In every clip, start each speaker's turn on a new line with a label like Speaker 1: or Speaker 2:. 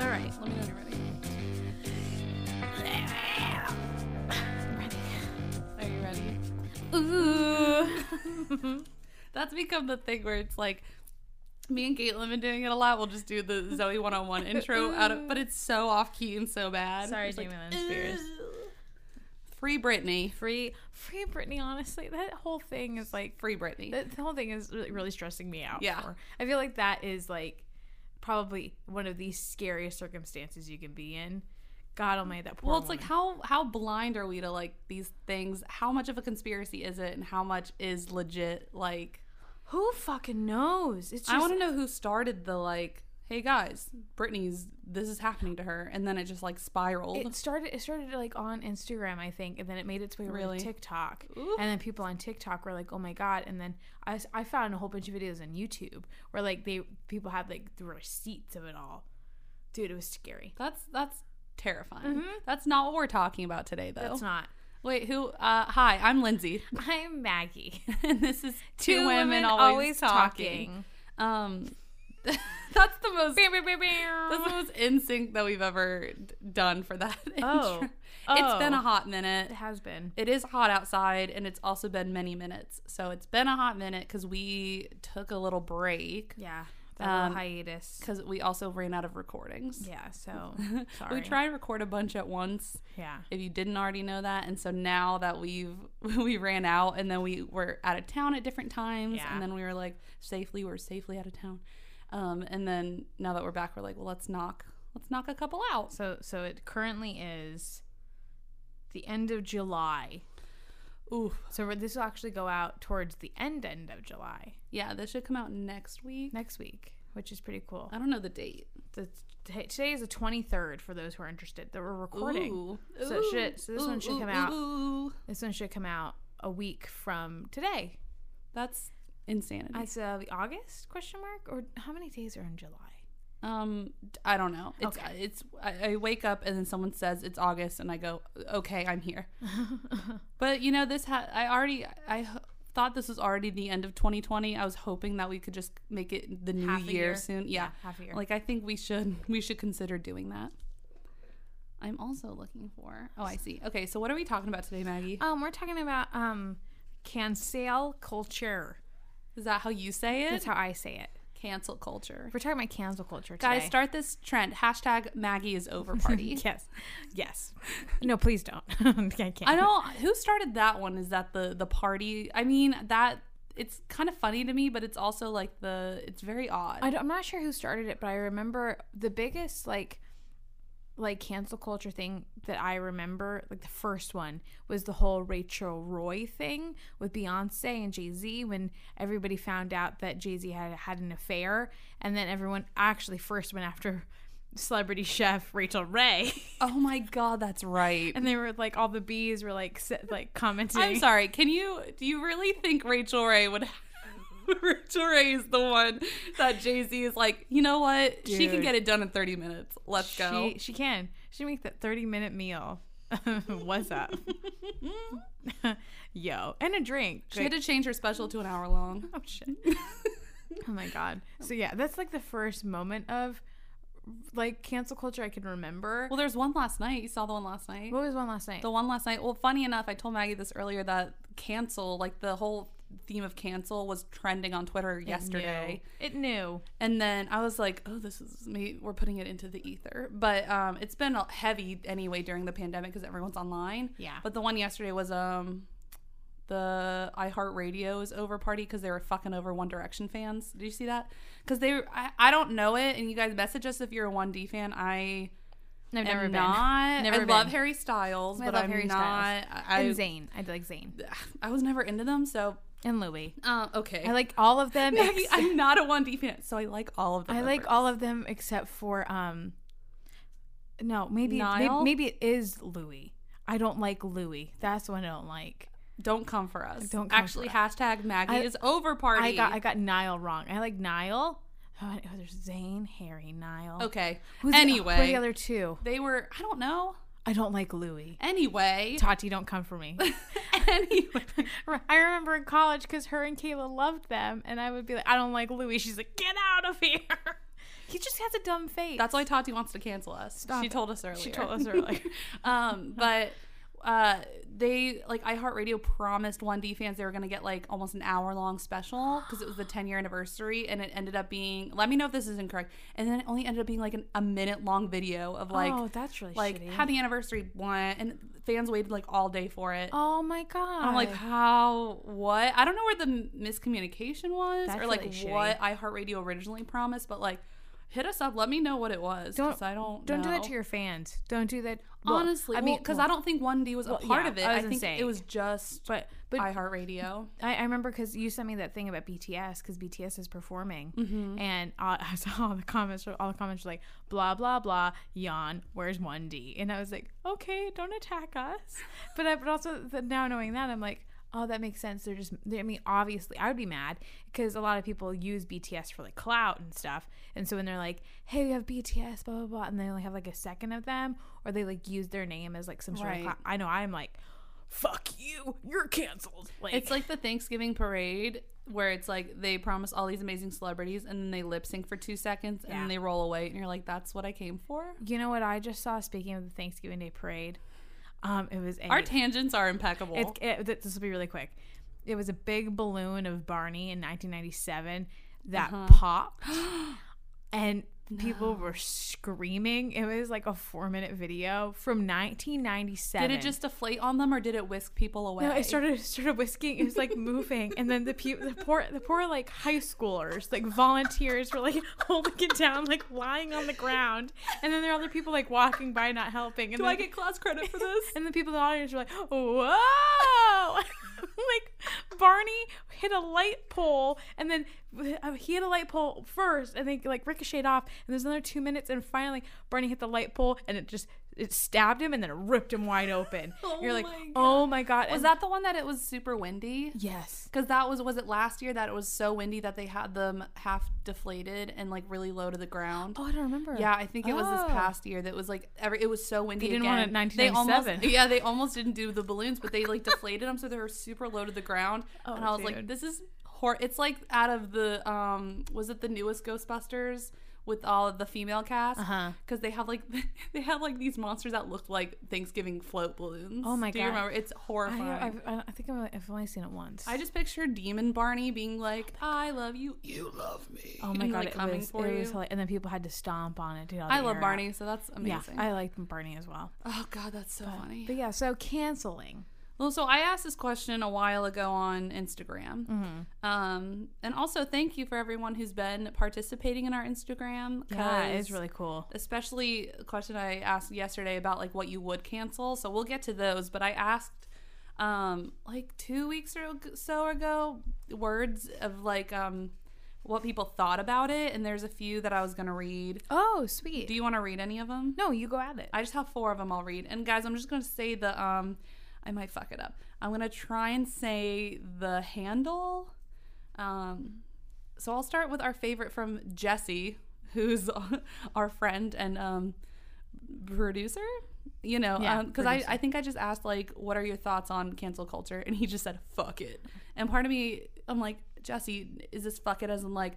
Speaker 1: All right, let me know when you're ready. I'm ready. Are you ready? Ooh. That's become the thing where it's like me and Caitlin have been doing it a lot. We'll just do the Zoe one on one intro out of, but it's so off key and so bad.
Speaker 2: Sorry,
Speaker 1: It's like,
Speaker 2: Jamie Lynn Spears.
Speaker 1: Free Britney.
Speaker 2: Free, free Britney. Honestly, that whole thing is like
Speaker 1: Free Britney.
Speaker 2: that the whole thing is really, really stressing me out.
Speaker 1: Yeah.
Speaker 2: for- I feel like that is like probably one of the scariest circumstances you can be in. God Almighty, that poor.
Speaker 1: well, it's like
Speaker 2: woman.
Speaker 1: how how blind are we to like these things? How much of a conspiracy is it, and how much is legit? Like,
Speaker 2: who fucking knows? It's just
Speaker 1: I want to know who started the like, hey guys, Britney's this is happening to her, and then it just like spiraled.
Speaker 2: It started. It started like on Instagram, I think, and then it made its way over
Speaker 1: Really?
Speaker 2: to TikTok.
Speaker 1: Ooh.
Speaker 2: And then people on TikTok were like, "Oh my god!" And then I, s- I found a whole bunch of videos on YouTube where like they people had like the receipts of it all. Dude, it was scary.
Speaker 1: that's that's terrifying. That's not what we're talking about today, though.
Speaker 2: Mm-hmm. That's not.
Speaker 1: Wait, who? Uh, hi, I'm Lindsay,
Speaker 2: I'm Maggie.
Speaker 1: and this is two, women, always, talking. Um, that's the most.
Speaker 2: Bam, bam, bam,
Speaker 1: That's the
Speaker 2: bam.
Speaker 1: most in sync that we've ever d- done for that.
Speaker 2: Oh.
Speaker 1: intro. it's been a
Speaker 2: Oh.
Speaker 1: hot minute.
Speaker 2: It has been.
Speaker 1: It is hot outside, and it's also been many minutes. So it's been a hot minute because we took a little break
Speaker 2: Yeah. That little
Speaker 1: Um,
Speaker 2: hiatus.
Speaker 1: because we also ran out of recordings.
Speaker 2: Yeah. So
Speaker 1: we
Speaker 2: sorry.
Speaker 1: try and record a bunch at once.
Speaker 2: Yeah.
Speaker 1: If you didn't already know that, and so now that we've we ran out, and then we were out of town at different times,
Speaker 2: Yeah.
Speaker 1: and then we were like safely, we are safely out of town, um, and then now that we're back, we're like, well, let's knock, let's knock a couple out.
Speaker 2: So so it currently is the end of July.
Speaker 1: Ooh,
Speaker 2: So we're- this will actually go out towards the end end of July
Speaker 1: yeah, this should come out next week.
Speaker 2: next week, which is pretty cool.
Speaker 1: I don't know the date.
Speaker 2: The, t- today is the 23rd for those who are interested that we're recording. So it should- so this one should come out.
Speaker 1: ooh.
Speaker 2: This one should come out a week from today.
Speaker 1: That's insanity.
Speaker 2: It's uh, August question mark or how many days are in July?
Speaker 1: um, d- I don't know. It's
Speaker 2: Okay.
Speaker 1: it's. I, I wake up and then someone says it's August, and I go, okay, I'm here. but you know, this ha- I already I h- thought this was already the end of 2020. I was hoping that we could just make it the new
Speaker 2: Half a
Speaker 1: year,
Speaker 2: year.
Speaker 1: soon. Yeah.
Speaker 2: half a year.
Speaker 1: like I think we should we should consider doing that. I'm also looking for. Oh, I see. Okay, so what are we talking about today, Maggie?
Speaker 2: um, we're talking about um, cancel culture.
Speaker 1: Is that how you say it?
Speaker 2: That's how I say it.
Speaker 1: Cancel culture.
Speaker 2: We're talking about cancel culture today.
Speaker 1: Guys, start this trend. Hashtag Maggie is over party.
Speaker 2: Yes, yes. No, please don't. I can't.
Speaker 1: I don't. Who started that one? Is that the the party? I mean that it's kind of funny to me, but it's also like the it's very odd.
Speaker 2: I am not sure who started it, but I remember the biggest like like cancel culture thing that I remember, like the first one was the whole Rachel Roy thing with Beyonce and Jay Z when everybody found out that Jay Z had had an affair, and then everyone actually first went after celebrity chef Rachel Ray,
Speaker 1: oh my god, that's right.
Speaker 2: and they were like all the bees were like se- like commenting.
Speaker 1: I'm sorry. Can you do you really think Rachel Ray would? Rachel Ray is the one that Jay Z is like. You know what? She can
Speaker 2: Dude.
Speaker 1: get it done in 30 minutes. Let's go.
Speaker 2: She she can. She make that 30 minute meal. What's up? Yo, and a drink.
Speaker 1: She had to change her special to an hour long.
Speaker 2: oh shit. oh my god. So yeah, that's like the first moment of like cancel culture I can remember.
Speaker 1: Well, there's one last night. You saw the one last night.
Speaker 2: what was one last night?
Speaker 1: The one last night. Well, funny enough, I told Maggie this earlier that cancel, like the whole theme of cancel was trending on Twitter yesterday.
Speaker 2: It knew.
Speaker 1: And then I was like, oh, this is me. We're putting it into the ether. But um, it's been heavy anyway during the pandemic because everyone's online.
Speaker 2: Yeah.
Speaker 1: But the one yesterday was um, the iHeartRadio is over party because they were fucking over One Direction fans. Did you see that? Because they, I, I don't know it. And you guys message us if you're a 1D fan. I
Speaker 2: I've
Speaker 1: am
Speaker 2: never been.
Speaker 1: not.
Speaker 2: Never
Speaker 1: I
Speaker 2: been.
Speaker 1: love Harry Styles,
Speaker 2: I
Speaker 1: but
Speaker 2: love
Speaker 1: I'm
Speaker 2: Harry
Speaker 1: not.
Speaker 2: Styles.
Speaker 1: I,
Speaker 2: and Zayn. I like Zayn. Oh,
Speaker 1: I was never into them. So,
Speaker 2: And Louis.
Speaker 1: uh, okay.
Speaker 2: I like all of them.
Speaker 1: Maggie,
Speaker 2: ex-
Speaker 1: I'm not a 1D fan. So I like all of them.
Speaker 2: I like
Speaker 1: over-
Speaker 2: all of them except for um no, maybe it's, maybe,
Speaker 1: Niall?
Speaker 2: maybe it is Louis. I don't like Louis. That's the one I don't like.
Speaker 1: Don't come for us.
Speaker 2: Don't come
Speaker 1: actually
Speaker 2: for
Speaker 1: hashtag Maggie
Speaker 2: I-
Speaker 1: is over party.
Speaker 2: I got I got Niall wrong. I like Niall. Oh, and- oh, there's Zane, Harry, Niall.
Speaker 1: okay.
Speaker 2: Who's the- who are
Speaker 1: anyway,
Speaker 2: the other two?
Speaker 1: they were. I don't know.
Speaker 2: I don't like Louis.
Speaker 1: Anyway,
Speaker 2: Tati, don't come for me.
Speaker 1: anyway,
Speaker 2: I remember in college because her and Kayla loved them, and I would be like, I don't like Louis. She's like, get out of here. He just has a dumb face.
Speaker 1: that's why Tati wants to cancel us.
Speaker 2: Stop
Speaker 1: she
Speaker 2: it.
Speaker 1: told us earlier.
Speaker 2: she told us earlier.
Speaker 1: um, but uh, they like iHeartRadio promised 1D fans they were gonna get like almost an hour long special because it was the 10 year anniversary, and it ended up being. Let me know if this is incorrect. And then it only ended up being like an, a minute long video of like
Speaker 2: oh, that's really
Speaker 1: like
Speaker 2: shitty.
Speaker 1: happy anniversary one, and fans waited like all day for it.
Speaker 2: oh my god.
Speaker 1: I'm like, how? What? I don't know where the m- miscommunication was,
Speaker 2: That's
Speaker 1: or like
Speaker 2: really shitty.
Speaker 1: what iHeartRadio originally promised. But like, hit us up. Let me know what it was.
Speaker 2: Don't-
Speaker 1: Don't I don't
Speaker 2: don't do that
Speaker 1: know.
Speaker 2: to your fans. Don't do that. Well,
Speaker 1: Honestly, I mean, because I don't think 1D was a
Speaker 2: well,
Speaker 1: part
Speaker 2: yeah,
Speaker 1: of it.
Speaker 2: I
Speaker 1: I,
Speaker 2: was gonna
Speaker 1: think
Speaker 2: say.
Speaker 1: it was just
Speaker 2: But but
Speaker 1: iHeartRadio.
Speaker 2: I, I remember because you sent me that thing about BTS because BTS is performing, and I, I saw all the comments. All the comments were like, "Blah blah blah, yawn. Where's one D?" And I was like, "Okay, don't attack us." But I, but also the, now knowing that, I'm like, "Oh, that makes sense." They're just. They, I mean, obviously, I would be mad because a lot of people use BTS for like clout and stuff. And so when they're like, "Hey, we have BTS," blah blah blah, and they only have like a second of them, or they like use their name as like some sort of
Speaker 1: Right.
Speaker 2: clout. I know I'm like. Fuck you! You're canceled. Like
Speaker 1: It's like the Thanksgiving parade where it's like they promise all these amazing celebrities and then they lip sync for two seconds and
Speaker 2: Yeah.
Speaker 1: then they roll away and you're like, that's what I came for.
Speaker 2: You know what I just saw? Speaking of the Thanksgiving Day parade, um, it was a.
Speaker 1: Our tangents are impeccable.
Speaker 2: it's- it- th- this will be really quick. It was a big balloon of Barney in 1997 that
Speaker 1: Uh-huh.
Speaker 2: popped, and people were screaming. It was like a four-minute video from 1997.
Speaker 1: did it just deflate on them or did it whisk people away?
Speaker 2: No, it started it started whisking. It was like moving, and then the people, the poor, the poor like high schoolers, like volunteers, were like holding it down, like lying on the ground, and then there are other people like walking by, not helping. And
Speaker 1: Do
Speaker 2: then,
Speaker 1: I get class credit for this?
Speaker 2: and the people in the audience were like, "Whoa!" like Barney hit a light pole, and then uh, he hit a light pole first, and then like ricocheted off. And there's another two minutes, and finally Barney hit the light pole, and it just it stabbed him, and then it ripped him wide open.
Speaker 1: Oh
Speaker 2: You're like,
Speaker 1: my God.
Speaker 2: "Oh my god!"
Speaker 1: Was
Speaker 2: And-
Speaker 1: that the one that it was super windy?
Speaker 2: Yes.
Speaker 1: Because that was was it last year that it was so windy that they had them half deflated and like really low to the ground.
Speaker 2: Oh, I don't remember.
Speaker 1: Yeah, I think it was this
Speaker 2: Oh.
Speaker 1: past year that was like every. It was so windy.
Speaker 2: They didn't
Speaker 1: again.
Speaker 2: want it
Speaker 1: They almost-
Speaker 2: 1997.
Speaker 1: yeah, they almost didn't do the balloons, but they like deflated them, so they were super low to the ground.
Speaker 2: Oh,
Speaker 1: and I was
Speaker 2: dude.
Speaker 1: like, this is hor. It's like out of the um, was it the newest Ghostbusters? With all of the female cast,
Speaker 2: Uh-huh.
Speaker 1: because they have like they have like these monsters that look like Thanksgiving float balloons.
Speaker 2: Oh my
Speaker 1: Do
Speaker 2: God.
Speaker 1: you remember? It's
Speaker 2: I,
Speaker 1: horrifying. I,
Speaker 2: I've- I, I think I've I've only seen it once.
Speaker 1: just picture Demon Barney being like, "I love you, you love me."
Speaker 2: oh my
Speaker 1: and,
Speaker 2: god,
Speaker 1: like,
Speaker 2: it
Speaker 1: coming
Speaker 2: was,
Speaker 1: for
Speaker 2: it
Speaker 1: you.
Speaker 2: was hilarious. and then people had to stomp on it. Dude, all
Speaker 1: I
Speaker 2: the
Speaker 1: love
Speaker 2: air out.
Speaker 1: Barney, so that's amazing.
Speaker 2: Yeah, I liked Barney as well.
Speaker 1: oh god, that's so funny.
Speaker 2: But yeah, so canceling.
Speaker 1: Well, so I asked this question a while ago on Instagram.
Speaker 2: Mm-hmm.
Speaker 1: Um, and also, thank you for everyone who's been participating in our Instagram. 'cause
Speaker 2: Yeah, it's really cool.
Speaker 1: Especially a question I asked yesterday about like what you would cancel. So we'll get to those. But I asked um, like two weeks or so ago words of like um, what people thought about it. And there's a few that I was going to read.
Speaker 2: Oh, sweet.
Speaker 1: Do you want to read any of them?
Speaker 2: no, you go at it.
Speaker 1: I just have four of them I'll read. And guys, I'm just going to say the um I might fuck it up. I'm going to try and say the handle. Um so I'll start with our favorite from Jesse, who's our friend and um producer. You know,
Speaker 2: Yeah,
Speaker 1: because I, I think I just asked like, what are your thoughts on cancel culture? And he just said, fuck it. And part of me, I'm like, Jesse, is this fuck it as in like,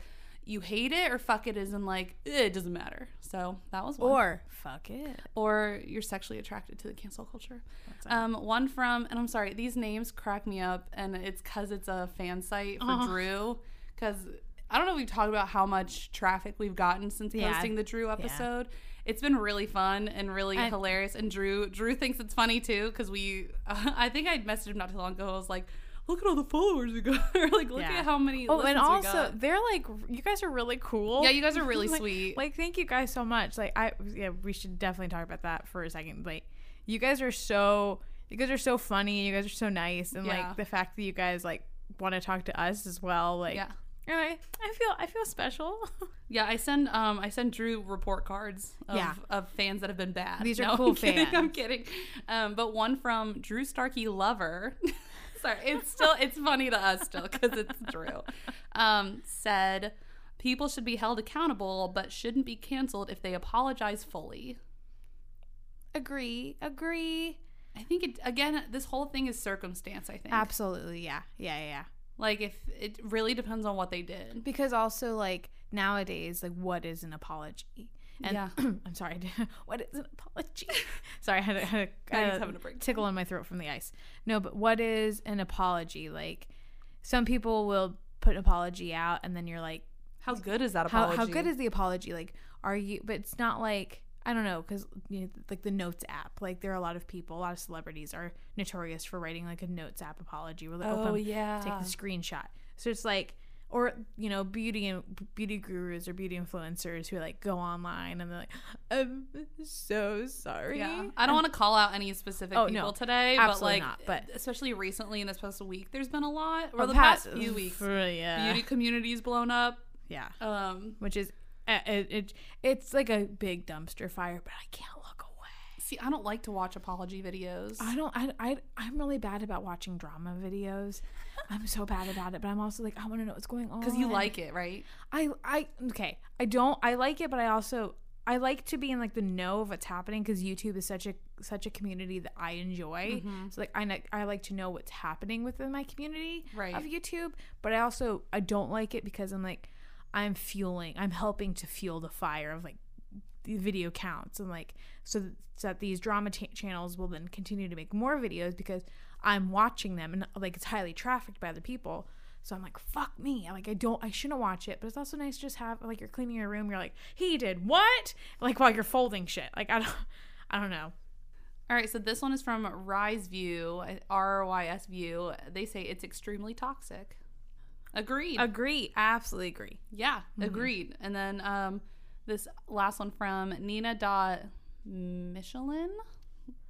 Speaker 1: you hate it or fuck it as in like, eh, it doesn't matter. So that was one
Speaker 2: or fuck it.
Speaker 1: or you're sexually attracted to the cancel culture. Um, one from, and I'm sorry, these names crack me up, and it's because it's a fan site
Speaker 2: Uh-huh.
Speaker 1: for Drew. Because I don't know if we've talked about how much traffic we've gotten since
Speaker 2: Yeah.
Speaker 1: posting the Drew episode. It's been really fun and really
Speaker 2: And-
Speaker 1: hilarious, and Drew Drew thinks it's funny too because we, I think I messaged him not too long ago. I was like, "Look at all the followers we got, or like look
Speaker 2: Yeah.
Speaker 1: at how many."
Speaker 2: Oh,
Speaker 1: listens
Speaker 2: and
Speaker 1: we
Speaker 2: also
Speaker 1: got.
Speaker 2: they're like, you guys are really cool.
Speaker 1: yeah, you guys are really
Speaker 2: like,
Speaker 1: sweet.
Speaker 2: Like, thank you guys so much. Like, I yeah, we should definitely talk about that for a second. Like, you guys are so you guys are so funny. You guys are so nice, and
Speaker 1: Yeah.
Speaker 2: like the fact that you guys like want to talk to us as well. Like,
Speaker 1: yeah,
Speaker 2: anyway, I feel I feel special.
Speaker 1: Yeah, I send um I send Drew report cards of,
Speaker 2: Yeah.
Speaker 1: of fans that have been bad.
Speaker 2: These are
Speaker 1: I'm
Speaker 2: cool
Speaker 1: kidding,
Speaker 2: fans.
Speaker 1: I'm kidding. Um, but one from Drew Starkey lover. Sorry, it's still it's funny to us still because it's Drew. Um, said people should be held accountable but shouldn't be canceled if they apologize fully.
Speaker 2: Agree. Agree.
Speaker 1: I think it again. This whole thing is circumstance. I think.
Speaker 2: Absolutely. Yeah. Yeah. yeah, Yeah.
Speaker 1: like if it really depends on what they did.
Speaker 2: Because also like nowadays, like what is an apology? And
Speaker 1: Yeah.
Speaker 2: I'm sorry. what is an apology? sorry, I had a, had a,
Speaker 1: Maddie's
Speaker 2: had a
Speaker 1: having a breakdown.
Speaker 2: tickle in my throat from the ice. No, but what is an apology? Like some people will put an apology out, and then you're like,
Speaker 1: How good is that
Speaker 2: how,
Speaker 1: apology?
Speaker 2: how good is the apology? Like, are you? But it's not like I don't know because you know, like the notes app. Like there are a lot of people, a lot of celebrities are notorious for writing like a notes app apology where they
Speaker 1: Oh
Speaker 2: open
Speaker 1: yeah.
Speaker 2: take the screenshot. So it's like, or you know, beauty and beauty gurus or beauty influencers who like go online and they're like, I'm so sorry.
Speaker 1: Yeah. I don't want to call out any specific
Speaker 2: Oh,
Speaker 1: people
Speaker 2: no.
Speaker 1: today, but
Speaker 2: Absolutely
Speaker 1: like,
Speaker 2: not, but- Oh,
Speaker 1: especially recently in this past week, there's been a lot. Or
Speaker 2: Or
Speaker 1: the
Speaker 2: pa-
Speaker 1: past few weeks,
Speaker 2: yeah,
Speaker 1: beauty community's blown up.
Speaker 2: yeah,
Speaker 1: Um,
Speaker 2: which is uh, it, it. It's like a big dumpster fire, but I can't look away.
Speaker 1: see, I don't like to watch apology videos.
Speaker 2: I don't. I, I. I'm really bad about watching drama videos. I'm so bad about it, but I'm also like, I want to know what's going on
Speaker 1: because you like it, right?
Speaker 2: I I okay. I don't I like it, but I also I like to be in like the know of what's happening because YouTube is such a such a community that I enjoy. So like I like I like to know what's happening within my community
Speaker 1: Right.
Speaker 2: of YouTube, but I also I don't like it because I'm like I'm fueling I'm helping to fuel the fire of like the video counts and like so, th- so that these drama cha- channels will then continue to make more videos because I'm watching them and like it's highly trafficked by other people. So I'm like, fuck me. I'm like, I don't, I shouldn't watch it. But it's also nice to just have like you're cleaning your room. You're like, he did what? Like while you're folding shit. Like I don't, I don't know.
Speaker 1: All right, so this one is from Rise View, uh, R Y S View. They say it's extremely toxic. Agreed.
Speaker 2: Agree, absolutely agree.
Speaker 1: yeah,
Speaker 2: Mm-hmm.
Speaker 1: agreed. And then um, this last one from Nina dot Michelin.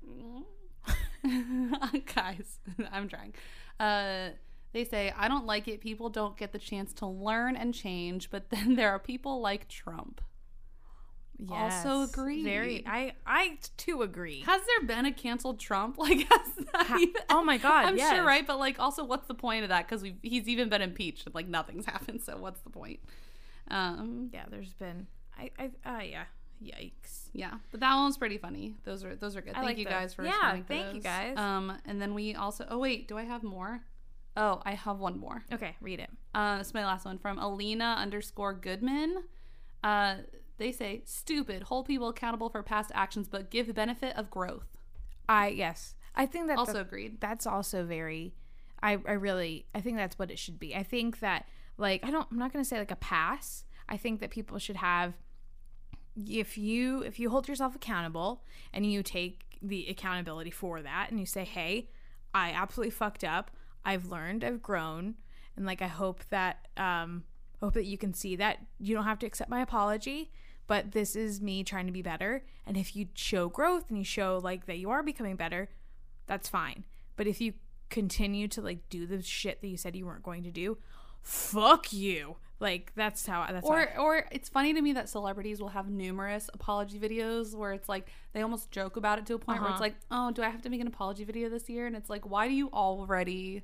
Speaker 1: Guys, I'm trying. Uh, they say I don't like it. People don't get the chance to learn and change, but then there are people like Trump. Also
Speaker 2: Yes.
Speaker 1: agree.
Speaker 2: Very. I, I too agree.
Speaker 1: Has there been a canceled Trump? Like, has that even-
Speaker 2: oh my God,
Speaker 1: I'm
Speaker 2: yes.
Speaker 1: sure, right? But like, also, what's the point of that? Because we he's even been impeached. and, Like, nothing's happened. So what's the point? Um,
Speaker 2: Yeah, there's been. I, I, uh, yeah. Yikes.
Speaker 1: yeah, but that one's pretty funny. Those are those are good. Thank
Speaker 2: like
Speaker 1: you
Speaker 2: those.
Speaker 1: guys for
Speaker 2: Yeah,
Speaker 1: sharing
Speaker 2: thank you
Speaker 1: those.
Speaker 2: guys.
Speaker 1: Um, and then we also. Oh wait, do I have more? Oh, I have one more.
Speaker 2: Okay, read it.
Speaker 1: Uh, this is my last one from Alina underscore Goodman. Uh, they say stupid. Hold people accountable for past actions, but give benefit of growth.
Speaker 2: I yes. I think that
Speaker 1: Also agreed.
Speaker 2: that's also very I, I really I think that's what it should be. I think that like I don't I'm not gonna say like a pass. I think that people should have if you if you hold yourself accountable and you take the accountability for that and you say, Hey, I absolutely fucked up. I've learned, I've grown, and like I hope that um hope that you can see that you don't have to accept my apology but this is me trying to be better and if you show growth and you show like that you are becoming better that's fine. But if you continue to like do the shit that you said you weren't going to do, fuck you. Like that's how that's how
Speaker 1: Or, or it's funny to me that celebrities will have numerous apology videos where it's like they almost joke about it to a point where it's
Speaker 2: Uh-huh.
Speaker 1: like, oh, do I have to make an apology video this year? And it's like, why do you already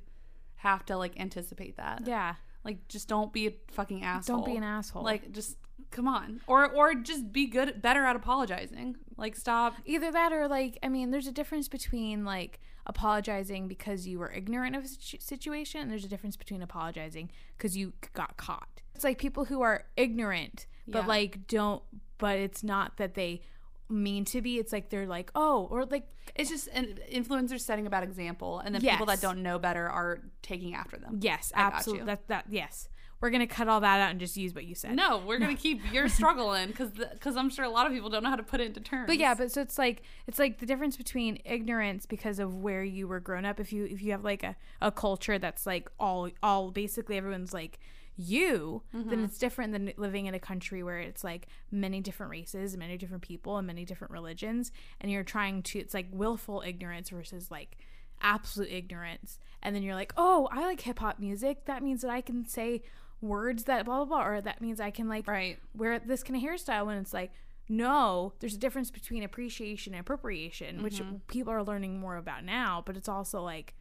Speaker 1: have to like anticipate that?
Speaker 2: yeah,
Speaker 1: Like, just don't be a fucking asshole.
Speaker 2: don't be an asshole.
Speaker 1: Like, just come on. Or, or just be good, better at apologizing. Like, stop.
Speaker 2: either that or like I mean, there's a difference between like apologizing because you were ignorant of a situ- situation. And there's a difference between apologizing because you got caught. It's like people who are ignorant but
Speaker 1: Yeah.
Speaker 2: like don't. But it's not that they mean to be. It's like they're like oh or like
Speaker 1: It's just an influencers setting a bad example, and then people that
Speaker 2: Yes.
Speaker 1: don't know better are taking after them.
Speaker 2: yes
Speaker 1: got you.
Speaker 2: absolutely that that yes. We're gonna cut all that out and just use what you said.
Speaker 1: No, we're gonna keep your struggle in because because I'm sure a lot of people don't know how to put it into terms.
Speaker 2: But yeah, but so it's like it's like the difference between ignorance because of where you were grown up. If you if you have like a, a culture that's like all all basically everyone's like you, then it's different than living in a country where it's like many different races, many different people, and many different religions, and you're trying to it's like willful ignorance versus like absolute ignorance. And then you're like, oh, I like hip hop music. That means that I can say words that blah blah blah, or that means I can like
Speaker 1: right.
Speaker 2: wear this kind of hairstyle when it's like no there's a difference
Speaker 1: Mm-hmm.
Speaker 2: between appreciation and appropriation which people are learning more about now but it's also like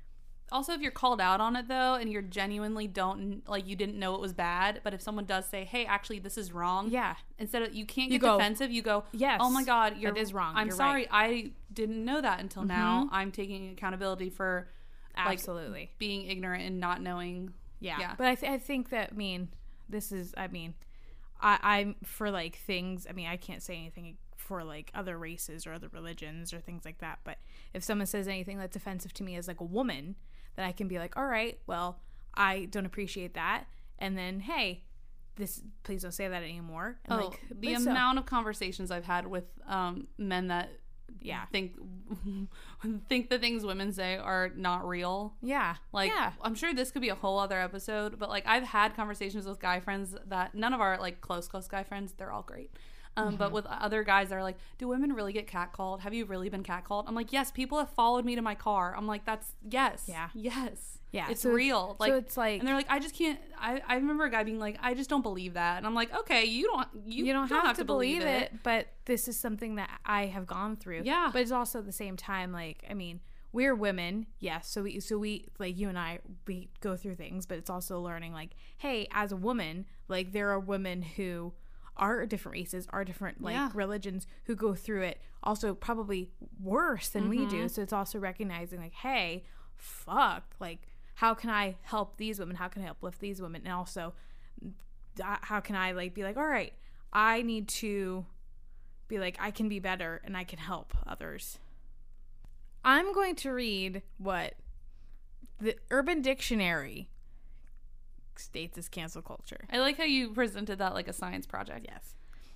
Speaker 1: Also, if you're called out on it though, and you're genuinely don't like you didn't know it was bad, but if someone does say, "Hey, actually, this is wrong,"
Speaker 2: Yeah.
Speaker 1: instead of you can't
Speaker 2: You
Speaker 1: get
Speaker 2: go,
Speaker 1: defensive, you go,
Speaker 2: "Yes,
Speaker 1: oh my god,
Speaker 2: that
Speaker 1: you're
Speaker 2: is wrong.
Speaker 1: I'm
Speaker 2: You're
Speaker 1: sorry,
Speaker 2: right." Mm-hmm.
Speaker 1: I didn't know that until now. I'm taking accountability for like
Speaker 2: Absolutely.
Speaker 1: being ignorant and not knowing."
Speaker 2: yeah.
Speaker 1: Yeah.
Speaker 2: But I, th- I think that, I mean, this is, I mean, I, I'm for like things, I mean, I can't say anything for like other races or other religions or things like that. But if someone says anything that's offensive to me as like a woman, then I can be like, all right, well, I don't appreciate that. And then, hey, this, please don't say that anymore. And
Speaker 1: Oh,
Speaker 2: like,
Speaker 1: the
Speaker 2: "Lizzo."
Speaker 1: amount of conversations I've had with um, men that
Speaker 2: Yeah.
Speaker 1: think think the things women say are not real.
Speaker 2: Yeah.
Speaker 1: Like
Speaker 2: yeah.
Speaker 1: I'm sure this could be a whole other episode, but like I've had conversations with guy friends that none of our like close close guy friends, they're all great. Um, But
Speaker 2: Mm-hmm.
Speaker 1: with other guys that are like, do women really get catcalled? Have you really been catcalled? I'm like, yes. People have followed me to my car. I'm like, that's yes,
Speaker 2: Yeah.
Speaker 1: yes,
Speaker 2: Yeah,
Speaker 1: It's
Speaker 2: so it's-
Speaker 1: real. Like,
Speaker 2: so it's like-
Speaker 1: and they're like, I just can't. I, I remember a guy being like, I just don't believe that. And I'm like, okay, you don't you,
Speaker 2: you don't, have, to believe it, but this is something that I have gone through.
Speaker 1: Yeah.
Speaker 2: but it's also at the same time, like I mean, we're women, yes. So we, so we, like you and I, we go through things, but it's also learning, like, hey, as a woman, like there are women who are different races, are different like
Speaker 1: Yeah.
Speaker 2: religions who go through it also probably worse than we do. So it's also recognizing, like, hey, fuck, like how can I help these women? How can I uplift these women? And also I- how can I like be like, all right, I need to be like, I can be better and I can help others. I'm going to read what the Urban Dictionary states as cancel culture.
Speaker 1: I like how you presented that like a science project.
Speaker 2: Yes.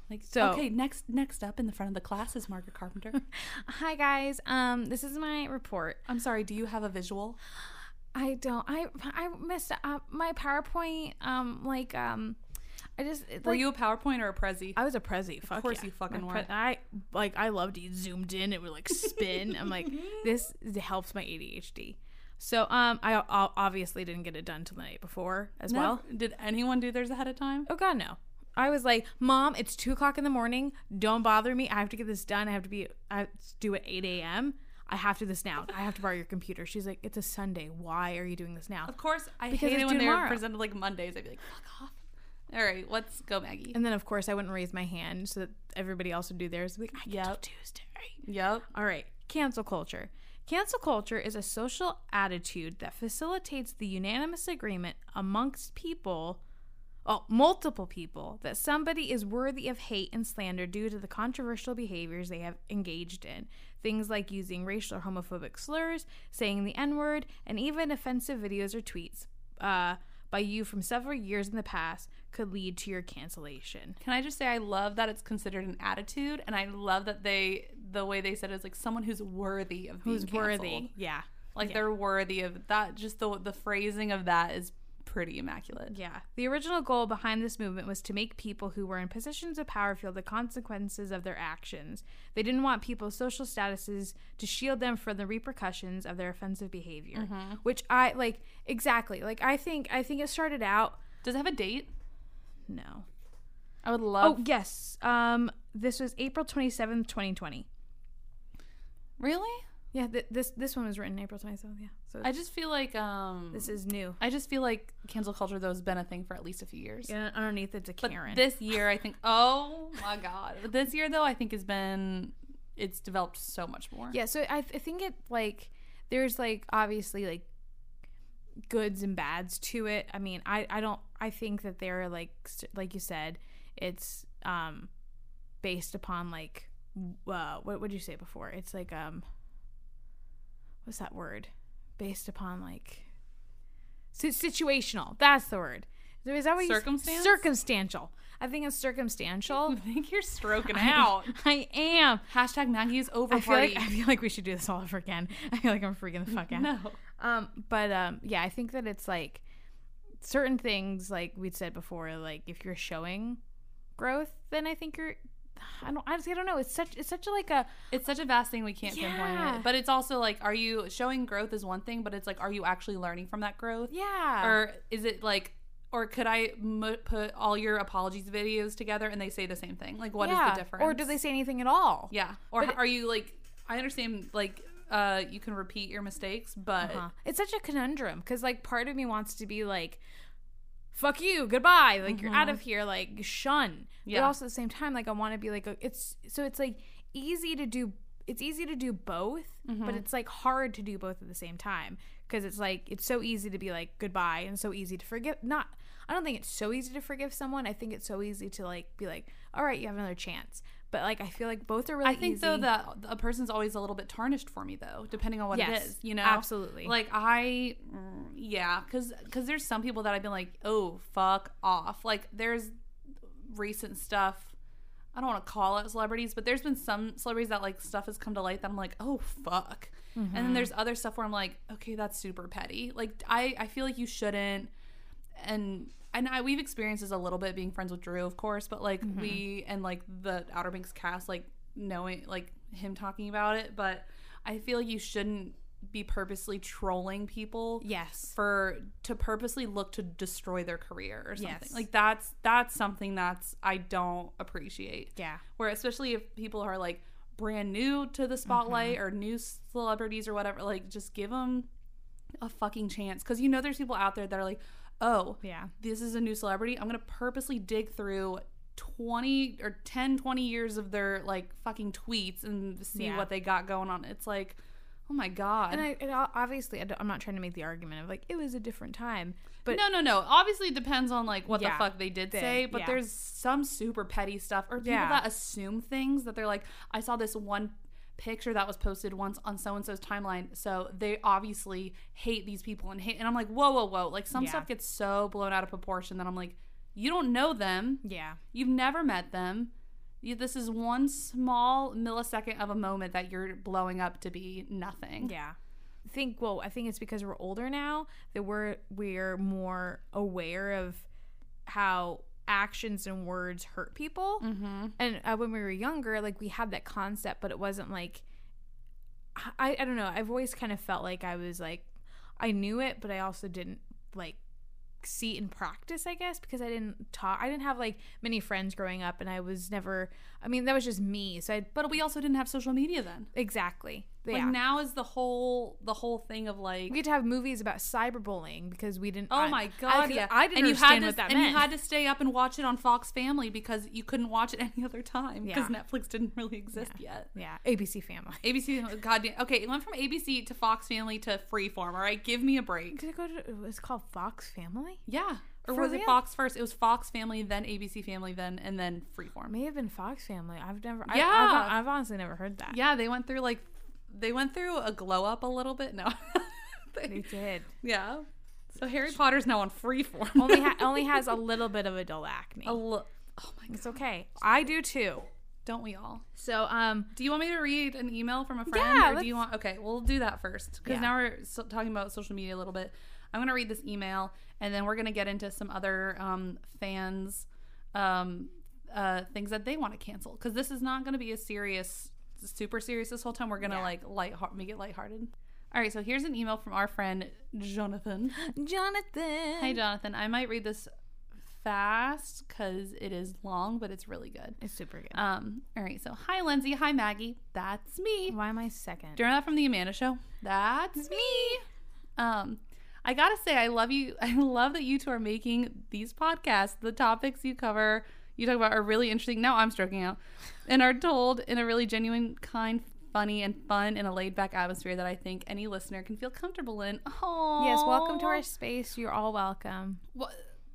Speaker 1: Like
Speaker 2: So-
Speaker 1: okay, next next up in the front of the class is Margaret Carpenter.
Speaker 2: Hi guys. Um, this is my report.
Speaker 1: I'm sorry, do you have a visual?
Speaker 2: I don't. I I messed up my PowerPoint. Um, like um, I just it,
Speaker 1: Were
Speaker 2: like-
Speaker 1: you a PowerPoint or a Prezi?
Speaker 2: I was a Prezi. Fuck
Speaker 1: course
Speaker 2: yeah.
Speaker 1: you fucking
Speaker 2: My
Speaker 1: were.
Speaker 2: I like I loved it. It Zoomed in. It would like spin. I'm like this is- helps my ADHD. So um, I, o- obviously didn't get it done till the night before as
Speaker 1: No?
Speaker 2: well.
Speaker 1: did anyone do theirs ahead of time?
Speaker 2: Oh God, no. I was like, Mom, it's two o'clock in the morning. Don't bother me. I have to get this done. I have to be. I have to do it eight a.m. I have to do this now. I have to borrow your computer. She's like, It's a Sunday. Why are you doing this now?
Speaker 1: Of course, I
Speaker 2: Because
Speaker 1: hate
Speaker 2: it's
Speaker 1: it when
Speaker 2: due
Speaker 1: they're
Speaker 2: tomorrow.
Speaker 1: presented like Mondays. I'd be like, fuck off. All right, let's go, Maggie.
Speaker 2: And then of course I wouldn't raise my hand so that everybody else would do theirs. Like I can do
Speaker 1: Yep.
Speaker 2: Tuesday.
Speaker 1: Yep.
Speaker 2: All right, cancel culture. Cancel culture is a social attitude that facilitates the unanimous agreement amongst people, well, multiple people, that somebody is worthy of hate and slander due to the controversial behaviors they have engaged in. Things like using racial or homophobic slurs, saying the N word, and even offensive videos or tweets uh, by you from several years in the past could lead to your cancellation.
Speaker 1: Can I just say I love that it's considered an attitude, and I love that they the way they said it is like someone who's worthy of being
Speaker 2: Who's worthy?
Speaker 1: canceled.
Speaker 2: Yeah.
Speaker 1: Like they're worthy of that. Just the the phrasing of that is pretty immaculate.
Speaker 2: Yeah. The original goal behind this movement was to make people who were in positions of power feel the consequences of their actions. They didn't want people's social statuses to shield them from the repercussions of their offensive behavior,
Speaker 1: Mm-hmm.
Speaker 2: which I like exactly. Like I think I think it started out
Speaker 1: Does it have a date?
Speaker 2: no.
Speaker 1: I would
Speaker 2: Oh,
Speaker 1: love.
Speaker 2: yes. Um this was April 27th, 2020.
Speaker 1: really?
Speaker 2: Yeah, th- this this one was written April 27th, yeah. So
Speaker 1: I just feel like um.
Speaker 2: this is new.
Speaker 1: I just feel like cancel culture though has been a thing for at least a few years.
Speaker 2: Yeah, underneath it's a
Speaker 1: But
Speaker 2: Karen.
Speaker 1: this year, I think. Oh my god! But This year, though, I think has been. It's developed so much more.
Speaker 2: Yeah, so I, th- I think it like there's like obviously like goods and bads to it. I mean, I I don't I think that they're like st- like you said, it's um based upon like w- uh, what would you say before? It's like um what's that word? Based upon like si- situational. That's the word. Is that what you s-
Speaker 1: Circumstance?
Speaker 2: circumstantial? I think it's circumstantial.
Speaker 1: I think you're stroking out.
Speaker 2: I am.
Speaker 1: Hashtag Maggie's over
Speaker 2: I feel
Speaker 1: party.
Speaker 2: like I feel like we should do this all over again. I feel like I'm freaking the fuck out.
Speaker 1: no.
Speaker 2: Um, but um, yeah, I think that it's like certain things, like we'd said before, like if you're showing growth, then I think you're. I don't. Honestly, I don't know. It's such. It's such a like a.
Speaker 1: It's such a vast thing we can't pinpoint
Speaker 2: Yeah.
Speaker 1: it. But it's also like, are you showing growth is one thing, but it's like, are you actually learning from that growth?
Speaker 2: Yeah.
Speaker 1: Or is it like, or could I m- put all your apologies videos together and they say the same thing? Like, what is
Speaker 2: yeah.
Speaker 1: the difference?
Speaker 2: Or do they say anything at all?
Speaker 1: Yeah. Or
Speaker 2: But
Speaker 1: h- are you like I understand like uh, you can repeat your mistakes, but
Speaker 2: Uh-huh. It's such a conundrum because, like, part of me wants to be like, "Fuck you, goodbye," like you're out of here, like shun. But
Speaker 1: Mm-hmm. Yeah.
Speaker 2: also at the same time, like I want to be like, a- it's so it's like easy to do. It's easy to do both,
Speaker 1: Mm-hmm.
Speaker 2: but it's like hard to do both at the same time because it's like it's so easy to be like goodbye and so easy to forgive. Not, I don't think it's so easy to forgive someone. I think it's so easy to like be like, all right, you have another chance. But like I feel like both are really.
Speaker 1: I think
Speaker 2: easy.
Speaker 1: though that a person's always a little bit tarnished for me though, depending on what
Speaker 2: Yes,
Speaker 1: it is. You know,
Speaker 2: absolutely.
Speaker 1: Like I, mm, yeah, because because there's some people that I've been like, oh fuck off. Like there's recent stuff. I don't want to call out celebrities, but there's been some celebrities that like stuff has come to light that I'm like, oh fuck. And
Speaker 2: Mm-hmm.
Speaker 1: then there's other stuff where I'm like, okay, that's super petty. Like I I feel like you shouldn't and and I we've experienced this a little bit being friends with Drew, of course, but like we
Speaker 2: Mm-hmm.
Speaker 1: and like the Outer Banks cast, like knowing like him talking about it, but I feel like you shouldn't be purposely trolling people
Speaker 2: yes,
Speaker 1: for to purposely look to destroy their career or something.
Speaker 2: Yes.
Speaker 1: Like that's that's something that's I don't appreciate.
Speaker 2: yeah,
Speaker 1: Where especially if people are like brand new to the spotlight
Speaker 2: Mm-hmm.
Speaker 1: or new celebrities or whatever, like just give them a fucking chance cuz you know there's people out there that are like, "Oh,
Speaker 2: yeah.
Speaker 1: this is a new celebrity. I'm going to purposely dig through 20 or 10, 20 years of their like fucking tweets and see
Speaker 2: Yeah.
Speaker 1: what they got going on." It's like, "Oh my god."
Speaker 2: And I and o- obviously I am not trying to make the argument of like it was a different time, but
Speaker 1: no, no, no. Obviously, it depends on like what
Speaker 2: Yeah.
Speaker 1: the fuck they did
Speaker 2: They-
Speaker 1: say, but
Speaker 2: yeah.
Speaker 1: there's some super petty stuff or people
Speaker 2: Yeah.
Speaker 1: that assume things that they're like, I saw this one picture that was posted once on so and so's timeline, so they obviously hate these people and hate. And I'm like, whoa, whoa, whoa! Like some
Speaker 2: Yeah.
Speaker 1: stuff gets so blown out of proportion that I'm like, you don't know them,
Speaker 2: yeah,
Speaker 1: you've never met them. You, this is one small millisecond of a moment that you're blowing up to be nothing.
Speaker 2: yeah. I think well, I think it's because we're older now that we're we're more aware of how actions and words hurt people.
Speaker 1: Mm-hmm.
Speaker 2: And uh, when we were younger, like we had that concept, but it wasn't like I I don't know. I've always kind of felt like I was like I knew it, but I also didn't like see it in practice, I guess, because I didn't talk. I didn't have like many friends growing up, and I was never. I mean, that was just me. So I
Speaker 1: But we also didn't have social media then.
Speaker 2: exactly. But
Speaker 1: Like
Speaker 2: yeah.
Speaker 1: now is the whole the whole thing of like
Speaker 2: we get to have movies about cyberbullying because we didn't.
Speaker 1: oh
Speaker 2: I-
Speaker 1: my
Speaker 2: I-
Speaker 1: god
Speaker 2: 'cause
Speaker 1: yeah
Speaker 2: I didn't
Speaker 1: and you had
Speaker 2: understand
Speaker 1: to,
Speaker 2: what that
Speaker 1: and
Speaker 2: meant.
Speaker 1: you had to stay up and watch it on Fox Family because you couldn't watch it any other time
Speaker 2: Yeah.
Speaker 1: because Netflix didn't really exist yet.
Speaker 2: yeah, ABC Family.
Speaker 1: ABC, goddamn. Okay, it went from ABC to Fox Family to Freeform. All right, give me a break.
Speaker 2: Did it go to? It was called Fox Family.
Speaker 1: Yeah, or
Speaker 2: For
Speaker 1: was
Speaker 2: real?
Speaker 1: it Fox first? It was Fox Family, then ABC Family, then and then Freeform.
Speaker 2: May have been Fox Family. I've never. I,
Speaker 1: Yeah.
Speaker 2: I've, I've honestly never heard that.
Speaker 1: Yeah, they went through like they went through a glow up a little bit. No,
Speaker 2: They
Speaker 1: They-
Speaker 2: did.
Speaker 1: yeah. So Harry Potter's now on Freeform.
Speaker 2: only ha- only has a little bit of adult acne.
Speaker 1: a lo- oh my god,
Speaker 2: It's okay. I do too.
Speaker 1: don't we all?
Speaker 2: So um
Speaker 1: Do you want me to read an email from a friend?
Speaker 2: Yeah,
Speaker 1: Or do you
Speaker 2: let's-
Speaker 1: want? Okay, we'll do that first because
Speaker 2: Yeah.
Speaker 1: now we're so- talking about social media a little bit. I'm gonna read this email and then we're gonna get into some other um, fans um, uh, things that they want to cancel because this is not gonna be a serious, super serious this whole time. We're gonna
Speaker 2: Yeah.
Speaker 1: like light make it lighthearted. All right, so here's an email from our friend Jonathan.
Speaker 2: Jonathan.
Speaker 1: Hi, Jonathan. I might read this fast because it is long, but it's really good.
Speaker 2: It's super good.
Speaker 1: Um, all right, so hi Lindsay, hi Maggie. That's me.
Speaker 2: Why am I second?
Speaker 1: Do you remember that from the Amanda Show? That's me. Um, I gotta say, I love you. I love that you two are making these podcasts. The topics you cover, you talk about, are really interesting. Now I'm stroking out, and are told in a really genuine, kind, funny, and fun in a laid back atmosphere that I think any listener can feel comfortable in. Oh,
Speaker 2: yes, welcome to our space. You're all welcome.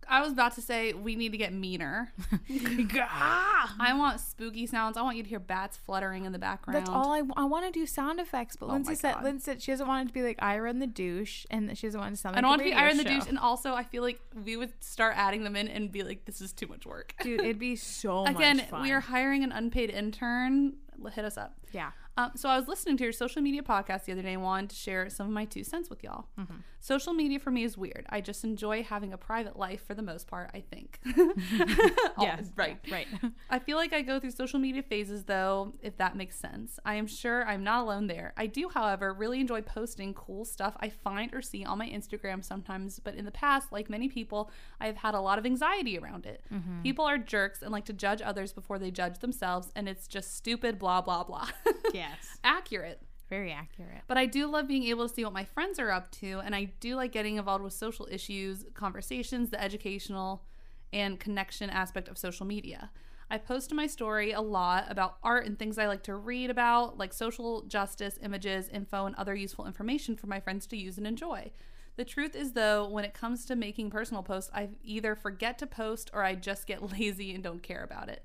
Speaker 1: I was about to say we need to get meaner.
Speaker 2: That's
Speaker 1: I want spooky sounds. I want you to hear bats fluttering in the background.
Speaker 2: all I, want to do sound effects, but
Speaker 1: Oh
Speaker 2: Lindsay
Speaker 1: my
Speaker 2: said
Speaker 1: God.
Speaker 2: Lindsay said she doesn't want it to be like Ira in the douche, and that she doesn't want it to sound. Like
Speaker 1: I don't want to be iron
Speaker 2: Ira
Speaker 1: the douche, and also I feel like we would start adding them in and be like, "This is too much work."
Speaker 2: Dude, it'd be so
Speaker 1: Again,
Speaker 2: much fun.
Speaker 1: we are hiring an unpaid intern. L- Hit us up.
Speaker 2: yeah.
Speaker 1: Um, so I was listening to your social media podcast the other day and wanted to share some of my two cents with y'all.
Speaker 2: Mm-hmm.
Speaker 1: Social media for me is weird. I just enjoy having a private life for the most part. I think. All-
Speaker 2: yes.
Speaker 1: Right.
Speaker 2: Right.
Speaker 1: I feel like I go through social media phases though, if that makes sense. I am sure I'm not alone there. I do, however, really enjoy posting cool stuff I find or see on my Instagram sometimes, but in the past, like many people, I have had a lot of anxiety around it. People are jerks and like to judge others before they judge themselves, and it's just stupid, blah, blah, blah.
Speaker 2: yes.
Speaker 1: Accurate.
Speaker 2: Very accurate.
Speaker 1: But I do love being able to see what my friends are up to, and I do like getting involved with social issues, conversations, the educational and connection aspect of social media. I post to my story a lot about art and things I like to read about, like social justice, images, info, and other useful information for my friends to use and enjoy. The truth is, though, when it comes to making personal posts, I either forget to post or I just get lazy and don't care about it.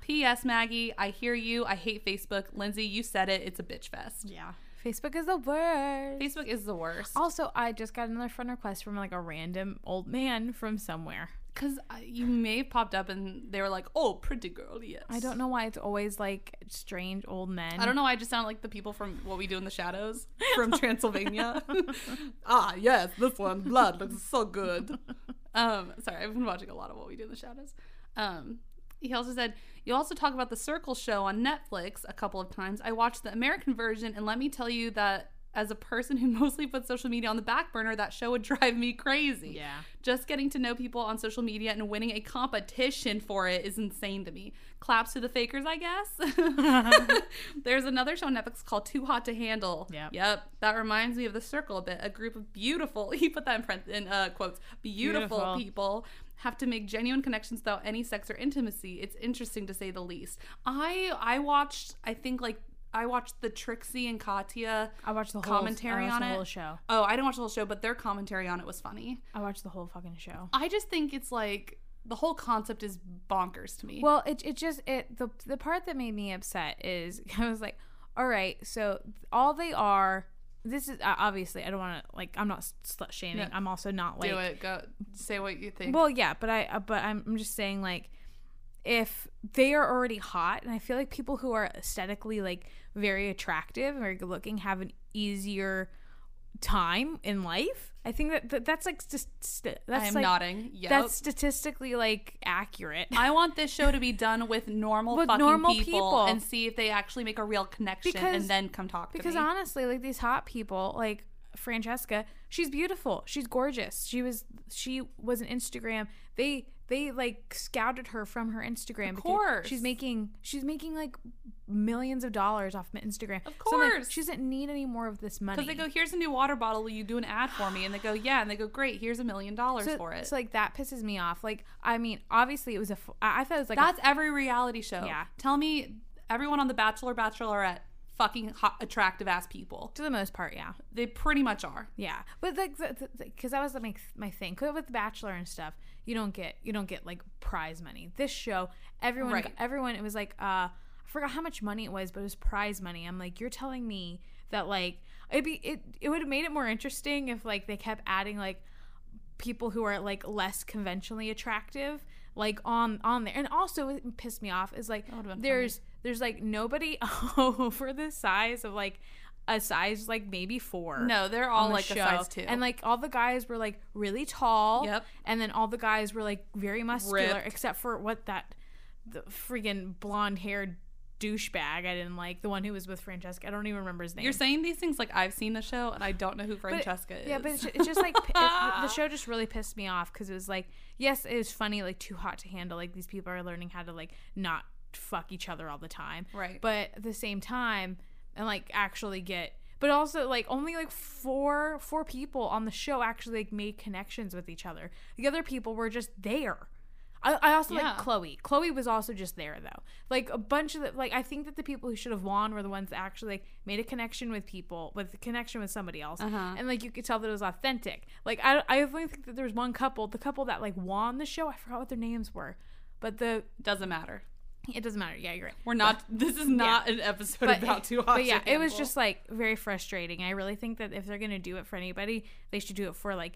Speaker 1: P.S. Maggie, I hear you. I hate Facebook. Lindsay, you said it. It's a bitch fest.
Speaker 2: Yeah. Facebook is the worst.
Speaker 1: Facebook is the worst.
Speaker 2: Also, I just got another friend request from like a random old man from somewhere.
Speaker 1: Because you may have popped up and they were like, oh, pretty girl, yes.
Speaker 2: I don't know why it's always like strange old men.
Speaker 1: I don't know why I just sound like the people from What We Do in the Shadows from Transylvania. ah, yes, this one. Blood looks so good. Um, sorry, I've been watching a lot of What We Do in the Shadows. Um, he also said, You also talk about the Circle show on Netflix a couple of times. I watched the American version, and let me tell you that as a person who mostly puts social media on the back burner, that show would drive me crazy.
Speaker 2: Yeah.
Speaker 1: Just getting to know people on social media and winning a competition for it is insane to me. Claps to the fakers, I guess. There's another show on Netflix called Too Hot to Handle.
Speaker 2: Yep.
Speaker 1: Yep. That reminds me of The Circle a bit. A group of beautiful, he put that in, print, in uh, quotes, beautiful,
Speaker 2: Beautiful.
Speaker 1: people have to make genuine connections without any sex or intimacy. It's interesting to say the least. I I watched, I think like, I watched the Trixie and Katya
Speaker 2: I watched the whole
Speaker 1: Commentary
Speaker 2: I watched
Speaker 1: on
Speaker 2: the
Speaker 1: it.
Speaker 2: whole show.
Speaker 1: Oh, I didn't watch the whole show, but their commentary on it was funny.
Speaker 2: I watched the whole fucking show.
Speaker 1: I just think it's like the whole concept is bonkers to me.
Speaker 2: Well, it it just it the the part that made me upset is I was like, all right, so all they are. This is uh, obviously I don't want to like I'm not slut shaming.
Speaker 1: No.
Speaker 2: I'm also not like
Speaker 1: Do it. Go say what you think.
Speaker 2: Well, yeah, but I uh, but I'm, I'm just saying like if they are already hot and I feel like people who are aesthetically like very attractive and very good looking have an easier time in life. I think that, that that's like just st- that's
Speaker 1: I'm
Speaker 2: like
Speaker 1: nodding. Yep.
Speaker 2: that's statistically like accurate.
Speaker 1: I want this show to be done with normal
Speaker 2: With
Speaker 1: fucking
Speaker 2: normal
Speaker 1: people,
Speaker 2: people.
Speaker 1: and see if they actually make a real connection
Speaker 2: Because-
Speaker 1: and then come talk to
Speaker 2: Because
Speaker 1: me.
Speaker 2: honestly, like these hot people, like Francesca, she's beautiful. She's gorgeous. She was she was an Instagram. They they like scouted her from her Instagram. Of
Speaker 1: course.
Speaker 2: she's making she's making like millions of dollars off Instagram. Of
Speaker 1: course.
Speaker 2: she doesn't need any more of this money.
Speaker 1: Because they go, here's a new water bottle. Will you do an ad for me? And they go, yeah. And they go, great. Here's a million dollars
Speaker 2: so,
Speaker 1: for it.
Speaker 2: so like that pisses me off. Like I mean, obviously it was a. f- I I thought it was like a
Speaker 1: That's every reality show.
Speaker 2: Yeah.
Speaker 1: Tell me, everyone on The Bachelor, Bachelorette, fucking hot, attractive ass people.
Speaker 2: to the most part, yeah.
Speaker 1: They pretty much are.
Speaker 2: Yeah, but like, because that was like my, th- my thing. 'Cause with The Bachelor and stuff, you don't get you don't get like prize money. This show, everyone
Speaker 1: Right.
Speaker 2: got- everyone it was like uh, I forgot how much money it was, but it was prize money. I'm like, you're telling me that like it'd be it it would have made it more interesting if like they kept adding like people who are like less conventionally attractive like on on there and also it pissed me off is like
Speaker 1: would've been
Speaker 2: there's there's like nobody over the size of like a size like maybe four
Speaker 1: No, they're all like a size two.
Speaker 2: and like all the guys were like really tall.
Speaker 1: Yep.
Speaker 2: And then all the guys were like very muscular,
Speaker 1: Ripped.
Speaker 2: except for what that the freaking blonde haired douchebag I didn't like, the one who was with Francesca. I don't even remember his name.
Speaker 1: You're saying these things like I've seen the show and I don't know who
Speaker 2: But it-
Speaker 1: Francesca is.
Speaker 2: Yeah, but it's ju- it's just like p- it, the show just really pissed me off because it was like, yes, it was funny, like too hot to handle. Like these people are learning how to like not fuck each other all the time,
Speaker 1: Right.
Speaker 2: But at the same time, and like actually get, but also like only like four four people on the show actually like made connections with each other. The other people were just there. I, I also
Speaker 1: Yeah.
Speaker 2: like Chloe. Chloe was also just there though. Like a bunch of the, like I think that the people who should have won were the ones that actually like made a connection with people with a connection with somebody else,
Speaker 1: Uh-huh.
Speaker 2: and like you could tell that it was authentic. Like I I only think that there was one couple, the couple that like won the show. I forgot what their names were, but the
Speaker 1: Doesn't matter.
Speaker 2: it doesn't matter. Yeah, you're right.
Speaker 1: We're not. This is not an episode about too hot.
Speaker 2: But yeah,
Speaker 1: to
Speaker 2: it was
Speaker 1: handle.
Speaker 2: just like very frustrating. I really think that if they're gonna do it for anybody, they should do it for like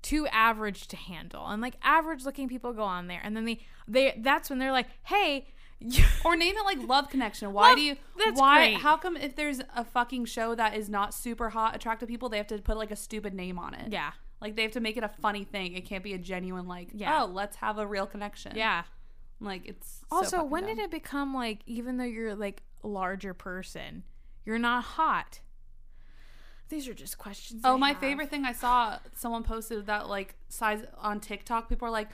Speaker 2: too average to handle. And like average looking people go on there, and then they they that's when they're like, hey, you-
Speaker 1: Or name it like Love Connection. Why
Speaker 2: Love-
Speaker 1: do you?
Speaker 2: that's
Speaker 1: why?
Speaker 2: great.
Speaker 1: How come if there's a fucking show that is not super hot, attractive people, they have to put like a stupid name on it?
Speaker 2: yeah,
Speaker 1: Like they have to make it a funny thing. It can't be a genuine like.
Speaker 2: Yeah.
Speaker 1: Oh, let's have a real connection.
Speaker 2: yeah.
Speaker 1: Like it's.
Speaker 2: Also, when did it become like even though you're like a larger person, you're not hot? These are just questions.
Speaker 1: Oh,
Speaker 2: I
Speaker 1: my
Speaker 2: have.
Speaker 1: favorite thing I saw someone posted that like size on TikTok. People are like,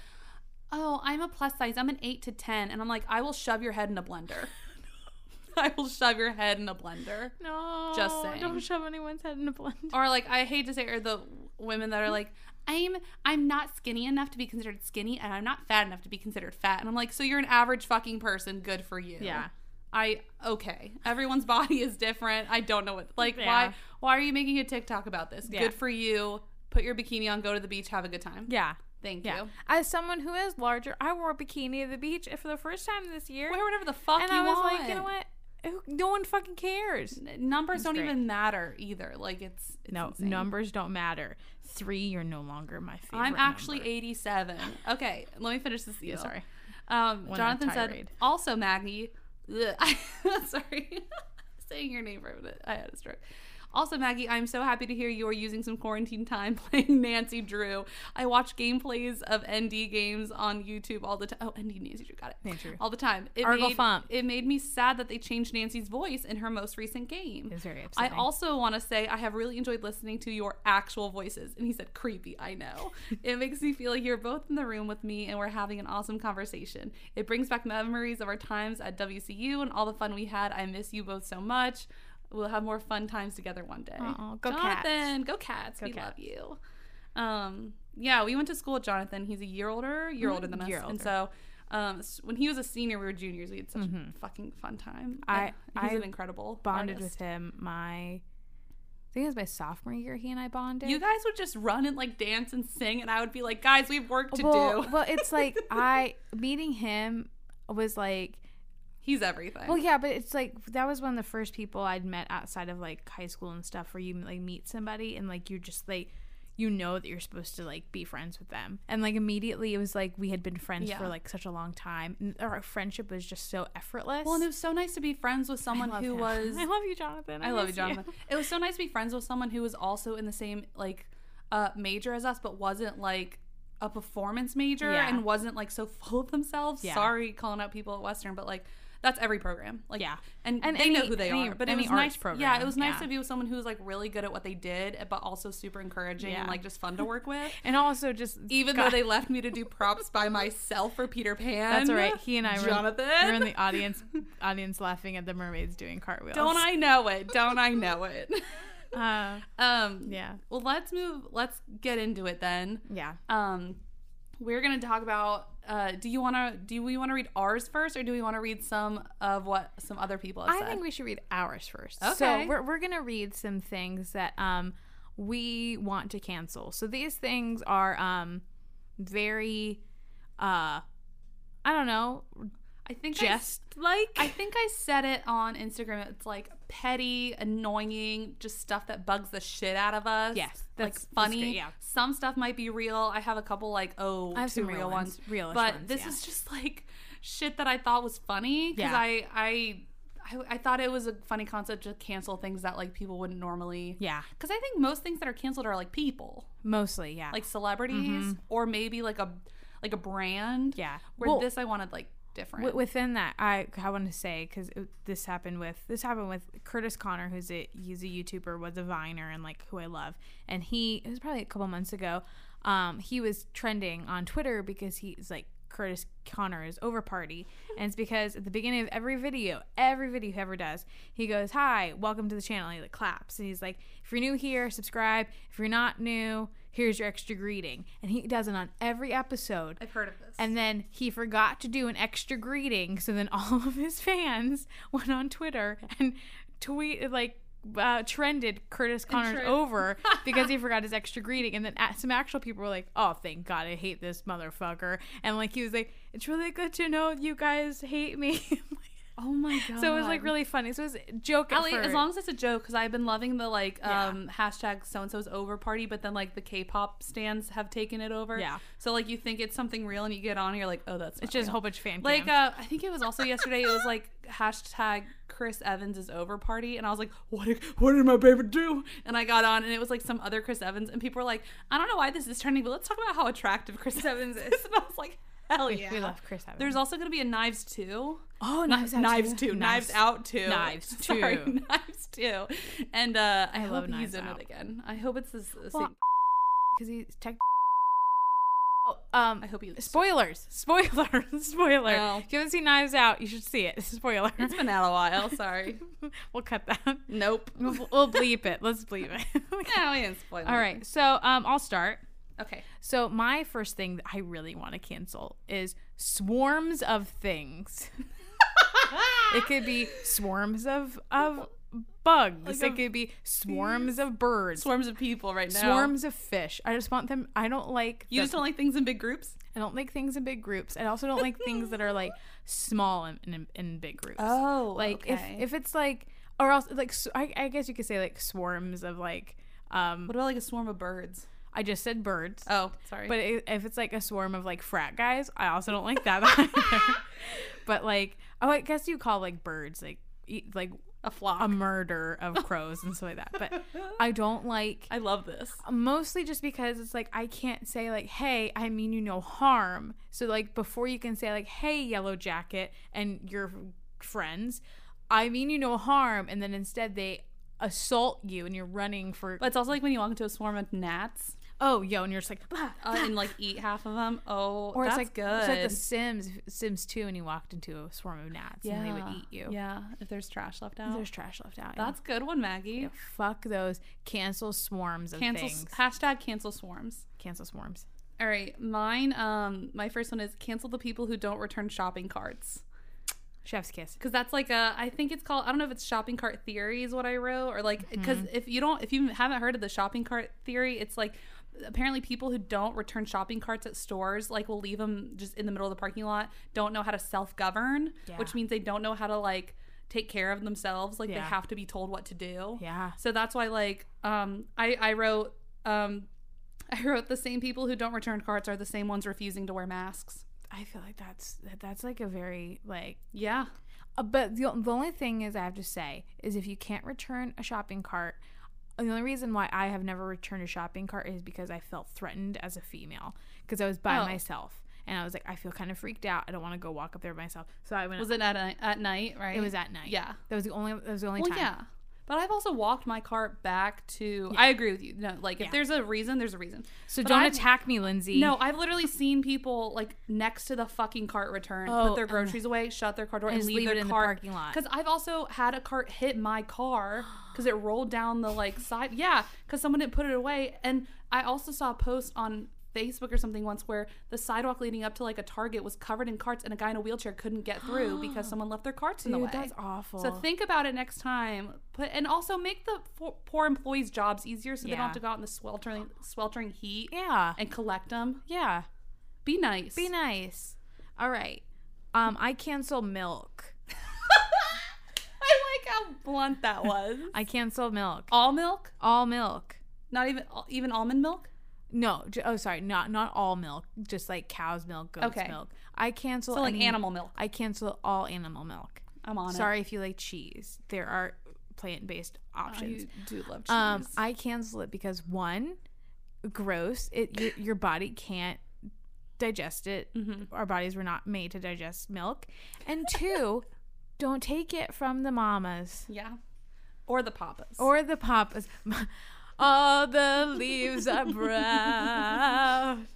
Speaker 1: "Oh, I'm a plus size. I'm an eight to 10. and I'm like, "I will shove your head in a blender." I will shove your head in a blender.
Speaker 2: No.
Speaker 1: Just saying.
Speaker 2: Don't shove anyone's head in a blender.
Speaker 1: Or like I hate to say, or the women that are like, I'm I'm not skinny enough to be considered skinny, and I'm not fat enough to be considered fat. And I'm like, so you're an average fucking person. Good for you.
Speaker 2: Yeah.
Speaker 1: I okay. Everyone's body is different. I don't know what like
Speaker 2: Yeah.
Speaker 1: why why are you making a TikTok about this?
Speaker 2: Yeah.
Speaker 1: Good for you. Put your bikini on. Go to the beach. Have a good time.
Speaker 2: Yeah.
Speaker 1: Thank
Speaker 2: Yeah.
Speaker 1: you.
Speaker 2: As someone who is larger, I wore a bikini at the beach for the first time this year.
Speaker 1: Wear whatever the fuck
Speaker 2: and
Speaker 1: you
Speaker 2: I was
Speaker 1: want.
Speaker 2: like, you know what? Who- No one fucking cares.
Speaker 1: N- Numbers don't
Speaker 2: great.
Speaker 1: even matter either. Like it's, it's
Speaker 2: No,
Speaker 1: insane.
Speaker 2: numbers don't matter. Three, you're no longer my favorite.
Speaker 1: I'm actually
Speaker 2: number.
Speaker 1: 87. Okay, let me finish this.
Speaker 2: Yeah,
Speaker 1: email.
Speaker 2: sorry.
Speaker 1: Um,
Speaker 2: Went on
Speaker 1: Jonathan said,
Speaker 2: tirade.
Speaker 1: also Maggie. Ugh. Sorry, saying your name for a minute. I had a stroke. Also, Maggie, I'm so happy to hear you are using some quarantine time playing Nancy Drew. I watch gameplays of ND games on YouTube all the time. Oh, ND Nancy Drew, got it.
Speaker 2: Nancy Drew.
Speaker 1: All the time. It
Speaker 2: Argle
Speaker 1: made,
Speaker 2: Fump.
Speaker 1: It made me sad that they changed Nancy's voice in her most recent game.
Speaker 2: It's very
Speaker 1: I
Speaker 2: upsetting.
Speaker 1: also want to say I have really enjoyed listening to your actual voices. And he said, creepy, I know. it makes me feel like you're both in the room with me and we're having an awesome conversation. It brings back memories of our times at WCU and all the fun we had. I miss you both so much. We'll have more fun times together one day.
Speaker 2: Aw, go
Speaker 1: Jonathan,
Speaker 2: Cats.
Speaker 1: go cats.
Speaker 2: Go
Speaker 1: we
Speaker 2: Cats.
Speaker 1: love you. Um, yeah, we went to school with Jonathan. He's a year older, year
Speaker 2: Mhm,
Speaker 1: older than us.
Speaker 2: year
Speaker 1: And
Speaker 2: older.
Speaker 1: so um, s- when he was a senior, we were juniors. We had such a fucking fun time.
Speaker 2: Mm-hmm. I-
Speaker 1: And he's
Speaker 2: I
Speaker 1: an incredible
Speaker 2: bonded
Speaker 1: artist.
Speaker 2: with him my. I think it was my sophomore year. He and I bonded.
Speaker 1: You guys would just run and like dance and sing, and I would be like, guys, we have work to
Speaker 2: well,
Speaker 1: do.
Speaker 2: well, it's like I meeting him was like
Speaker 1: He's everything.
Speaker 2: Well, yeah, but it's like that was one of the first people I'd met outside of like high school and stuff, where you like meet somebody and like you just like you know that you're supposed to like be friends with them, and like immediately it was like we had been friends
Speaker 1: Yeah.
Speaker 2: for like such a long time, and our friendship was just so effortless.
Speaker 1: Well, and it was so nice to be friends with
Speaker 2: I
Speaker 1: someone
Speaker 2: love
Speaker 1: who
Speaker 2: him.
Speaker 1: was.
Speaker 2: I love you, Jonathan.
Speaker 1: I love you,
Speaker 2: miss
Speaker 1: Jonathan. It was so nice to be friends with someone who was also in the same like uh, major as us, but wasn't like a performance major
Speaker 2: Yeah.
Speaker 1: and wasn't like so full of themselves.
Speaker 2: Yeah.
Speaker 1: Sorry, calling out people at Western, but like that's every program. Like,
Speaker 2: Yeah.
Speaker 1: and,
Speaker 2: And
Speaker 1: they know
Speaker 2: any-
Speaker 1: who they
Speaker 2: any-
Speaker 1: are. But
Speaker 2: any
Speaker 1: it was
Speaker 2: arts
Speaker 1: nice. Yeah,
Speaker 2: program,
Speaker 1: it was nice
Speaker 2: yeah.
Speaker 1: to be with someone who was like really good at what they did, but also super encouraging and
Speaker 2: Yeah.
Speaker 1: like just fun to work with.
Speaker 2: And also just
Speaker 1: even
Speaker 2: God,
Speaker 1: though they left me to do props by myself for Peter Pan.
Speaker 2: that's all right. He and I were,
Speaker 1: Jonathan.
Speaker 2: were in the audience, audience laughing at the mermaids doing cartwheels.
Speaker 1: Don't I know it? Don't I know it?
Speaker 2: Uh,
Speaker 1: um,
Speaker 2: yeah,
Speaker 1: Well, let's move. Let's get into it then.
Speaker 2: yeah.
Speaker 1: Um, we're gonna talk about. Uh, do you wanna? Do we wanna read ours first, or do we wanna read some of what some other people have
Speaker 2: I
Speaker 1: said?
Speaker 2: think we should read ours first. So
Speaker 1: Okay.
Speaker 2: we're, we're gonna read some things that um we want to cancel. So these things are um very uh I don't know
Speaker 1: I think I
Speaker 2: jest like
Speaker 1: I think I said it on Instagram. It's like petty, annoying, just stuff that bugs the shit out of us.
Speaker 2: Yes,
Speaker 1: like
Speaker 2: that's- that's
Speaker 1: funny.
Speaker 2: good, yeah.
Speaker 1: some stuff might be real. I have a couple like oh,
Speaker 2: I have
Speaker 1: two
Speaker 2: some real
Speaker 1: real ones,
Speaker 2: ones, real-ish
Speaker 1: But
Speaker 2: ones,
Speaker 1: this
Speaker 2: yeah.
Speaker 1: is just like shit that I thought was funny because
Speaker 2: Yeah.
Speaker 1: I, I I I thought it was a funny concept to cancel things that like people wouldn't normally.
Speaker 2: yeah
Speaker 1: Because I think most things that are canceled are like people,
Speaker 2: mostly yeah
Speaker 1: like celebrities, or maybe like a like a brand.
Speaker 2: Mm-hmm. yeah
Speaker 1: Where
Speaker 2: Well,
Speaker 1: this I wanted like different.
Speaker 2: wi- within that I I want to say because this happened with this happened with Curtis Connor who's a he's a YouTuber was a Viner and like who I love and he it was probably a couple months ago um he was trending on Twitter because he's like Curtis Connor is over party and it's because at the beginning of every video every video he ever does he goes hi welcome to the channel and he like claps and he's like if you're new here subscribe if you're not new here's your extra greeting and he does it on every episode
Speaker 1: I've heard of this.
Speaker 2: and then he forgot to do an extra greeting, so then all of his fans went on Twitter and tweet like uh, trended Curtis Connors
Speaker 1: trend-
Speaker 2: over because he forgot his extra greeting. And then a- some actual people were like, "Oh, thank God, I hate this motherfucker." And like he was like, "It's really good to know you guys hate me."
Speaker 1: oh my god!
Speaker 2: so it was like really funny. So it was a joke. at
Speaker 1: Ellie, as
Speaker 2: first.
Speaker 1: long as it's a joke, because I've been loving the like
Speaker 2: Yeah.
Speaker 1: um, hashtag so and so's over party, but then like the K-pop stands have taken it over.
Speaker 2: Yeah.
Speaker 1: So like you think it's something real, and you get on, and you're like, oh, that's
Speaker 2: it's
Speaker 1: not
Speaker 2: just a
Speaker 1: real.
Speaker 2: whole bunch of fan
Speaker 1: like
Speaker 2: cams.
Speaker 1: uh, I think it was also yesterday. It was like hashtag Chris Evans is over party, and I was like, what? Did, what did my baby do? And I got on, and it was like some other Chris Evans, and people were like, I don't know why this is turning, but let's talk about how attractive Chris Evans is. and I was like, hell
Speaker 2: We-
Speaker 1: yeah.
Speaker 2: we love Chris Evans.
Speaker 1: There's also gonna be a Knives too.
Speaker 2: oh knives out
Speaker 1: Knives
Speaker 2: too.
Speaker 1: Two, Knives Out Two,
Speaker 2: Knives
Speaker 1: Sorry,
Speaker 2: Two.
Speaker 1: Knives Two, and uh, I,
Speaker 2: I
Speaker 1: hope
Speaker 2: love
Speaker 1: he's
Speaker 2: Knives
Speaker 1: in
Speaker 2: Out.
Speaker 1: it again. I hope it's this. this
Speaker 2: Well, because he's tech. Oh, um,
Speaker 1: I hope you.
Speaker 2: spoilers, spoiler, spoiler.
Speaker 1: No.
Speaker 2: If you haven't seen Knives Out, you should see it. Spoiler.
Speaker 1: It's been out a while. Sorry.
Speaker 2: we'll cut that.
Speaker 1: nope.
Speaker 2: We'll, we'll bleep it. Let's bleep it.
Speaker 1: No, we didn't spoil.
Speaker 2: All right. So um, I'll start.
Speaker 1: Okay.
Speaker 2: So my first thing that I really want to cancel is swarms of things. it could be swarms of of bugs.
Speaker 1: Like
Speaker 2: it
Speaker 1: a-
Speaker 2: could be swarms of birds.
Speaker 1: Swarms of people right now.
Speaker 2: Swarms of fish. I just want them. I don't like.
Speaker 1: You
Speaker 2: the-
Speaker 1: just don't like things in big groups.
Speaker 2: I don't like things in big groups. I also don't like things that are like small and in, in, big groups.
Speaker 1: Oh,
Speaker 2: like if if it's like or else like s- I, I guess you could say like swarms of like um
Speaker 1: what about like a swarm of birds?
Speaker 2: I just said birds.
Speaker 1: Oh, sorry.
Speaker 2: But i- if it's like a swarm of like frat guys, I also don't like that either. but like, oh, I guess you call like birds like e- like
Speaker 1: a flock.
Speaker 2: a murder of crows and stuff like that. But I don't like
Speaker 1: I love this.
Speaker 2: mostly just because it's like I can't say like, hey, I mean you no harm. So like before you can say like, hey, yellow jacket and your friends, I mean you no harm, and then instead they assault you and you're running for
Speaker 1: But it's also like when you walk into a swarm of gnats
Speaker 2: oh yo and you're just like "Ah,
Speaker 1: uh, and like eat half of them. Oh,
Speaker 2: Or
Speaker 1: that's
Speaker 2: it's like
Speaker 1: good.
Speaker 2: It's like the Sims, Sims Two, and you walked into a swarm of gnats, and they would eat you.
Speaker 1: Yeah, if there's trash left out.
Speaker 2: There's trash left out.
Speaker 1: that's good one, Maggie.
Speaker 2: yeah. fuck those cancel swarms of
Speaker 1: Cancel
Speaker 2: things.
Speaker 1: hashtag cancel swarms.
Speaker 2: Cancel swarms.
Speaker 1: All right, mine. Um, my first one is cancel the people who don't return shopping carts.
Speaker 2: Chef's kiss.
Speaker 1: because that's like a i think it's called i don't know if it's shopping cart theory is what i wrote or like because
Speaker 2: Mm-hmm.
Speaker 1: if you don't if you haven't heard of the shopping cart theory it's like apparently people who don't return shopping carts at stores like will leave them just in the middle of the parking lot don't know how to self-govern
Speaker 2: Yeah.
Speaker 1: which means they don't know how to like take care of themselves like they
Speaker 2: Yeah.
Speaker 1: have to be told what to do
Speaker 2: Yeah.
Speaker 1: so that's why like um i i wrote um i wrote the same people who don't return carts are the same ones refusing to wear masks
Speaker 2: I feel like that's that- that's like a very like.
Speaker 1: yeah
Speaker 2: Uh, but the, the only thing is, I have to say, is if you can't return a shopping cart. The only reason why I have never returned a shopping cart is because I felt threatened as a female because I was by
Speaker 1: Oh.
Speaker 2: myself and I was like, I feel kind of freaked out. I don't want to go walk up there by myself. So I went.
Speaker 1: was it at, ni- at night right
Speaker 2: It was at night.
Speaker 1: yeah
Speaker 2: That was the only. That was the only
Speaker 1: Well,
Speaker 2: time.
Speaker 1: yeah. But I've also walked my cart back to. I agree with you. No, like
Speaker 2: Yeah.
Speaker 1: if there's a reason, there's a reason.
Speaker 2: So
Speaker 1: But
Speaker 2: don't
Speaker 1: I've-
Speaker 2: attack me, Lindsay.
Speaker 1: No, I've literally seen people like next to the fucking cart return,
Speaker 2: Oh,
Speaker 1: put their
Speaker 2: um,
Speaker 1: groceries away, shut their car door,
Speaker 2: and
Speaker 1: and,
Speaker 2: just
Speaker 1: leave,
Speaker 2: leave it
Speaker 1: their
Speaker 2: in the
Speaker 1: cart.
Speaker 2: parking lot.
Speaker 1: Because I've also had a cart hit my car because it rolled down the like side. Yeah, because someone didn't put it away. And I also saw a post on Facebook or something once where the sidewalk leading up to like a Target was covered in carts, and a guy in a wheelchair couldn't get through because someone left their carts in the way.
Speaker 2: Dude, that's awful.
Speaker 1: So think about it next time. Put and also make the fo- poor employees' jobs easier so they
Speaker 2: Yeah.
Speaker 1: don't have to go out in the sweltering sweltering heat
Speaker 2: yeah,
Speaker 1: and collect them.
Speaker 2: yeah.
Speaker 1: Be nice.
Speaker 2: Be nice. All right. Um, I cancel milk.
Speaker 1: I like how blunt that was.
Speaker 2: I cancel milk.
Speaker 1: all milk,
Speaker 2: All milk.
Speaker 1: not even al- even almond milk.
Speaker 2: No. j- Oh, sorry. Not not all milk. Just like cow's milk, goat's
Speaker 1: Okay.
Speaker 2: milk. I cancel
Speaker 1: So like
Speaker 2: any-
Speaker 1: animal milk.
Speaker 2: I cancel all animal milk.
Speaker 1: I'm on
Speaker 2: sorry if you like cheese. There are plant based
Speaker 1: it.
Speaker 2: options.
Speaker 1: Oh, You do love cheese.
Speaker 2: Um, I cancel it because one, gross. It your, your body can't digest it.
Speaker 1: Mm-hmm.
Speaker 2: Our bodies were not made to digest milk, and two, don't take it from the mamas
Speaker 1: yeah, or the papas.
Speaker 2: or the papas. All the leaves are brown.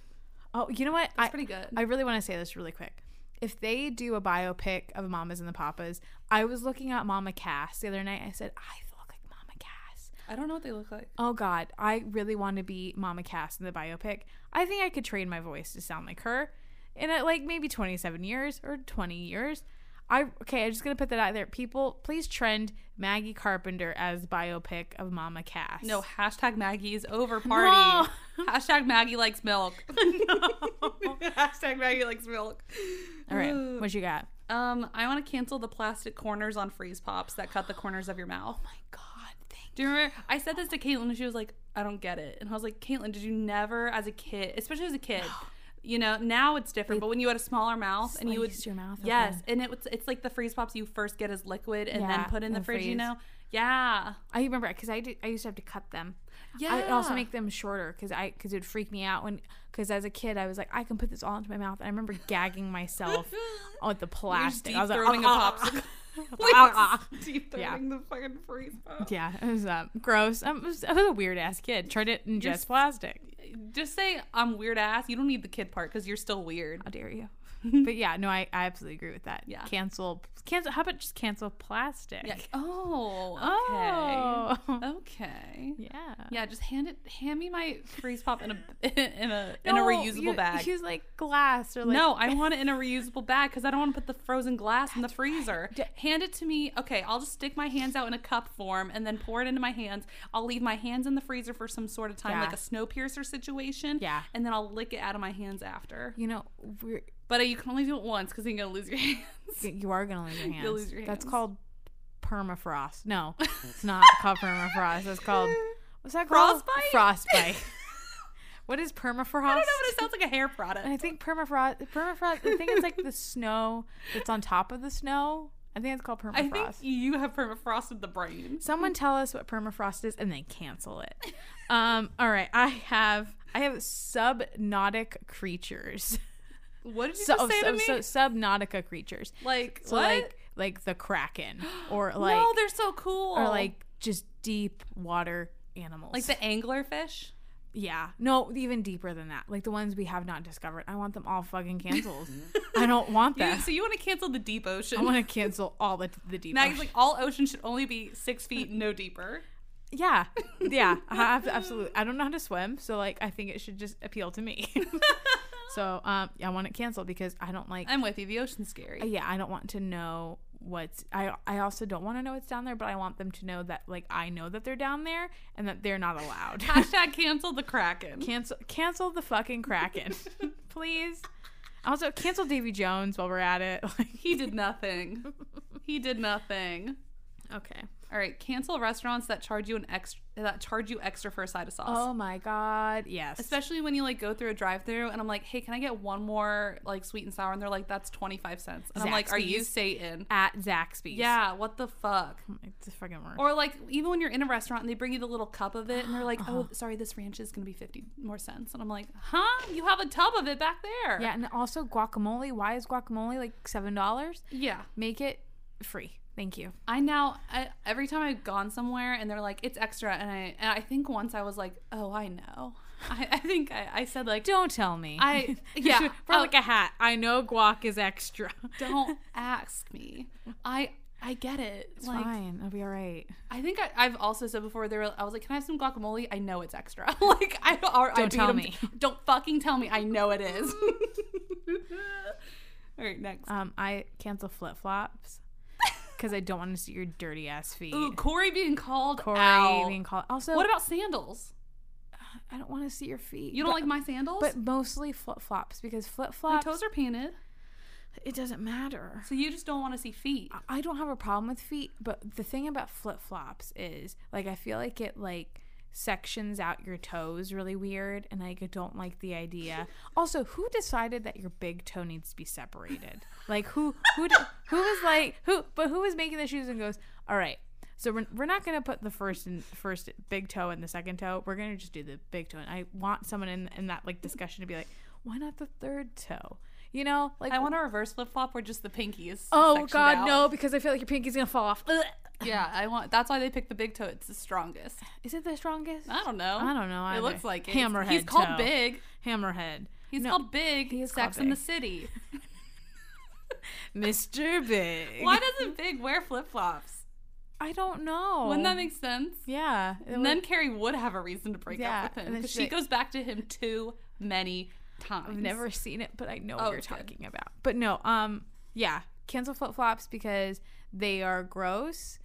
Speaker 2: Oh, you know what? I,
Speaker 1: pretty good.
Speaker 2: I really want to say this really quick. If they do a biopic of Mamas and the Papas, I was looking at Mama Cass the other night. I said, I look like Mama Cass.
Speaker 1: I don't know what they look like.
Speaker 2: Oh God, I really want to be Mama Cass in the biopic. I think I could train my voice to sound like her in uh, like maybe 27 years or 20 years. I okay, I'm just gonna put that out there. People, please trend Maggie Carpenter as biopic of Mama Cass.
Speaker 1: No, hashtag Maggie is over party. hashtag Maggie likes milk. hashtag Maggie likes milk.
Speaker 2: all right, what you got?
Speaker 1: Um, I want to cancel the plastic corners on freeze pops that cut the corners of your mouth.
Speaker 2: My God, thank
Speaker 1: Do you remember? I said this to Caitlin and she was like, I don't get it. And I was like, Caitlin, did you never, as a kid, especially as a kid, you know, now it's different, but when you had a smaller mouth and you would.
Speaker 2: sliced your mouth
Speaker 1: Yes. And it was, it's like the freeze pops you first get as liquid and
Speaker 2: Yeah,
Speaker 1: then put in
Speaker 2: and
Speaker 1: the fridge, you
Speaker 2: freeze.
Speaker 1: know? Yeah.
Speaker 2: I remember because I did, I used to have to cut them.
Speaker 1: Yeah.
Speaker 2: I also make them shorter because I because it would freak me out when because as a kid I was like I can put this all into my mouth and I remember gagging myself with the plastic. I was like,
Speaker 1: throwing
Speaker 2: "Ah."
Speaker 1: a popsicle.
Speaker 2: Ah.
Speaker 1: Deep
Speaker 2: Yeah.
Speaker 1: throwing the fucking freeze pop.
Speaker 2: Yeah, it was um, gross. Um, it was, I was a weird ass kid. Tried to ingest plastic.
Speaker 1: Just say I'm weird ass. You don't need the kid part because you're still weird.
Speaker 2: How dare you? but yeah, no, I, I absolutely agree with that.
Speaker 1: Yeah.
Speaker 2: Cancel cancel how about just cancel plastic?
Speaker 1: Yeah. Oh. Okay.
Speaker 2: Oh.
Speaker 1: Okay.
Speaker 2: Yeah.
Speaker 1: Yeah. Just hand it. Hand me my freeze pop in a in a in a
Speaker 2: No,
Speaker 1: reusable
Speaker 2: you-
Speaker 1: bag.
Speaker 2: Use like glass or like
Speaker 1: no, I want it in a reusable bag because I don't want to put the frozen glass in the freezer.
Speaker 2: D-
Speaker 1: Hand it to me. Okay, I'll just stick my hands out in a cup form and then pour it into my hands. I'll leave my hands in the freezer for some sort of time,
Speaker 2: Yeah.
Speaker 1: like a snow piercer situation.
Speaker 2: Yeah.
Speaker 1: And then I'll lick it out of my hands after.
Speaker 2: You know, we're,
Speaker 1: But uh, you can only do it once because you're going to lose your hands.
Speaker 2: you are gonna lose your hands.
Speaker 1: You'll lose your
Speaker 2: That's
Speaker 1: hands.
Speaker 2: called permafrost. No, it's not called permafrost. It's called what's that called?
Speaker 1: Frostbite?
Speaker 2: Frostbite. what is permafrost?
Speaker 1: I don't know, but it sounds like a hair product.
Speaker 2: I think permafrost. Permafrost. I think it's like the snow that's on top of the snow. I think it's called permafrost.
Speaker 1: I think you have permafrosted the brain.
Speaker 2: Someone tell us what permafrost is and then cancel it. Um, all right, I have I have subnautic creatures.
Speaker 1: What did you
Speaker 2: So,
Speaker 1: just say to
Speaker 2: so,
Speaker 1: me?
Speaker 2: so subnautica creatures.
Speaker 1: like,
Speaker 2: So
Speaker 1: what?
Speaker 2: like like the kraken or like
Speaker 1: no, they're so cool.
Speaker 2: or like just deep water animals.
Speaker 1: like the anglerfish.
Speaker 2: yeah, no, even deeper than that. Like the ones we have not discovered. I want them all fucking canceled. I don't want
Speaker 1: You-
Speaker 2: that. Oh
Speaker 1: so you want to cancel the deep ocean?
Speaker 2: I want to cancel all the the deep.
Speaker 1: Maggie's
Speaker 2: ocean.
Speaker 1: like, all oceans should only be six feet, no deeper.
Speaker 2: yeah, yeah, I- I've- absolutely. I don't know how to swim, so like I think it should just appeal to me. so um, yeah, I want it canceled because I don't like.
Speaker 1: I'm with you. The ocean's scary.
Speaker 2: yeah, I don't want to know what's. I I also don't want to know what's down there, but I want them to know that like I know that they're down there and that they're not allowed.
Speaker 1: Hashtag cancel the kraken.
Speaker 2: cancel cancel the fucking Kraken, please. Also cancel Davy Jones while we're at it. Like,
Speaker 1: He did nothing. He did nothing.
Speaker 2: okay.
Speaker 1: All right, cancel restaurants that charge you an extra that charge you extra for a side of sauce.
Speaker 2: Oh my God. Yes.
Speaker 1: Especially when you like go through a drive-through and I'm like, "Hey, can I get one more like sweet and sour?" And they're like, "That's 25 cents." And I'm like, "Are you
Speaker 2: Zaxby's.
Speaker 1: Satan?"
Speaker 2: at Zaxby's.
Speaker 1: Yeah, what the fuck?
Speaker 2: It's the fucking worst.
Speaker 1: Or like even when you're in a restaurant and they bring you the little cup of it and they're like, "Oh, sorry, this ranch is going to be 50 more cents." And I'm like, "Huh? You have a tub of it back there."
Speaker 2: yeah, and also guacamole. Why is guacamole like seven dollars?
Speaker 1: Yeah.
Speaker 2: Make it free. Thank you.
Speaker 1: I now I, every time I've gone somewhere and they're like it's extra and I and I think once I was like oh I know I, I think I, I said like
Speaker 2: Don't tell me. Oh.
Speaker 1: I- yeah.
Speaker 2: For like a hat. I know guac is extra.
Speaker 1: don't ask me I I get it
Speaker 2: It's
Speaker 1: like
Speaker 2: fine. I'll be all right.
Speaker 1: I think I, I've also said before they were I was like can I have some guacamole I know it's extra like I or, I beat
Speaker 2: Don't tell
Speaker 1: 'em
Speaker 2: me.
Speaker 1: to- don't fucking tell me I know it is all right next
Speaker 2: Um, I cancel flip flops because I don't want to see your dirty ass feet.
Speaker 1: Ooh, Corey being called
Speaker 2: Corey
Speaker 1: out
Speaker 2: being called. Also,
Speaker 1: what about sandals
Speaker 2: I don't want to see your feet.
Speaker 1: you don't
Speaker 2: but,
Speaker 1: like my sandals
Speaker 2: but mostly flip flops because flip
Speaker 1: my
Speaker 2: flops.
Speaker 1: toes are painted
Speaker 2: It doesn't matter.
Speaker 1: so you just don't want to see feet
Speaker 2: I- I don't have a problem with feet, but the thing about flip flops is like I feel like it like sections out your toes really weird, and like I don't like the idea. also, who decided that your big toe needs to be separated? Like who who d- who was like who? But who was making the shoes and goes, all right. So we're, we're not gonna put the first and first big toe and the second toe. We're gonna just do the big toe. And I want someone in in that like discussion to be like, why not the third toe? You know, like
Speaker 1: I want a reverse flip flop where just the pinky is.
Speaker 2: Oh
Speaker 1: sectioned
Speaker 2: God,
Speaker 1: out.
Speaker 2: no! Because I feel like your pinky's gonna fall off. Ugh.
Speaker 1: Yeah, I want. That's why they picked the big toe. It's the strongest.
Speaker 2: Is it the strongest?
Speaker 1: I don't know.
Speaker 2: I don't know
Speaker 1: It
Speaker 2: either.
Speaker 1: looks like it.
Speaker 2: Hammerhead
Speaker 1: He's called
Speaker 2: toe.
Speaker 1: Big.
Speaker 2: Hammerhead,
Speaker 1: He's
Speaker 2: No.
Speaker 1: called Big.
Speaker 2: He is
Speaker 1: Sex
Speaker 2: called
Speaker 1: in the
Speaker 2: Big.
Speaker 1: City.
Speaker 2: Mr. Big.
Speaker 1: why doesn't Big wear flip flops?
Speaker 2: I don't know.
Speaker 1: Wouldn't that make sense?
Speaker 2: yeah. it
Speaker 1: And then Carrie would have a reason to break
Speaker 2: Yeah,
Speaker 1: up with him
Speaker 2: and then
Speaker 1: because
Speaker 2: she's
Speaker 1: she
Speaker 2: like-
Speaker 1: goes back to him too many times.
Speaker 2: I've never seen it, but I know
Speaker 1: Oh,
Speaker 2: what you're
Speaker 1: good.
Speaker 2: talking about. But no, um, yeah, cancel flip flops because they are gross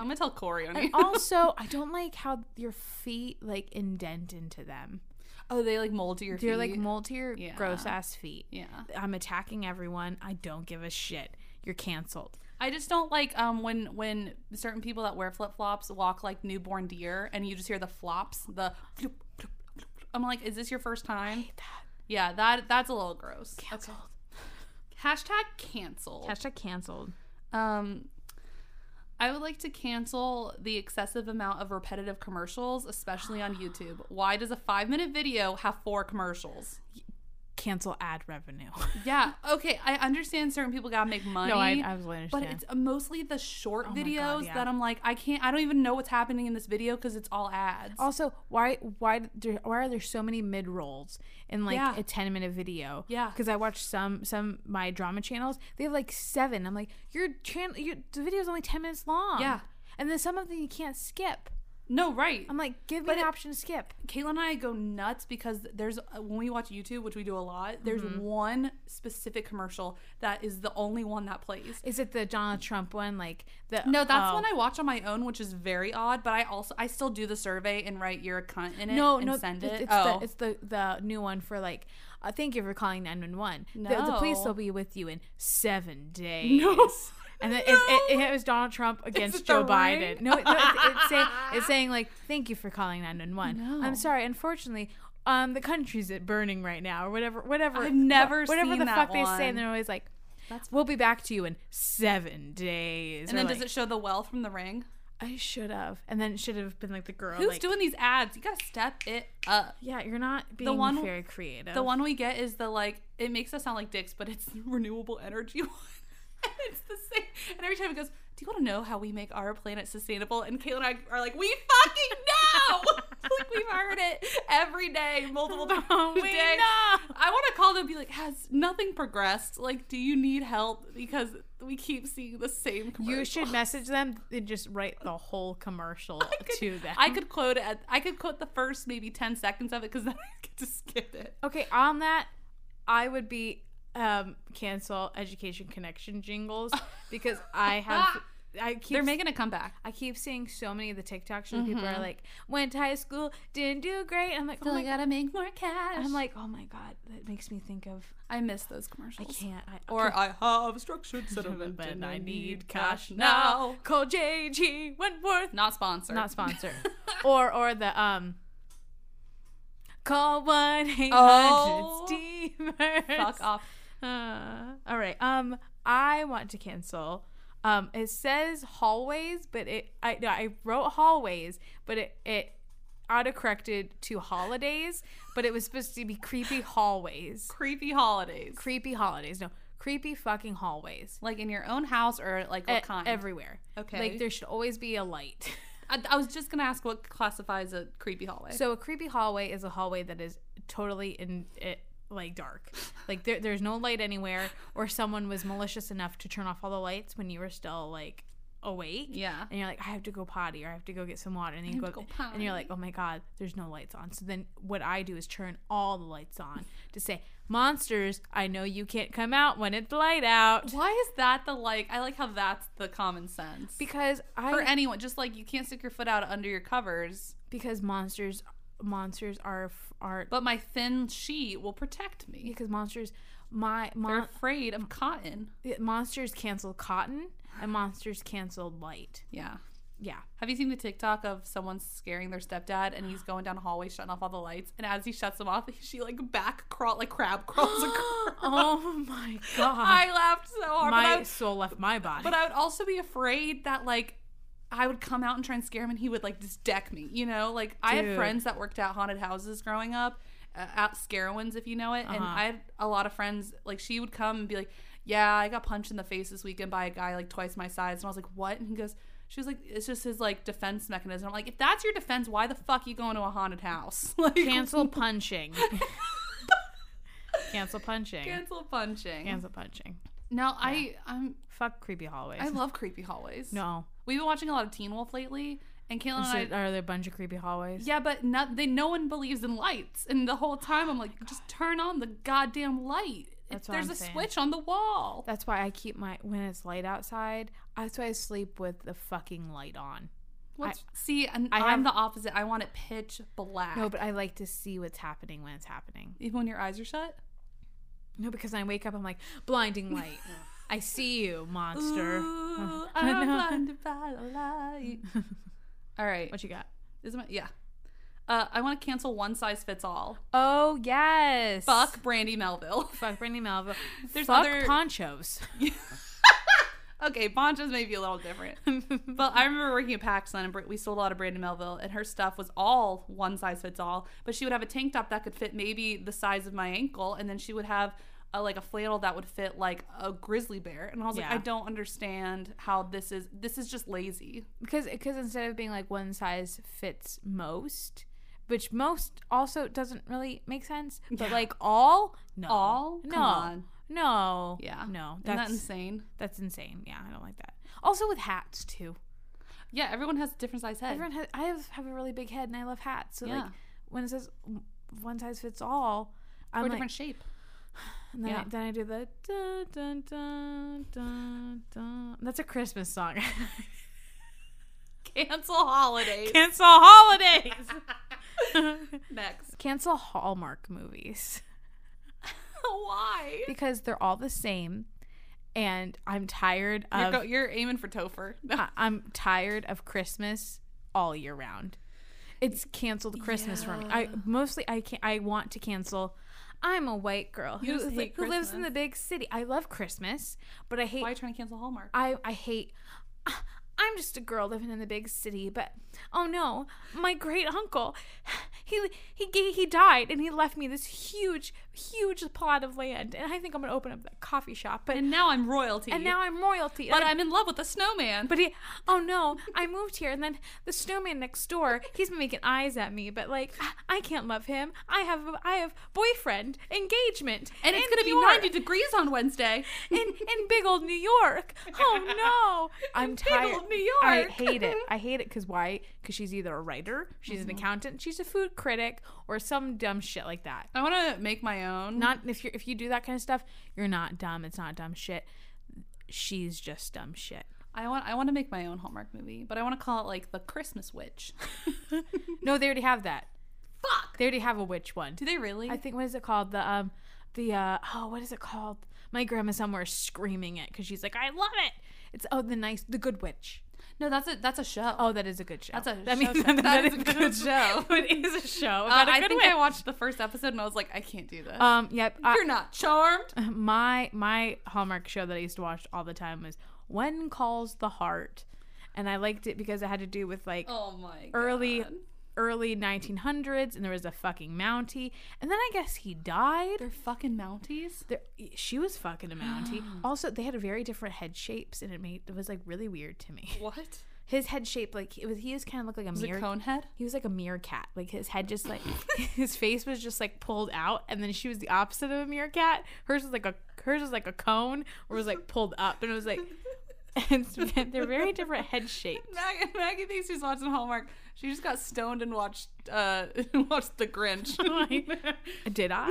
Speaker 1: I'm gonna tell Corey on you.
Speaker 2: also, I don't like how your feet like indent into them.
Speaker 1: oh, they like mold to your feet.
Speaker 2: They're like mold to your
Speaker 1: Yeah.
Speaker 2: gross ass feet.
Speaker 1: yeah.
Speaker 2: I'm attacking everyone. I don't give a shit. You're canceled.
Speaker 1: I just don't like um when when certain people that wear flip flops walk like newborn deer, and you just hear the flops. The floop, floop, floop, floop. I'm like, is this your first time? Yeah, that that's a little gross.
Speaker 2: Canceled.
Speaker 1: Hashtag cancel.
Speaker 2: Hashtag canceled.
Speaker 1: Um, I would like to cancel the excessive amount of repetitive commercials, especially on YouTube. Why does a five minute video have four commercials?
Speaker 2: cancel ad revenue.
Speaker 1: Yeah. Okay. I understand certain people gotta make money.
Speaker 2: no, I absolutely
Speaker 1: but
Speaker 2: understand. Oh
Speaker 1: it's uh, mostly the short
Speaker 2: my God,
Speaker 1: videos
Speaker 2: yeah.
Speaker 1: that I'm like, I can't. I don't even know what's happening in this video because it's all ads.
Speaker 2: also, why why there, why are there so many mid rolls in like
Speaker 1: Yeah.
Speaker 2: a ten minute video?
Speaker 1: Yeah.
Speaker 2: because I watch some some my drama channels. They have like seven. I'm like, your channel, your the video's only ten minutes long.
Speaker 1: Yeah.
Speaker 2: and then some of them you can't skip.
Speaker 1: no, right.
Speaker 2: I'm like, give me
Speaker 1: But
Speaker 2: an
Speaker 1: it-
Speaker 2: option to skip.
Speaker 1: Kayla and I go nuts because there's uh, when we watch YouTube, which we do a lot. There's
Speaker 2: Mm-hmm.
Speaker 1: one specific commercial that is the only one that plays.
Speaker 2: Is it the Donald Trump one? Like the
Speaker 1: No, that's
Speaker 2: oh.
Speaker 1: one I watch on my own, which is very odd. But I also I still do the survey and write "you're a cunt" in it.
Speaker 2: no,
Speaker 1: and
Speaker 2: no,
Speaker 1: send
Speaker 2: it-
Speaker 1: it.
Speaker 2: It's,
Speaker 1: oh,
Speaker 2: the, it's the the new one for like. Uh, thank you for calling nine one one. The police
Speaker 1: No.
Speaker 2: will be with you in seven days.
Speaker 1: No.
Speaker 2: And then it, it, it was Donald Trump against
Speaker 1: it
Speaker 2: Joe
Speaker 1: The
Speaker 2: Biden.
Speaker 1: Ring?
Speaker 2: No, it- no it's, it's, saying, it's saying like, "Thank you for calling 911."
Speaker 1: No.
Speaker 2: I'm sorry, unfortunately, um, the country's at burning right now, or whatever, whatever.
Speaker 1: I've never
Speaker 2: wha- whatever
Speaker 1: seen
Speaker 2: the
Speaker 1: that
Speaker 2: fuck they say,
Speaker 1: one.
Speaker 2: and they're always like,
Speaker 1: That's
Speaker 2: "We'll be back to you in seven days."
Speaker 1: and
Speaker 2: or
Speaker 1: then
Speaker 2: like,
Speaker 1: does it show the well from the ring?
Speaker 2: I should have, and then it should have been like the girl.
Speaker 1: Who's
Speaker 2: like,
Speaker 1: doing these ads? You gotta step it up.
Speaker 2: Yeah, you're not being
Speaker 1: one-
Speaker 2: very creative.
Speaker 1: The one we get is the like it makes us sound like dicks, but it's the renewable energy one. and it's the same. And every time it goes, Do you wanna know how we make our planet sustainable? And Kayla and I are like, We fucking know Like we've heard it every day, multiple times. a
Speaker 2: We
Speaker 1: day.
Speaker 2: know.
Speaker 1: I wanna call them and be like, Has nothing progressed? Like, do you need help? Because we keep seeing the same commercial.
Speaker 2: You should message them and just write the whole commercial
Speaker 1: could-
Speaker 2: to them.
Speaker 1: I could quote it. At, I could quote the first maybe ten seconds of it because then I get to skip it.
Speaker 2: okay, on that, I would be um cancel education connection jingles because I have I keep
Speaker 1: They're making a comeback.
Speaker 2: I keep seeing so many of the TikToks where people are like, went to high school, didn't do great. I'm Mm-hmm. like, oh my god.
Speaker 1: gotta make more cash.
Speaker 2: I'm like, oh my god, that makes me think of
Speaker 1: I miss those
Speaker 2: I
Speaker 1: commercials.
Speaker 2: can't. I,
Speaker 1: Or I have structured sediment
Speaker 2: but
Speaker 1: and
Speaker 2: I need
Speaker 1: cash
Speaker 2: cash
Speaker 1: now.
Speaker 2: now. Call JG Wentworth.
Speaker 1: Not sponsored.
Speaker 2: Not sponsored. or or the um call one eight
Speaker 1: Oh.
Speaker 2: hundred steamers.
Speaker 1: Fuck off.
Speaker 2: Uh, all right. Um, I want to cancel. Um, it says hallways, but it I no, I wrote hallways, but it it autocorrected to holidays, but it was supposed to be creepy hallways.
Speaker 1: Creepy holidays.
Speaker 2: Creepy holidays. No, creepy fucking hallways.
Speaker 1: like in your own house or like what
Speaker 2: E-
Speaker 1: kind?
Speaker 2: Everywhere.
Speaker 1: Okay.
Speaker 2: Like there should always be a light.
Speaker 1: I, I was just gonna ask what classifies a creepy hallway.
Speaker 2: So a creepy hallway is a hallway that is totally in it like dark. Like there, there's no light anywhere, or someone was malicious enough to turn off all the lights when you were still like awake.
Speaker 1: Yeah.
Speaker 2: And you're like, I have to go potty, or I have to go get some water, and then you
Speaker 1: have
Speaker 2: go,
Speaker 1: to go
Speaker 2: and you're like, oh my god, there's no lights on. So then what I do is turn all the lights on to say, monsters, I know you can't come out when it's light out.
Speaker 1: Why is that the like? I like how that's the common sense.
Speaker 2: Because I
Speaker 1: For anyone, just like you can't stick your foot out under your covers,
Speaker 2: because monsters monsters are f- are
Speaker 1: but my thin sheet will protect me.
Speaker 2: because monsters my
Speaker 1: They're
Speaker 2: mon-
Speaker 1: afraid of cotton.
Speaker 2: Yeah, monsters canceled cotton and monsters canceled light.
Speaker 1: Yeah.
Speaker 2: Yeah.
Speaker 1: Have you seen the TikTok of someone scaring their stepdad and he's going down a hallway shutting off all the lights and as he shuts them off, she like back crawl like crab crawls across.
Speaker 2: oh my god.
Speaker 1: I laughed so hard, but I,
Speaker 2: my
Speaker 1: would,
Speaker 2: soul left my body.
Speaker 1: but I would also be afraid that like I would come out and try and scare him and he would like just deck me. You know, like I had
Speaker 2: Dude.
Speaker 1: friends that worked at haunted houses growing up, uh, at Scarowinds if you know it, and
Speaker 2: Uh-huh.
Speaker 1: I had a lot of friends like she would come and be like, "Yeah, I got punched in the face this weekend by a guy like twice my size," and I was like, "What?" And he goes. She was like, it's just his like defense mechanism. I'm like, if that's your defense, why the fuck you going to a haunted house? Like,
Speaker 2: Cancel punching. Cancel punching.
Speaker 1: cancel punching.
Speaker 2: Cancel punching.
Speaker 1: No, I, I'm,
Speaker 2: Fuck creepy hallways.
Speaker 1: I love creepy hallways.
Speaker 2: no.
Speaker 1: We've been watching a lot of Teen Wolf lately, and Caitlin
Speaker 2: Is
Speaker 1: and
Speaker 2: it-
Speaker 1: I.
Speaker 2: are there a bunch of creepy hallways?
Speaker 1: Yeah, but not, they no one believes in lights, and the whole time I'm like, just turn on the goddamn light.
Speaker 2: That's
Speaker 1: If
Speaker 2: what
Speaker 1: There's
Speaker 2: I'm
Speaker 1: a
Speaker 2: saying.
Speaker 1: switch on the wall.
Speaker 2: That's why I keep my when it's light outside. That's why I sleep with the fucking light on.
Speaker 1: What's, see, and
Speaker 2: I
Speaker 1: I'm
Speaker 2: have-
Speaker 1: the opposite. I want it pitch black.
Speaker 2: No, but I like to see what's happening when it's happening.
Speaker 1: even when your eyes are shut.
Speaker 2: No, because I wake up, I'm like blinding light. I see you, monster.
Speaker 1: Ooh,
Speaker 2: I
Speaker 1: I'm
Speaker 2: know.
Speaker 1: blinded by the light. All right,
Speaker 2: What you got?
Speaker 1: this is my yeah. Uh, I want to cancel one size fits all.
Speaker 2: Oh yes.
Speaker 1: Fuck Brandy Melville.
Speaker 2: Fuck Brandy Melville.
Speaker 1: There's
Speaker 2: Fuck
Speaker 1: other-
Speaker 2: ponchos.
Speaker 1: okay, ponchos may be a little different. But I remember working at Paxton and Br- we sold a lot of Brandon Melville, and her stuff was all one size fits all. But she would have a tank top that could fit maybe the size of my ankle, and then she would have a, like a flannel that would fit like a grizzly bear. And I was like,
Speaker 2: Yeah.
Speaker 1: I don't understand how this is. This is just lazy.
Speaker 2: because because instead of being like one size fits most which most also doesn't really make sense but
Speaker 1: Yeah.
Speaker 2: like all no
Speaker 1: All
Speaker 2: no
Speaker 1: Come on.
Speaker 2: no
Speaker 1: yeah,
Speaker 2: no
Speaker 1: Isn't that
Speaker 2: that's
Speaker 1: insane?
Speaker 2: that's insane yeah i don't like that also with hats too
Speaker 1: Yeah, everyone has a different size head.
Speaker 2: everyone has i have, have a really big head and i love hats so like
Speaker 1: Yeah.
Speaker 2: when it says w- one size fits all
Speaker 1: or
Speaker 2: I'm like,
Speaker 1: different shape.
Speaker 2: and then,
Speaker 1: yeah.
Speaker 2: I, then I do the dun, dun, dun, dun, dun. That's a Christmas song.
Speaker 1: Cancel holidays.
Speaker 2: Cancel holidays.
Speaker 1: Next.
Speaker 2: Cancel Hallmark movies
Speaker 1: Why?
Speaker 2: because they're all the same, and I'm tired
Speaker 1: You're,
Speaker 2: of
Speaker 1: go- you're aiming for Topher.
Speaker 2: I- I'm tired of Christmas all year round. It's canceled Christmas for me. I
Speaker 1: Yeah.
Speaker 2: mostly I can not I want to cancel. I'm a white girl
Speaker 1: You
Speaker 2: who,
Speaker 1: just hate
Speaker 2: who lives in
Speaker 1: Christmas.
Speaker 2: the big city. I love Christmas, but I hate
Speaker 1: Why are you trying to cancel Hallmark?
Speaker 2: I I hate. I'm just a girl living in the big city, but oh no, my great uncle, he he ga- he died and he left me this huge huge plot of land, and I think I'm gonna open up that coffee shop, but and,
Speaker 1: and now I'm royalty.
Speaker 2: now I'm royalty.
Speaker 1: but
Speaker 2: and I-
Speaker 1: I'm in love with the snowman.
Speaker 2: but he, oh no, I moved here, and then the snowman next door, he's been making eyes at me, but like I can't love him. I have I have boyfriend engagement,
Speaker 1: and it's
Speaker 2: in
Speaker 1: going to be
Speaker 2: New York.
Speaker 1: 90 degrees on Wednesday.
Speaker 2: in in big old New York. Oh no, I'm
Speaker 1: big
Speaker 2: tired.
Speaker 1: old New
Speaker 2: I
Speaker 1: York.
Speaker 2: hate it. I hate it because why? Because she's either a writer, she's
Speaker 1: Mm-hmm.
Speaker 2: an accountant, she's a food critic, or some dumb shit like that.
Speaker 1: I want to make my own.
Speaker 2: Not if you are if you do that kind of stuff, you're not dumb. It's not dumb shit. She's just dumb shit.
Speaker 1: I want. I want to make my own Hallmark movie, but I want to call it like the Christmas Witch.
Speaker 2: No, they already have that.
Speaker 1: Fuck.
Speaker 2: They already have a witch one.
Speaker 1: Do they really?
Speaker 2: I think what is it called? The um, the uh, oh, what is it called? My grandma somewhere is screaming it because she's like, I love it. It's oh, the nice, the good witch.
Speaker 1: no, that's a that's a show.
Speaker 2: Oh, that is a good show.
Speaker 1: That's a
Speaker 2: that
Speaker 1: show
Speaker 2: means
Speaker 1: show. That
Speaker 2: that
Speaker 1: is a good show.
Speaker 2: it is a show.
Speaker 1: Uh,
Speaker 2: About a
Speaker 1: I Uh,
Speaker 2: good
Speaker 1: think
Speaker 2: witch.
Speaker 1: I watched the first episode and I was like, I can't do this.
Speaker 2: um. Yep. I-
Speaker 1: You're not charmed.
Speaker 2: my my Hallmark show that I used to watch all the time was When Calls the Heart, and I liked it because it had to do with like
Speaker 1: Oh my.
Speaker 2: early
Speaker 1: God.
Speaker 2: early 1900s, and there was a fucking Mountie, and then I guess he died.
Speaker 1: They're fucking Mounties.
Speaker 2: There, she was fucking a Mountie. also, they had very different head shapes, and it made it was like really weird to me.
Speaker 1: What?
Speaker 2: His head shape, like it was, he just kind of looked like a
Speaker 1: Was it
Speaker 2: mirror.
Speaker 1: Conehead?
Speaker 2: he was like a meerkat. Like his head just like his face was just like pulled out, and then she was the opposite of a meerkat. Hers was like a hers was like a cone, where it was like pulled up, and it was like. And it's- they're very different head shapes.
Speaker 1: Maggie, Maggie thinks she's watching Hallmark. She just got stoned and watched uh watched The Grinch.
Speaker 2: Did I?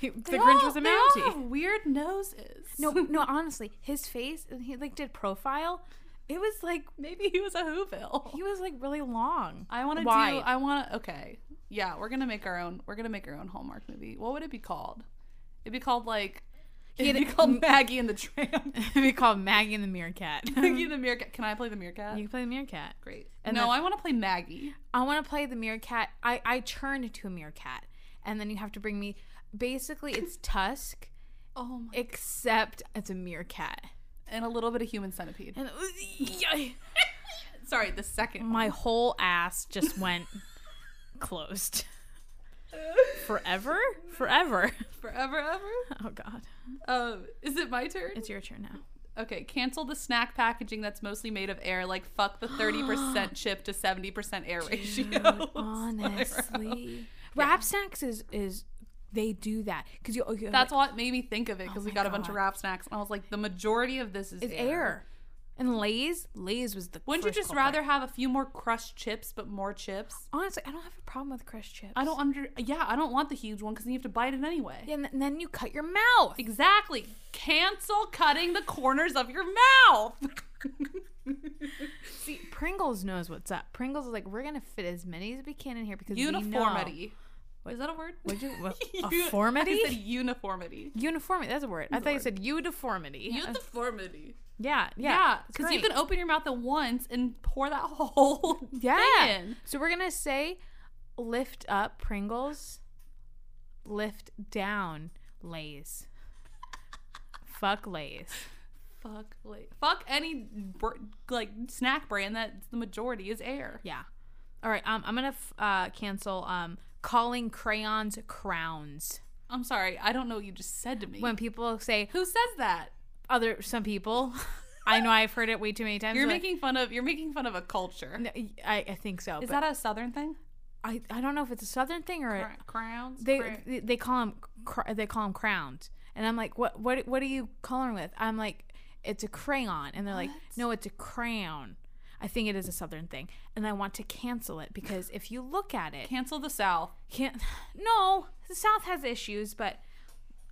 Speaker 2: He- the
Speaker 1: They
Speaker 2: Grinch
Speaker 1: all-
Speaker 2: was a
Speaker 1: they all
Speaker 2: Mountie.
Speaker 1: have weird noses.
Speaker 2: No, no, honestly, his face and he like did profile. It was like
Speaker 1: maybe he was a Whoville.
Speaker 2: he was like really long.
Speaker 1: I want to do.
Speaker 2: Why?
Speaker 1: I want to. Okay, yeah, we're gonna make our own. We're gonna make our own Hallmark movie. What would it be called? It'd be called like. It'd be
Speaker 2: had-
Speaker 1: called Maggie and the Tramp.
Speaker 2: we call Maggie and the Meerkat. you
Speaker 1: Maggie and the Meerkat. Can I play the Meerkat?
Speaker 2: can play the Meerkat.
Speaker 1: Great.
Speaker 2: And
Speaker 1: no,
Speaker 2: then-
Speaker 1: I want to play Maggie.
Speaker 2: I want to play the meerkat. I I turned into a meerkat, and then you have to bring me. Basically, it's Tusk,
Speaker 1: Oh my!
Speaker 2: except it's a meerkat.
Speaker 1: And a little bit of human centipede.
Speaker 2: And
Speaker 1: Sorry, the second.
Speaker 2: my whole ass just went closed forever, forever.
Speaker 1: Forever, ever.
Speaker 2: Oh God,
Speaker 1: Um, is it my turn?
Speaker 2: it's your turn now.
Speaker 1: Okay, cancel the snack packaging that's mostly made of air. Like, fuck the 30% chip to 70% air ratio.
Speaker 2: Honestly, wrap snacks is is they do that because you, you
Speaker 1: That's what made me think of it because we
Speaker 2: my
Speaker 1: got a bunch of
Speaker 2: God.
Speaker 1: wrap snacks, and I was like, the majority of this Oh is,
Speaker 2: is air. And Lay's, Lay's was the.
Speaker 1: Wouldn't you
Speaker 2: first
Speaker 1: just
Speaker 2: culprit.
Speaker 1: rather have a few more crushed chips, but more chips?
Speaker 2: Honestly, I don't have a problem with crushed chips.
Speaker 1: I don't under. Yeah, I don't want the huge one because you have to bite it anyway.
Speaker 2: Yeah, and th- then you cut your mouth.
Speaker 1: Exactly. Cancel cutting the corners of your mouth.
Speaker 2: See, Pringles knows what's up. Pringles is like, we're gonna fit as many as we can in here because We know.
Speaker 1: Uniformity. Is that a word?
Speaker 2: What'd you? What,
Speaker 1: Uni-
Speaker 2: Aformity?
Speaker 1: I said uniformity.
Speaker 2: Uniformity. That's a word. I thought you said uniformity. Yeah,
Speaker 1: Uniformity.
Speaker 2: yeah,
Speaker 1: Yeah,
Speaker 2: it's
Speaker 1: because you
Speaker 2: great.
Speaker 1: can open your mouth at once and pour that whole
Speaker 2: Yeah.
Speaker 1: thing in.
Speaker 2: So we're gonna say, lift up Pringles, lift down Lay's. Fuck Lay's.
Speaker 1: Fuck like fuck any br- like snack brand that the majority is air.
Speaker 2: Yeah. All right. Um, I'm gonna f- uh, cancel um, calling crayons crowns.
Speaker 1: I'm sorry, I don't know what you just said to me.
Speaker 2: When people say
Speaker 1: Who says that?
Speaker 2: other some people, I know I've heard it way too many times.
Speaker 1: You're
Speaker 2: but-
Speaker 1: making fun of you're making fun of a culture.
Speaker 2: No, I, I think so.
Speaker 1: is
Speaker 2: but
Speaker 1: that a southern thing?
Speaker 2: I I don't know if it's a southern thing or
Speaker 1: Cra- Crowns?
Speaker 2: they
Speaker 1: Cra-
Speaker 2: they- they call them cr- they call them crowns, and I'm like, what what what are you coloring with? I'm like, it's a crayon, and they're like, no, it's a crown. I think it is a southern thing, and I want to cancel it because if you look at it,
Speaker 1: cancel the South.
Speaker 2: can't no the south has issues but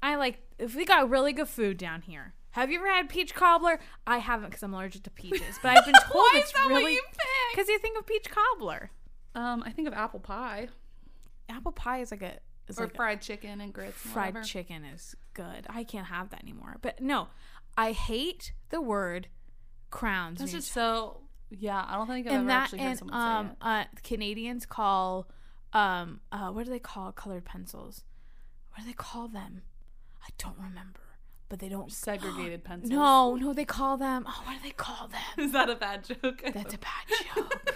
Speaker 2: i like if we got really good food down here have you ever had peach cobbler i haven't because i'm allergic to peaches but i've been told
Speaker 1: Why is
Speaker 2: it's
Speaker 1: that what
Speaker 2: really
Speaker 1: you picked?
Speaker 2: because you think of peach cobbler
Speaker 1: Um, I think of apple pie
Speaker 2: apple pie is like a is
Speaker 1: or
Speaker 2: like a-
Speaker 1: fried chicken and grits. and
Speaker 2: fried
Speaker 1: whatever.
Speaker 2: chicken is good i can't have that anymore but no i hate the word crowns
Speaker 1: That's
Speaker 2: me.
Speaker 1: just so. Yeah, I don't think I've ever
Speaker 2: and that
Speaker 1: actually heard
Speaker 2: and
Speaker 1: someone
Speaker 2: um
Speaker 1: say it.
Speaker 2: uh canadians call um uh what do they call colored pencils what do they call them i don't remember but they don't
Speaker 1: Segregated pencils.
Speaker 2: no no they call them oh what do they call them
Speaker 1: is that a bad joke?
Speaker 2: that's a bad joke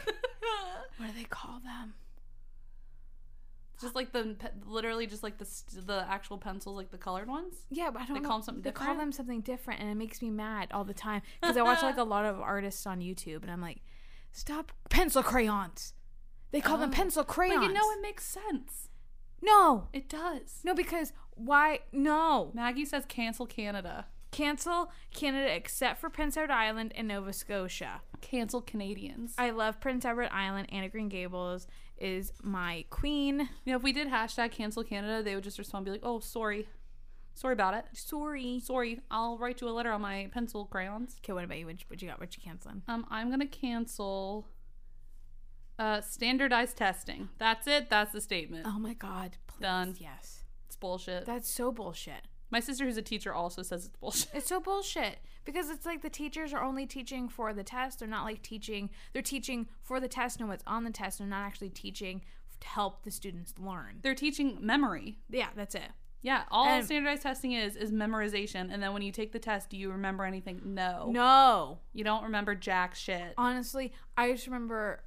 Speaker 2: what do they call them
Speaker 1: just like the pe- literally just like the st- the actual pencils, like the colored ones.
Speaker 2: yeah but i don't
Speaker 1: They
Speaker 2: know
Speaker 1: call 'em something
Speaker 2: they call
Speaker 1: different?
Speaker 2: them something different and it makes me mad all the time because i watch like a lot of artists on youtube and i'm like stop pencil crayons they call them
Speaker 1: Oh.
Speaker 2: pencil crayons
Speaker 1: But you know it makes sense.
Speaker 2: no
Speaker 1: It does.
Speaker 2: no because why no
Speaker 1: Maggie says cancel Canada,
Speaker 2: Cancel Canada except for Prince Edward Island and Nova Scotia.
Speaker 1: cancel Canadians.
Speaker 2: I love Prince Edward Island. Anna Green Gables is my queen.
Speaker 1: you know, if we did hashtag cancel Canada, they would just respond, and be like, "Oh, sorry, sorry about it.
Speaker 2: Sorry.
Speaker 1: Sorry, I'll write you a letter on my pencil crayons."
Speaker 2: Okay, what about you? What you- what you got? What you canceling?
Speaker 1: Um, I'm gonna cancel uh standardized testing. That's it. That's the statement.
Speaker 2: Oh my God. Please.
Speaker 1: Done.
Speaker 2: Yes.
Speaker 1: It's bullshit.
Speaker 2: That's so bullshit.
Speaker 1: My sister, who's a teacher, also says it's bullshit.
Speaker 2: It's so bullshit because it's like the teachers are only teaching for the test. They're not like teaching, they're teaching for the test and what's on the test. They're not actually teaching to help the students learn.
Speaker 1: They're teaching memory.
Speaker 2: Yeah, that's it.
Speaker 1: Yeah, all
Speaker 2: And-
Speaker 1: standardized testing is is memorization. And then when you take the test, do you remember anything?
Speaker 2: Oh.
Speaker 1: No,
Speaker 2: No. Um,
Speaker 1: you don't remember jack shit.
Speaker 2: Honestly, I just remember.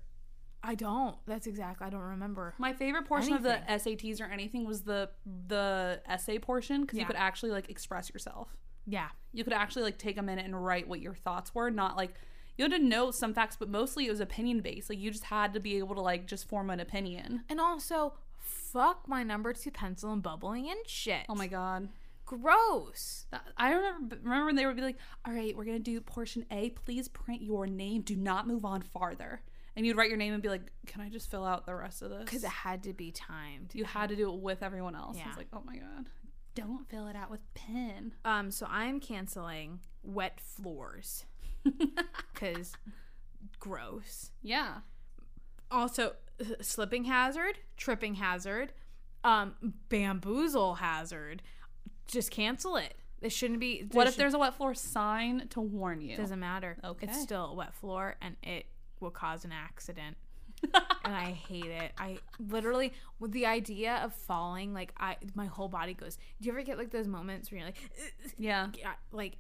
Speaker 2: I don't. That's exactly. I don't remember.
Speaker 1: My favorite portion of the SATs or anything was the the essay portion because you
Speaker 2: Yeah.
Speaker 1: could actually like express yourself.
Speaker 2: Yeah.
Speaker 1: you could actually like take a minute and write what your thoughts were not like you had to know some facts but mostly it was opinion based like you just had to be able to like just form an opinion
Speaker 2: And also, fuck my number two pencil and bubbling and shit.
Speaker 1: oh my god
Speaker 2: Gross.
Speaker 1: That- i remember remember when they would be like all right we're gonna do portion a please print your name do not move on farther and you'd write your name and be like can i just fill out the rest of
Speaker 2: Because
Speaker 1: this
Speaker 2: it had to be timed.
Speaker 1: you had to do it with everyone else
Speaker 2: Yeah.
Speaker 1: it's like oh my god don't fill it out with pen
Speaker 2: Um. So I'm canceling wet floors. Because gross.
Speaker 1: yeah
Speaker 2: Also, slipping hazard, tripping hazard, um, bamboozle hazard. Just cancel it. This shouldn't be.
Speaker 1: what
Speaker 2: there
Speaker 1: if there's a wet floor sign to warn you
Speaker 2: Doesn't matter.
Speaker 1: Okay.
Speaker 2: It's still a wet floor and it will cause an accident. and I hate it. I literally with the idea of falling, like I my whole body goes. Do you ever get like those moments where you're like
Speaker 1: yeah
Speaker 2: yeah, like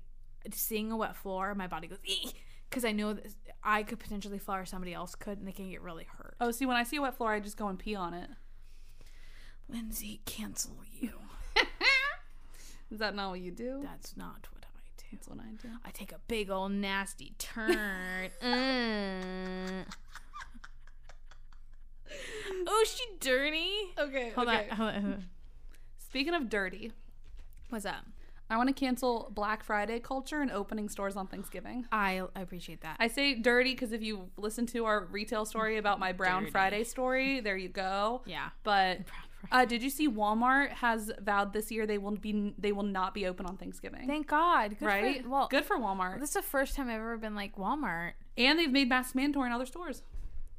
Speaker 2: seeing a wet floor, my body goes because I know that I could potentially fall or somebody else could and they can get really hurt.
Speaker 1: oh see when i see a wet floor i just go and pee on it
Speaker 2: Lindsay, cancel you.
Speaker 1: Is that not what you do?
Speaker 2: That's not what I do.
Speaker 1: That's what I do.
Speaker 2: I take a big old nasty turn. Mm. oh, she dirty.
Speaker 1: Okay.
Speaker 2: Hold on, hold on.
Speaker 1: Speaking of dirty,
Speaker 2: What's up?
Speaker 1: I want to cancel Black Friday culture and opening stores on Thanksgiving.
Speaker 2: I I appreciate that.
Speaker 1: I say dirty because if you listen to our retail story about my Brown
Speaker 2: Dirty.
Speaker 1: Friday story, there you go.
Speaker 2: yeah.
Speaker 1: But uh, did you see Walmart has vowed this year they will be they will not be open on Thanksgiving.
Speaker 2: Thank God. Good
Speaker 1: right?
Speaker 2: For, well,
Speaker 1: Good for Walmart.
Speaker 2: This is the first time I've ever been like Walmart.
Speaker 1: and they've made mask mandatory in other stores.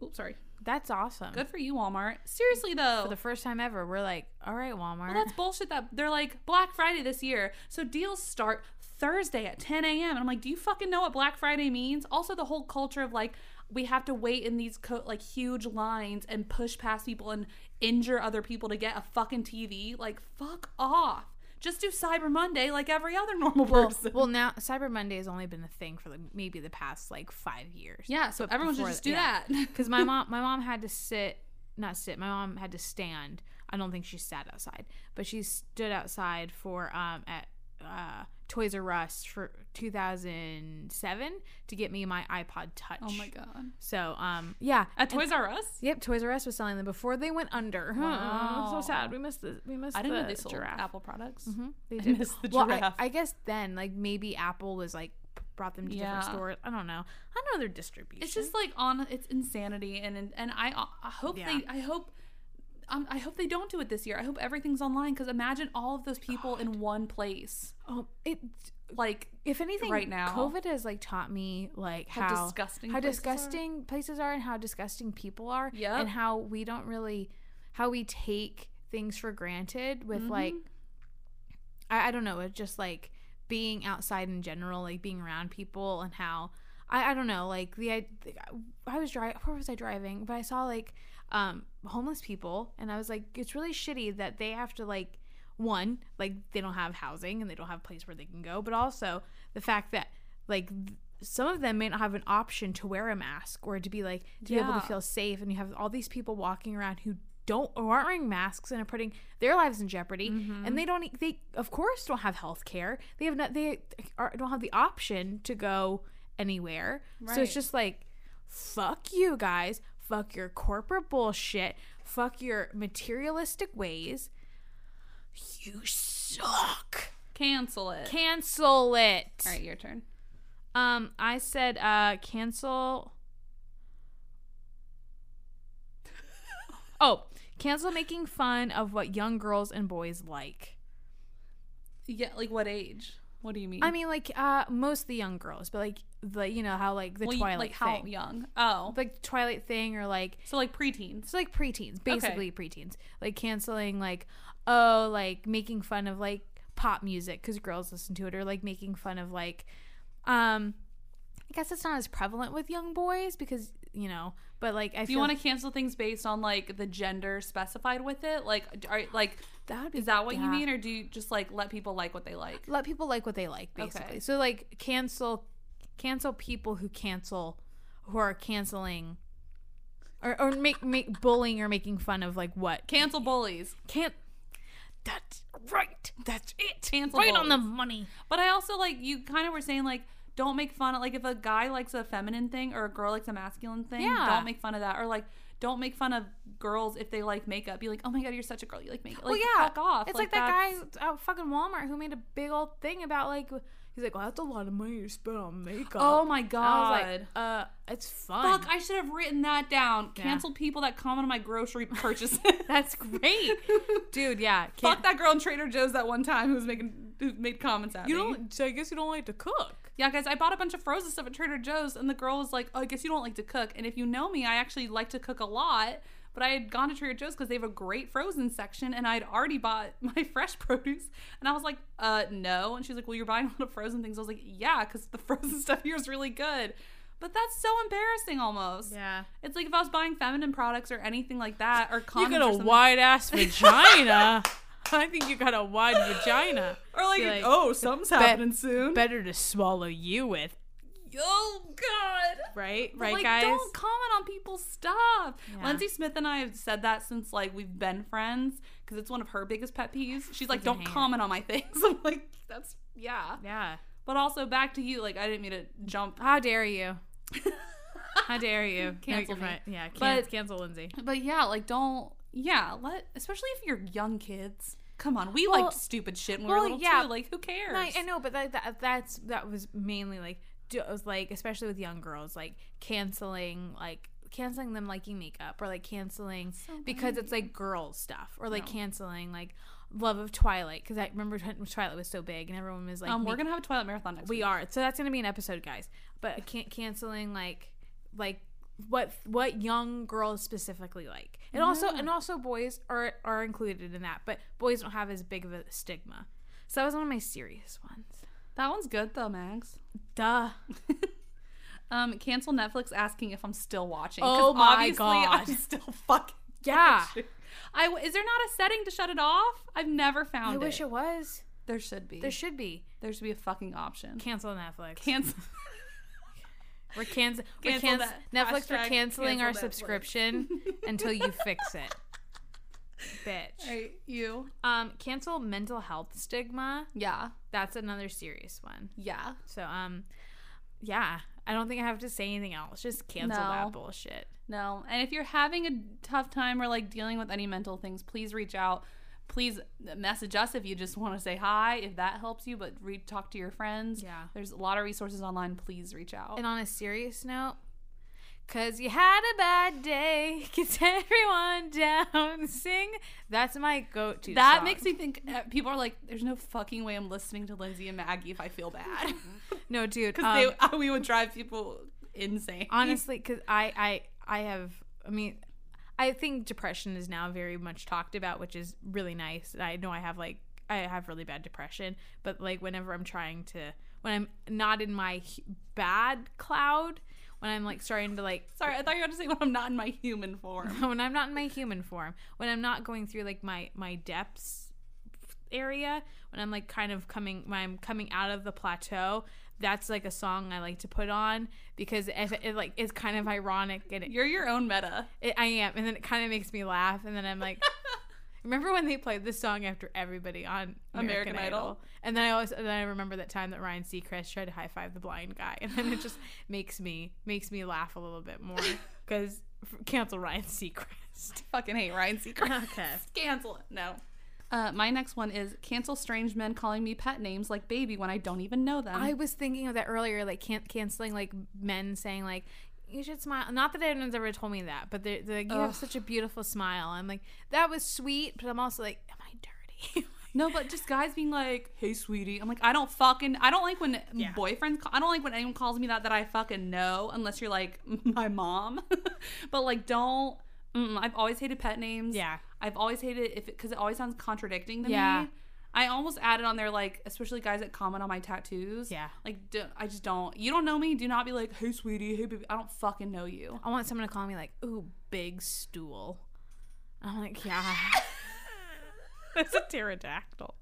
Speaker 1: Oops, sorry.
Speaker 2: That's awesome.
Speaker 1: Good for you, Walmart. Seriously though,
Speaker 2: For the first time ever, we're like, all right, Walmart.
Speaker 1: Well, that's bullshit. That they're like Black Friday this year, so deals start Thursday at 10 a.m. And I'm like, do you fucking know what Black Friday means? Also, the whole culture of like we have to wait in these co- like huge lines and push past people and injure other people to get a fucking TV. Like, fuck off. Just do Cyber Monday like every other normal
Speaker 2: Well,
Speaker 1: person.
Speaker 2: well, now Cyber Monday has only been a thing for like maybe the past like five years.
Speaker 1: yeah, so everyone should
Speaker 2: before-
Speaker 1: just do
Speaker 2: yeah.
Speaker 1: that.
Speaker 2: Because my mom, my mom had to sit, not sit. My mom had to stand. I don't think she sat outside, but she stood outside for um at uh Toys R Us for 2007 to get me my iPod Touch.
Speaker 1: Oh my god.
Speaker 2: So um yeah,
Speaker 1: At Toys R Us?
Speaker 2: Yep, Toys R Us was selling them before they went under. Huh,
Speaker 1: Wow.
Speaker 2: so sad. We missed the we missed
Speaker 1: I didn't
Speaker 2: the
Speaker 1: know they sold
Speaker 2: giraffe.
Speaker 1: Apple products.
Speaker 2: Mhm, They
Speaker 1: I
Speaker 2: did.
Speaker 1: missed the
Speaker 2: well,
Speaker 1: giraffe.
Speaker 2: I, I guess then, like maybe Apple was like p- brought them to different
Speaker 1: Yeah.
Speaker 2: stores. I don't know. I know their distribution.
Speaker 1: It's just like on it's insanity and and, and I, uh, I hope
Speaker 2: Yeah.
Speaker 1: they I hope um, I hope they don't do it this year. I hope everything's online because imagine all of those people in one place.
Speaker 2: oh, it.
Speaker 1: Like
Speaker 2: If anything,
Speaker 1: Right now.
Speaker 2: COVID has like taught me like
Speaker 1: How
Speaker 2: how,
Speaker 1: disgusting
Speaker 2: how
Speaker 1: places are.
Speaker 2: disgusting places are, and how disgusting people are,
Speaker 1: Yep.
Speaker 2: and how we don't really, how we take things for granted with
Speaker 1: Mm-hmm.
Speaker 2: like, I, I don't know, it's just like being outside in general, like being around people, and how I, I don't know, like the I, I was driving, where was I driving? But I saw like um homeless people, and I was like, it's really shitty that they have to like one like they don't have housing and they don't have a place where they can go but also the fact that like th- some of them may not have an option to wear a mask or to be like to be able
Speaker 1: Yeah.
Speaker 2: to feel safe and you have all these people walking around who don't or aren't wearing masks and are putting their lives in jeopardy and they don't e- they of course don't have health care they have not they are, don't have the option to go anywhere so
Speaker 1: Right.
Speaker 2: it's just like fuck you guys fuck your corporate bullshit fuck your materialistic ways you suck.
Speaker 1: cancel it.
Speaker 2: Cancel it.
Speaker 1: all right, your turn.
Speaker 2: Um, I said uh cancel. oh, cancel making fun of what young girls and boys like.
Speaker 1: Yeah, like what age? What do you mean?
Speaker 2: I mean, like uh, most of the young girls, but like the you know how like the
Speaker 1: Well, you-
Speaker 2: Twilight
Speaker 1: like how
Speaker 2: thing,
Speaker 1: young? Oh,
Speaker 2: like Twilight thing, or like
Speaker 1: so like preteens.
Speaker 2: It's like preteens, basically preteens. Like canceling, like, oh, like making fun of like pop music because girls listen to it, or like making fun of like, um, I guess it's not as prevalent with young boys because you know, but like I
Speaker 1: Do you want to cancel things based on like the gender specified with it? Like, d- are, like
Speaker 2: that would be
Speaker 1: is that what you
Speaker 2: yeah.
Speaker 1: mean, or do you just like let people like what they like?
Speaker 2: let people like what they like basically.
Speaker 1: Okay.
Speaker 2: So like cancel, cancel people who cancel, who are canceling. Or, or make make bullying or making fun of like what
Speaker 1: Cancel bullies.
Speaker 2: can't that's right that's it
Speaker 1: Cancel
Speaker 2: right on the
Speaker 1: bullies.
Speaker 2: money
Speaker 1: But I also like you kind of were saying like don't make fun of like if a guy likes a feminine thing or a girl likes a masculine thing,
Speaker 2: Yeah.
Speaker 1: don't make fun of that. Or like don't make fun of girls if they like makeup. Be like, oh my god, you're such a girl. You like makeup. Like,
Speaker 2: well, yeah,
Speaker 1: fuck off.
Speaker 2: It's like, that
Speaker 1: that's-
Speaker 2: guy out fucking Walmart who made a big old thing about like he's like, well, that's a lot of money to spend on makeup.
Speaker 1: Oh my god.
Speaker 2: And I was like, uh, it's fun.
Speaker 1: Fuck, I should have written that down.
Speaker 2: Yeah.
Speaker 1: Cancel people that comment on my grocery purchases.
Speaker 2: that's great, dude. Yeah,
Speaker 1: Fuck
Speaker 2: can't-
Speaker 1: that girl in Trader Joe's that one time who was making who made comments at
Speaker 2: You
Speaker 1: me.
Speaker 2: don't. So I guess you don't like to cook.
Speaker 1: Yeah, guys, I bought a bunch of frozen stuff at Trader Joe's, and the girl was like, "Oh, I guess you don't like to cook." And if you know me, I actually like to cook a lot. But I had gone to Trader Joe's because they have a great frozen section, and I had already bought my fresh produce. And I was like, "Uh, no." And she's like, "Well, you're buying a lot of frozen things." I was like, "Yeah, because the frozen stuff here is really good." But that's so embarrassing, almost.
Speaker 2: Yeah,
Speaker 1: It's like if I was buying feminine products or anything like that, or
Speaker 2: you
Speaker 1: condoms
Speaker 2: got
Speaker 1: or
Speaker 2: a
Speaker 1: something.
Speaker 2: wide ass vagina. I think you got a wide vagina.
Speaker 1: or like,
Speaker 2: Be like,
Speaker 1: oh, something's happening soon.
Speaker 2: Better to swallow you with,
Speaker 1: oh God.
Speaker 2: right?
Speaker 1: But,
Speaker 2: Right,
Speaker 1: like,
Speaker 2: guys.
Speaker 1: Don't comment on people's stuff.
Speaker 2: Yeah.
Speaker 1: Lindsay Smith and I have said that since like we've been friends because it's one of her biggest pet peeves. She's like,
Speaker 2: Freaking
Speaker 1: "Don't
Speaker 2: hate it.
Speaker 1: comment on my things." I'm like, "That's yeah."
Speaker 2: Yeah.
Speaker 1: But also back to you. Like, I didn't mean to jump.
Speaker 2: How dare you? How dare you?
Speaker 1: Cancel
Speaker 2: No, you're
Speaker 1: me.
Speaker 2: fine. Yeah, can-
Speaker 1: But-
Speaker 2: cancel Lindsay.
Speaker 1: But yeah, like don't yeah. Let especially if you're young kids. Come on, we
Speaker 2: Well-
Speaker 1: liked stupid shit when we
Speaker 2: well,
Speaker 1: were little
Speaker 2: yeah.
Speaker 1: too. Like, who cares?
Speaker 2: No, I, I know, but that, that that's that was mainly like do, it was like especially with young girls like canceling like canceling them liking makeup or like canceling because it's like girl stuff or like
Speaker 1: No.
Speaker 2: canceling like love of Twilight because I remember when Twilight was so big and everyone was like
Speaker 1: um,
Speaker 2: make-
Speaker 1: we're gonna have a Twilight marathon next
Speaker 2: we
Speaker 1: week.
Speaker 2: are so that's gonna be an episode guys but can canceling like like what what young girls specifically like and also and also boys are are included in that but boys don't have as big of a stigma so that was one of my serious ones
Speaker 1: That one's good though, Max.
Speaker 2: duh
Speaker 1: Um, cancel Netflix asking if I'm still watching. 'cause
Speaker 2: Oh my
Speaker 1: obviously
Speaker 2: God.
Speaker 1: I'm still fucking
Speaker 2: yeah
Speaker 1: I is there not a setting to shut it off? I've never found
Speaker 2: i
Speaker 1: it.
Speaker 2: wish it was
Speaker 1: There should be.
Speaker 2: There
Speaker 1: There,
Speaker 2: should be
Speaker 1: should be a fucking option.
Speaker 2: cancel Netflix.
Speaker 1: Cancel.
Speaker 2: we're canc- we're
Speaker 1: Cancel
Speaker 2: canc-
Speaker 1: that.
Speaker 2: Netflix. we're
Speaker 1: Hashtag
Speaker 2: canceling our
Speaker 1: cancel Netflix.
Speaker 2: subscription until you fix it, bitch.
Speaker 1: right, you.
Speaker 2: Um, cancel mental health stigma.
Speaker 1: Yeah.
Speaker 2: That's another serious one.
Speaker 1: Yeah.
Speaker 2: So um, yeah, I don't think I have to say anything else. Just cancel
Speaker 1: No.
Speaker 2: that bullshit.
Speaker 1: No. And if you're having a tough time or like dealing with any mental things, please reach out. Please message us if you just want to say hi, if that helps you, but re- talk to your friends.
Speaker 2: Yeah.
Speaker 1: There's a lot of resources online. Please reach out.
Speaker 2: And on a serious note, cause you had a bad day, gets everyone down. Sing. That's my go-to.
Speaker 1: that
Speaker 2: song.
Speaker 1: makes me think uh, people are like, there's no fucking way I'm listening to Lindsay and Maggie if I feel bad.
Speaker 2: no, dude.
Speaker 1: Because
Speaker 2: um,
Speaker 1: they we would drive people insane.
Speaker 2: honestly because I, I i have i mean i think depression is now very much talked about which is really nice i know i have like i have really bad depression but like whenever i'm trying to when i'm not in my hu- bad cloud when i'm like starting to like
Speaker 1: Sorry, I thought you were going to say when I'm not in my human form.
Speaker 2: when i'm not in my human form when i'm not going through like my my depths area when i'm like kind of coming when i'm coming out of the plateau that's like a song i like to put on because if it like it's kind of ironic and it
Speaker 1: You're your own meta.
Speaker 2: It, I am, and then it kind of makes me laugh, and then I'm like, remember when they played this song after everybody on
Speaker 1: American
Speaker 2: American, Idol?
Speaker 1: Idol?
Speaker 2: And then I always, and then I remember that time that Ryan Seacrest tried to high five the blind guy, and then it just makes me makes me laugh a little bit more because cancel Ryan Seacrest.
Speaker 1: Fucking hate Ryan Seacrest.
Speaker 2: Okay.
Speaker 1: Cancel it. No. Uh, my next one is cancel strange men calling me pet names like baby when I don't even know them.
Speaker 2: I was thinking of that earlier, like can- canceling like men saying like. You should smile. Not that anyone's ever told me that, but they're, they're like, you have
Speaker 1: Ugh.
Speaker 2: such a beautiful smile. I'm like, that was sweet, but I'm also like, am I dirty?
Speaker 1: no, but just guys being like, "Hey, sweetie," I'm like, I don't fucking, I don't like when
Speaker 2: Yeah.
Speaker 1: boyfriends, call, I don't like when anyone calls me that that I fucking know, unless you're like my mom. but like, don't. Mm, I've always hated pet names.
Speaker 2: yeah.
Speaker 1: I've always hated if because it, always sounds contradicting to
Speaker 2: Yeah.
Speaker 1: me. I almost added on there like, especially guys that comment on my tattoos.
Speaker 2: Yeah.
Speaker 1: Like, do, I just don't. You don't know me. Do not be like, hey, sweetie, hey, baby. I don't fucking know you.
Speaker 2: I want someone to call me like, "Ooh, big stool." I'm like, yeah, that's a pterodactyl.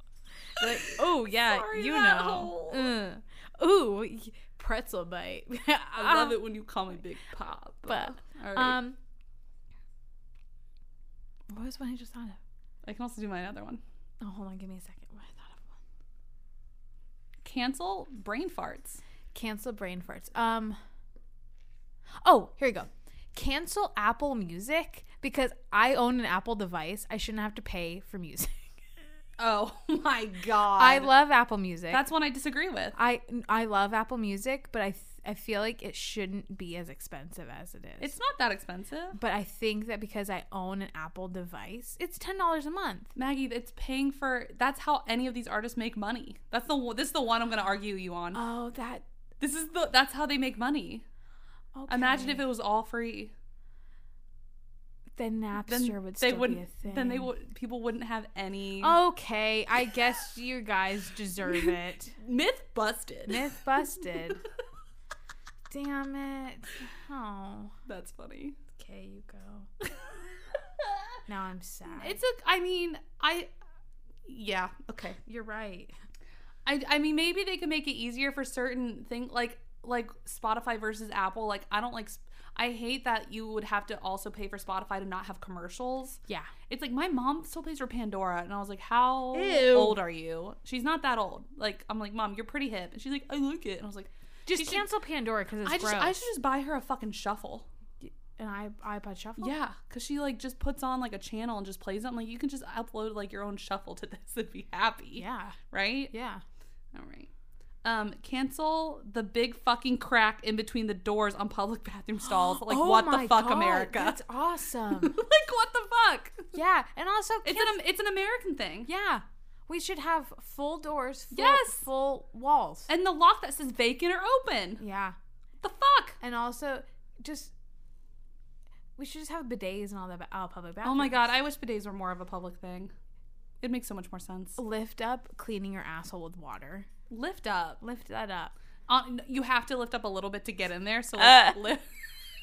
Speaker 2: They're like, oh yeah,
Speaker 1: Sorry,
Speaker 2: you
Speaker 1: that
Speaker 2: know.
Speaker 1: whole-
Speaker 2: Uh, ooh, y- pretzel bite.
Speaker 1: I love it when you call me Big Pop.
Speaker 2: Ah. But
Speaker 1: All right.
Speaker 2: um, what was one I just thought of?
Speaker 1: I can also do my other one.
Speaker 2: Oh, hold on, give me a second. What I thought of one.
Speaker 1: Cancel brain farts.
Speaker 2: Cancel brain farts. Um. Oh, here we go. Cancel Apple Music because I own an Apple device. I shouldn't have to pay for music.
Speaker 1: Oh my god.
Speaker 2: I love Apple Music.
Speaker 1: That's one I disagree with.
Speaker 2: I I love Apple Music, but I th- I feel like it shouldn't be as expensive as it is.
Speaker 1: It's not that expensive.
Speaker 2: but I think that because I own an Apple device, it's ten dollars a month.
Speaker 1: Maggie, it's paying for. That's how any of these artists make money. That's the. one- This is the one I'm going to argue you on.
Speaker 2: Oh, that.
Speaker 1: This is the. That's how they make money.
Speaker 2: Okay.
Speaker 1: Imagine if it was all free.
Speaker 2: then
Speaker 1: Then
Speaker 2: Napster would
Speaker 1: they
Speaker 2: still
Speaker 1: wouldn't.
Speaker 2: be a thing.
Speaker 1: Then they would. People wouldn't have any.
Speaker 2: Okay, I guess you guys deserve it.
Speaker 1: myth busted.
Speaker 2: Myth busted. Damn it. Oh.
Speaker 1: That's funny.
Speaker 2: Okay, you go. Now I'm sad.
Speaker 1: It's a. I mean, I. Yeah. Okay.
Speaker 2: You're right.
Speaker 1: I. I mean, maybe they could make it easier for certain thing like like Spotify versus Apple. Like I don't like. sp- I hate that you would have to also pay for Spotify to not have commercials.
Speaker 2: Yeah.
Speaker 1: It's like my mom still pays for Pandora, and I was like, "How
Speaker 2: Ew.
Speaker 1: old are you?" She's not that old. Like I'm like, "Mom, you're pretty hip," and she's like, "I like it," and I was like,
Speaker 2: Just
Speaker 1: You should-
Speaker 2: cancel Pandora because it's
Speaker 1: "I just,
Speaker 2: gross.
Speaker 1: I should just buy her a fucking shuffle."
Speaker 2: an i iPod shuffle.
Speaker 1: Yeah, because she like just puts on like a channel and just plays it. I'm like, you can just upload like your own shuffle to this and be happy.
Speaker 2: Yeah.
Speaker 1: Right?
Speaker 2: Yeah.
Speaker 1: All right. Um, cancel the big fucking crack in between the doors on public bathroom stalls. Like,
Speaker 2: Oh
Speaker 1: what the
Speaker 2: my
Speaker 1: fuck,
Speaker 2: God,
Speaker 1: America?
Speaker 2: That's awesome.
Speaker 1: like, what the fuck?
Speaker 2: yeah, and also
Speaker 1: It's
Speaker 2: kids-
Speaker 1: an it's an American thing.
Speaker 2: yeah, we should have full doors. Full,
Speaker 1: Yes.
Speaker 2: full walls.
Speaker 1: And the lock that says vacant or open.
Speaker 2: yeah,
Speaker 1: The fuck?
Speaker 2: and also just we should just have bidets and all that. Oh, public bathroom.
Speaker 1: Oh my god, I wish bidets were more of a public thing. It makes so much more sense.
Speaker 2: Lift up cleaning your asshole with water.
Speaker 1: Lift up.
Speaker 2: Lift that up.
Speaker 1: Uh, n- you have to lift up a little bit to get in there. So like,
Speaker 2: Uh.
Speaker 1: lift.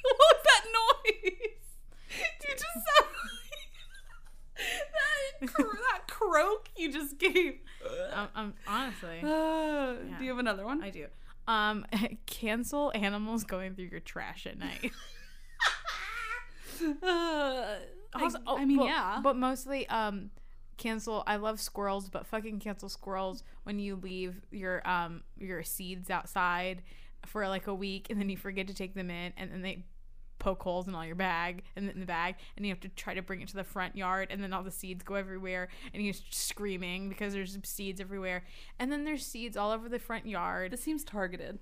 Speaker 1: what was that noise? You just sound that, cr- that croak you just gave.
Speaker 2: um, um, honestly,
Speaker 1: Ah,
Speaker 2: Yeah.
Speaker 1: Do you have another one?
Speaker 2: I do. Um, cancel animals going through your trash at night.
Speaker 1: Uh,
Speaker 2: Also-
Speaker 1: I,
Speaker 2: oh,
Speaker 1: I mean,
Speaker 2: but-
Speaker 1: yeah.
Speaker 2: But mostly, um, cancel. I love squirrels, but fucking cancel squirrels when you leave your um your seeds outside for like a week and then you forget to take them in and then they poke holes in all your bag and in the bag and you have to try to bring it to the front yard and then all the seeds go everywhere and you're screaming because there's seeds everywhere and then there's seeds all over the front yard
Speaker 1: this seems targeted.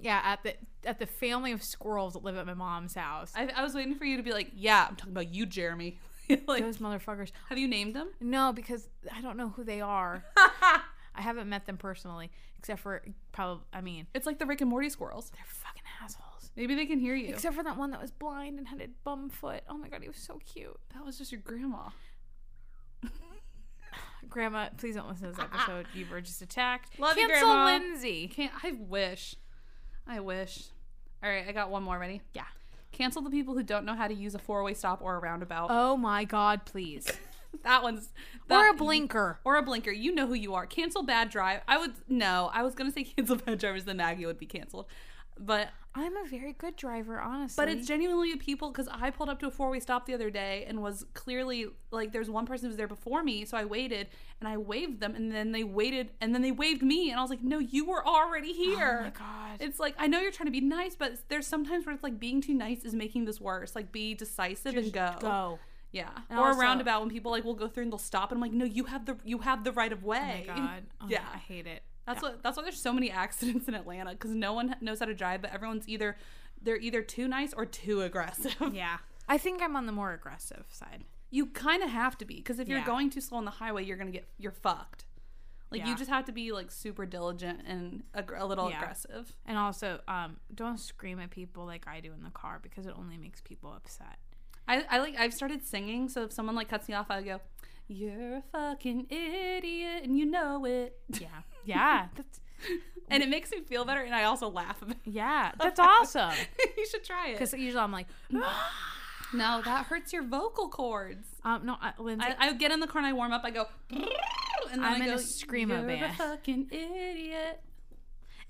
Speaker 2: yeah at the at the family of squirrels that live at my mom's house
Speaker 1: I, I was waiting for you to be like, yeah, I'm talking about you, Jeremy. like,
Speaker 2: those motherfuckers
Speaker 1: have you named them?
Speaker 2: No, because I don't know who they are. I haven't met them personally, except for probably. I mean,
Speaker 1: It's like the Rick and Morty squirrels.
Speaker 2: they're fucking assholes.
Speaker 1: Maybe they can hear you.
Speaker 2: Except for that one that was blind and had a bum foot. Oh my god, he was so cute.
Speaker 1: that was just your grandma.
Speaker 2: Grandma, please don't listen to this episode. you were just attacked.
Speaker 1: Love you,
Speaker 2: Cancel
Speaker 1: Grandma.
Speaker 2: Lindsay.
Speaker 1: Can't I wish. I wish. All right, I got one more ready.
Speaker 2: Yeah.
Speaker 1: Cancel the people who don't know how to use a four-way stop or a roundabout.
Speaker 2: Oh my god, please.
Speaker 1: that one's
Speaker 2: or
Speaker 1: that-
Speaker 2: a blinker.
Speaker 1: or a blinker. You know who you are. Cancel bad drive. I would no. I was gonna say cancel bad drivers. Then Maggie would be canceled. But
Speaker 2: I'm a very good driver, honestly.
Speaker 1: but it's genuinely people because I pulled up to a four way stop the other day and was clearly like there's one person who was there before me, so I waited and I waved them and then they waited and then they waved me and I was like, no, you were already
Speaker 2: Oh my
Speaker 1: here.
Speaker 2: god.
Speaker 1: It's like I know you're trying to be nice, but there's sometimes where it's like being too nice is making this worse. Like be decisive and go.
Speaker 2: Go. Oh
Speaker 1: Yeah.
Speaker 2: And
Speaker 1: or
Speaker 2: also-
Speaker 1: a roundabout when people like will go through and they'll stop and I'm like, no, you have the you have the right of
Speaker 2: Oh my
Speaker 1: way.
Speaker 2: god. Oh,
Speaker 1: Yeah.
Speaker 2: I hate it.
Speaker 1: That's what. That's why there's so many accidents in Atlanta because no one knows how to drive, but everyone's either they're either too nice or too aggressive.
Speaker 2: Yeah. I think I'm on the more aggressive side.
Speaker 1: You kind of have to be because if
Speaker 2: Yeah.
Speaker 1: you're going too slow on the highway, you're gonna get you're fucked. Like
Speaker 2: Yeah.
Speaker 1: you just have to be like super diligent and ag- a little
Speaker 2: Yeah.
Speaker 1: aggressive.
Speaker 2: And also, um, don't scream at people like I do in the car because it only makes people upset.
Speaker 1: I, I like I've started singing, so if someone like cuts me off, I go, "You're a fucking idiot, and you know it,"
Speaker 2: Yeah. Yeah. That's
Speaker 1: and it makes me feel better, and I also laugh. About it.
Speaker 2: yeah. That's awesome.
Speaker 1: you should try it.
Speaker 2: Because usually I'm like,
Speaker 1: No, that hurts your vocal cords.
Speaker 2: um, no, I, Lindsay.
Speaker 1: I, I get in the car and I warm up. I go, and then
Speaker 2: I'm
Speaker 1: I
Speaker 2: in
Speaker 1: go,
Speaker 2: a screamo
Speaker 1: You're
Speaker 2: band."
Speaker 1: a fucking idiot.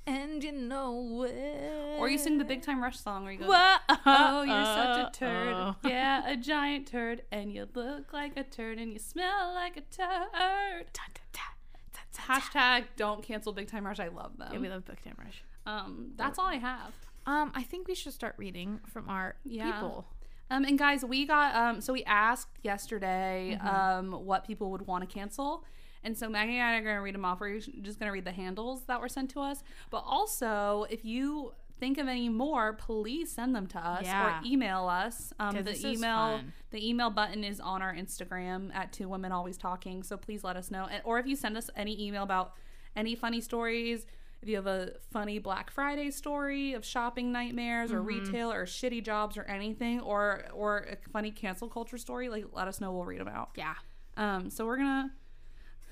Speaker 2: and you know it.
Speaker 1: Or you sing the Big Time Rush song where you go,
Speaker 2: Whoa,
Speaker 1: Oh, you're such a turd.
Speaker 2: oh.
Speaker 1: Yeah, a giant turd. And you look like a turd and you smell like a turd.
Speaker 2: Dun, dun, dun, dun, dun, dun.
Speaker 1: Hashtag don't cancel Big Time Rush. I love
Speaker 2: Yeah, we
Speaker 1: them.
Speaker 2: love book time rush.
Speaker 1: Um, that's all I have.
Speaker 2: Um, I think we should start reading from our
Speaker 1: Yeah.
Speaker 2: people.
Speaker 1: Um, and guys, we got um, so we asked yesterday
Speaker 2: Mm-hmm.
Speaker 1: um, what people would want to cancel, and so Maggie and I are going to read them off. We're just going to read the handles that were sent to us, but also if you think of any more, please send them to us or
Speaker 2: Yeah.
Speaker 1: email us. Um,
Speaker 2: 'Cause
Speaker 1: the
Speaker 2: this is
Speaker 1: email
Speaker 2: fun.
Speaker 1: the email button is on our Instagram at Two Women Always Talking, so please let us know. And or if you send us any email about any funny stories. If you have a funny Black Friday story of shopping nightmares or retail or shitty jobs or anything, or or a funny cancel culture story, like let us know. We'll read them out.
Speaker 2: Yeah.
Speaker 1: Um, so we're gonna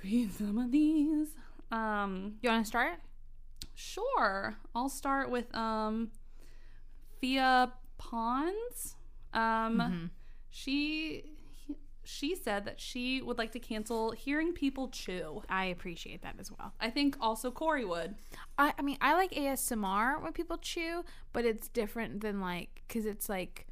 Speaker 1: read some of these. Um,
Speaker 2: You want to start?
Speaker 1: Sure. I'll start with um Fia Pons. Um
Speaker 2: Mm-hmm.
Speaker 1: she she said that she would like to cancel hearing people chew.
Speaker 2: I appreciate that as well.
Speaker 1: I think also Corey would.
Speaker 2: I, I mean, I like ASMR when people chew, but it's different than like, because it's like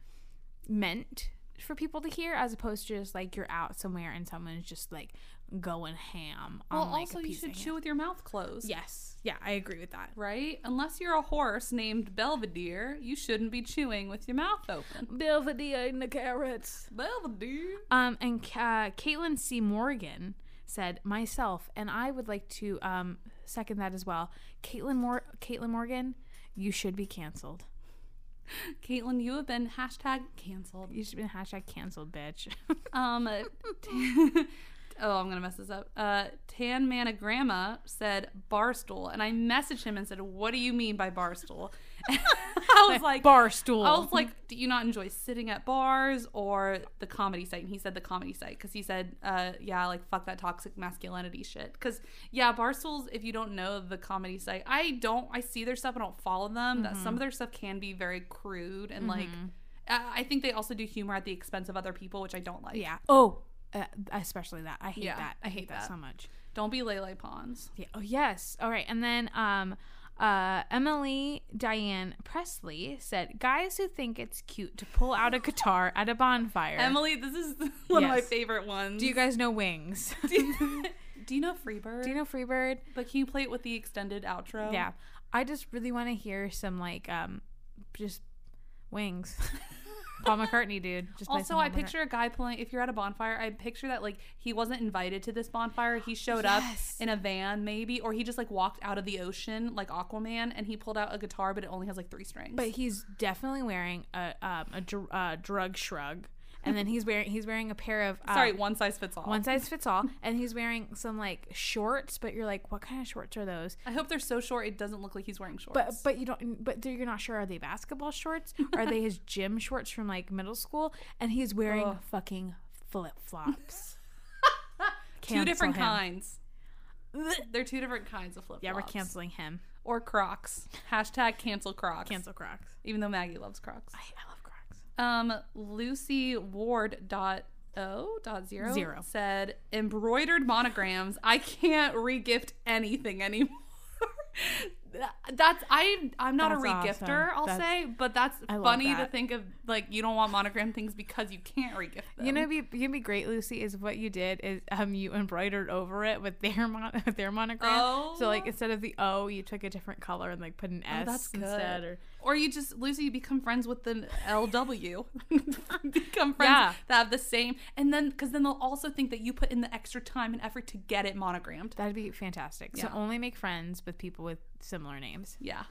Speaker 2: meant for people to hear as opposed to just like you're out somewhere and someone's just like going ham
Speaker 1: Well,
Speaker 2: on like
Speaker 1: also
Speaker 2: a
Speaker 1: you
Speaker 2: piece
Speaker 1: should
Speaker 2: of
Speaker 1: chew
Speaker 2: ham.
Speaker 1: with your mouth closed.
Speaker 2: Yes. Yeah, I agree with that.
Speaker 1: Right? Unless you're a horse named Belvedere, you shouldn't be chewing with your mouth open.
Speaker 2: Belvedere and the carrots.
Speaker 1: Belvedere.
Speaker 2: Um, and uh, Caitlin C. Morgan said, myself, and I would like to um, second that as well. Caitlin, Mor- Caitlin Morgan, you should be canceled.
Speaker 1: Caitlin, you have been hashtag canceled.
Speaker 2: You should be hashtag canceled, bitch.
Speaker 1: Um, uh, t- oh, I'm gonna mess this up. Uh, Tan Managramma said barstool, and I messaged him and said, "What do you mean by barstool?" I was like,
Speaker 2: bar stool.
Speaker 1: I was like, "Do you not enjoy sitting at bars or the comedy site?" And he said the comedy site because he said, uh, "Yeah, like fuck that toxic masculinity shit." Because yeah, barstools. If you don't know the comedy site, I don't. I see their stuff. I don't follow them. That some of their stuff can be very crude and like. I I think they also do humor at the expense of other people, which I don't like.
Speaker 2: yeah. Oh, uh, especially that. I hate
Speaker 1: Yeah,
Speaker 2: that.
Speaker 1: I hate that.
Speaker 2: so much.
Speaker 1: Don't be Lele Pons.
Speaker 2: Yeah. Oh yes. All right. And then um uh Emily Diane Presley said guys who think it's cute to pull out a guitar at a bonfire.
Speaker 1: Emily, this is one of my
Speaker 2: Yes.
Speaker 1: favorite ones.
Speaker 2: Do you guys know Wings?
Speaker 1: do, you, do you know Freebird?
Speaker 2: Do you know Freebird?
Speaker 1: But can you play it with the extended outro?
Speaker 2: Yeah. I just really want to hear some like um just Wings. Paul McCartney dude. Just play
Speaker 1: Also,
Speaker 2: some
Speaker 1: I
Speaker 2: Paul McCartney.
Speaker 1: picture a guy pulling. If you're at a bonfire, I picture that like he wasn't invited to this bonfire. He showed
Speaker 2: Yes.
Speaker 1: up in a van, maybe, or he just like walked out of the ocean like Aquaman, and he pulled out a guitar, but it only has like three strings.
Speaker 2: But he's definitely wearing a um, a dr- uh, drug shrug, and then he's wearing he's wearing a pair of uh,
Speaker 1: sorry, one size fits all.
Speaker 2: one size fits all, and he's wearing some like shorts. But you're like, what kind of shorts are those?
Speaker 1: I hope they're so short it doesn't look like he's wearing shorts.
Speaker 2: But but you don't but you're not sure are they basketball shorts? Are they his gym shorts from like middle school? And he's wearing
Speaker 1: Ugh.
Speaker 2: fucking flip flops.
Speaker 1: two different kinds. They're two different kinds of flip flops.
Speaker 2: Yeah, we're canceling him.
Speaker 1: Or Crocs. Hashtag cancel Crocs.
Speaker 2: Cancel Crocs.
Speaker 1: Even though Maggie loves Crocs.
Speaker 2: I, I love Crocs.
Speaker 1: Um, Lucy Ward dot O dot zero,
Speaker 2: Zero.
Speaker 1: said embroidered monograms. I can't regift anything anymore. That- that's I. I'm not a
Speaker 2: That's
Speaker 1: regifter.
Speaker 2: awesome.
Speaker 1: I'll
Speaker 2: That's-
Speaker 1: say, but that's
Speaker 2: I love
Speaker 1: funny to
Speaker 2: that.
Speaker 1: think of. Like you don't want monogram things because you can't regift them.
Speaker 2: You know, be you'd be great, Lucy. Is what you did is um you embroidered over it with their mon- with their monogram. So like
Speaker 1: Oh.
Speaker 2: instead of the O, you took a different color and like put an S
Speaker 1: that's good.
Speaker 2: instead. Or
Speaker 1: or you just Lucy you become friends with the LW, become friends
Speaker 2: Yeah.
Speaker 1: that have the same, and then because then they'll also think that you put in the extra time and effort to get it monogrammed.
Speaker 2: that'd be fantastic.
Speaker 1: Yeah.
Speaker 2: So only make friends with people with similar names.
Speaker 1: Yeah.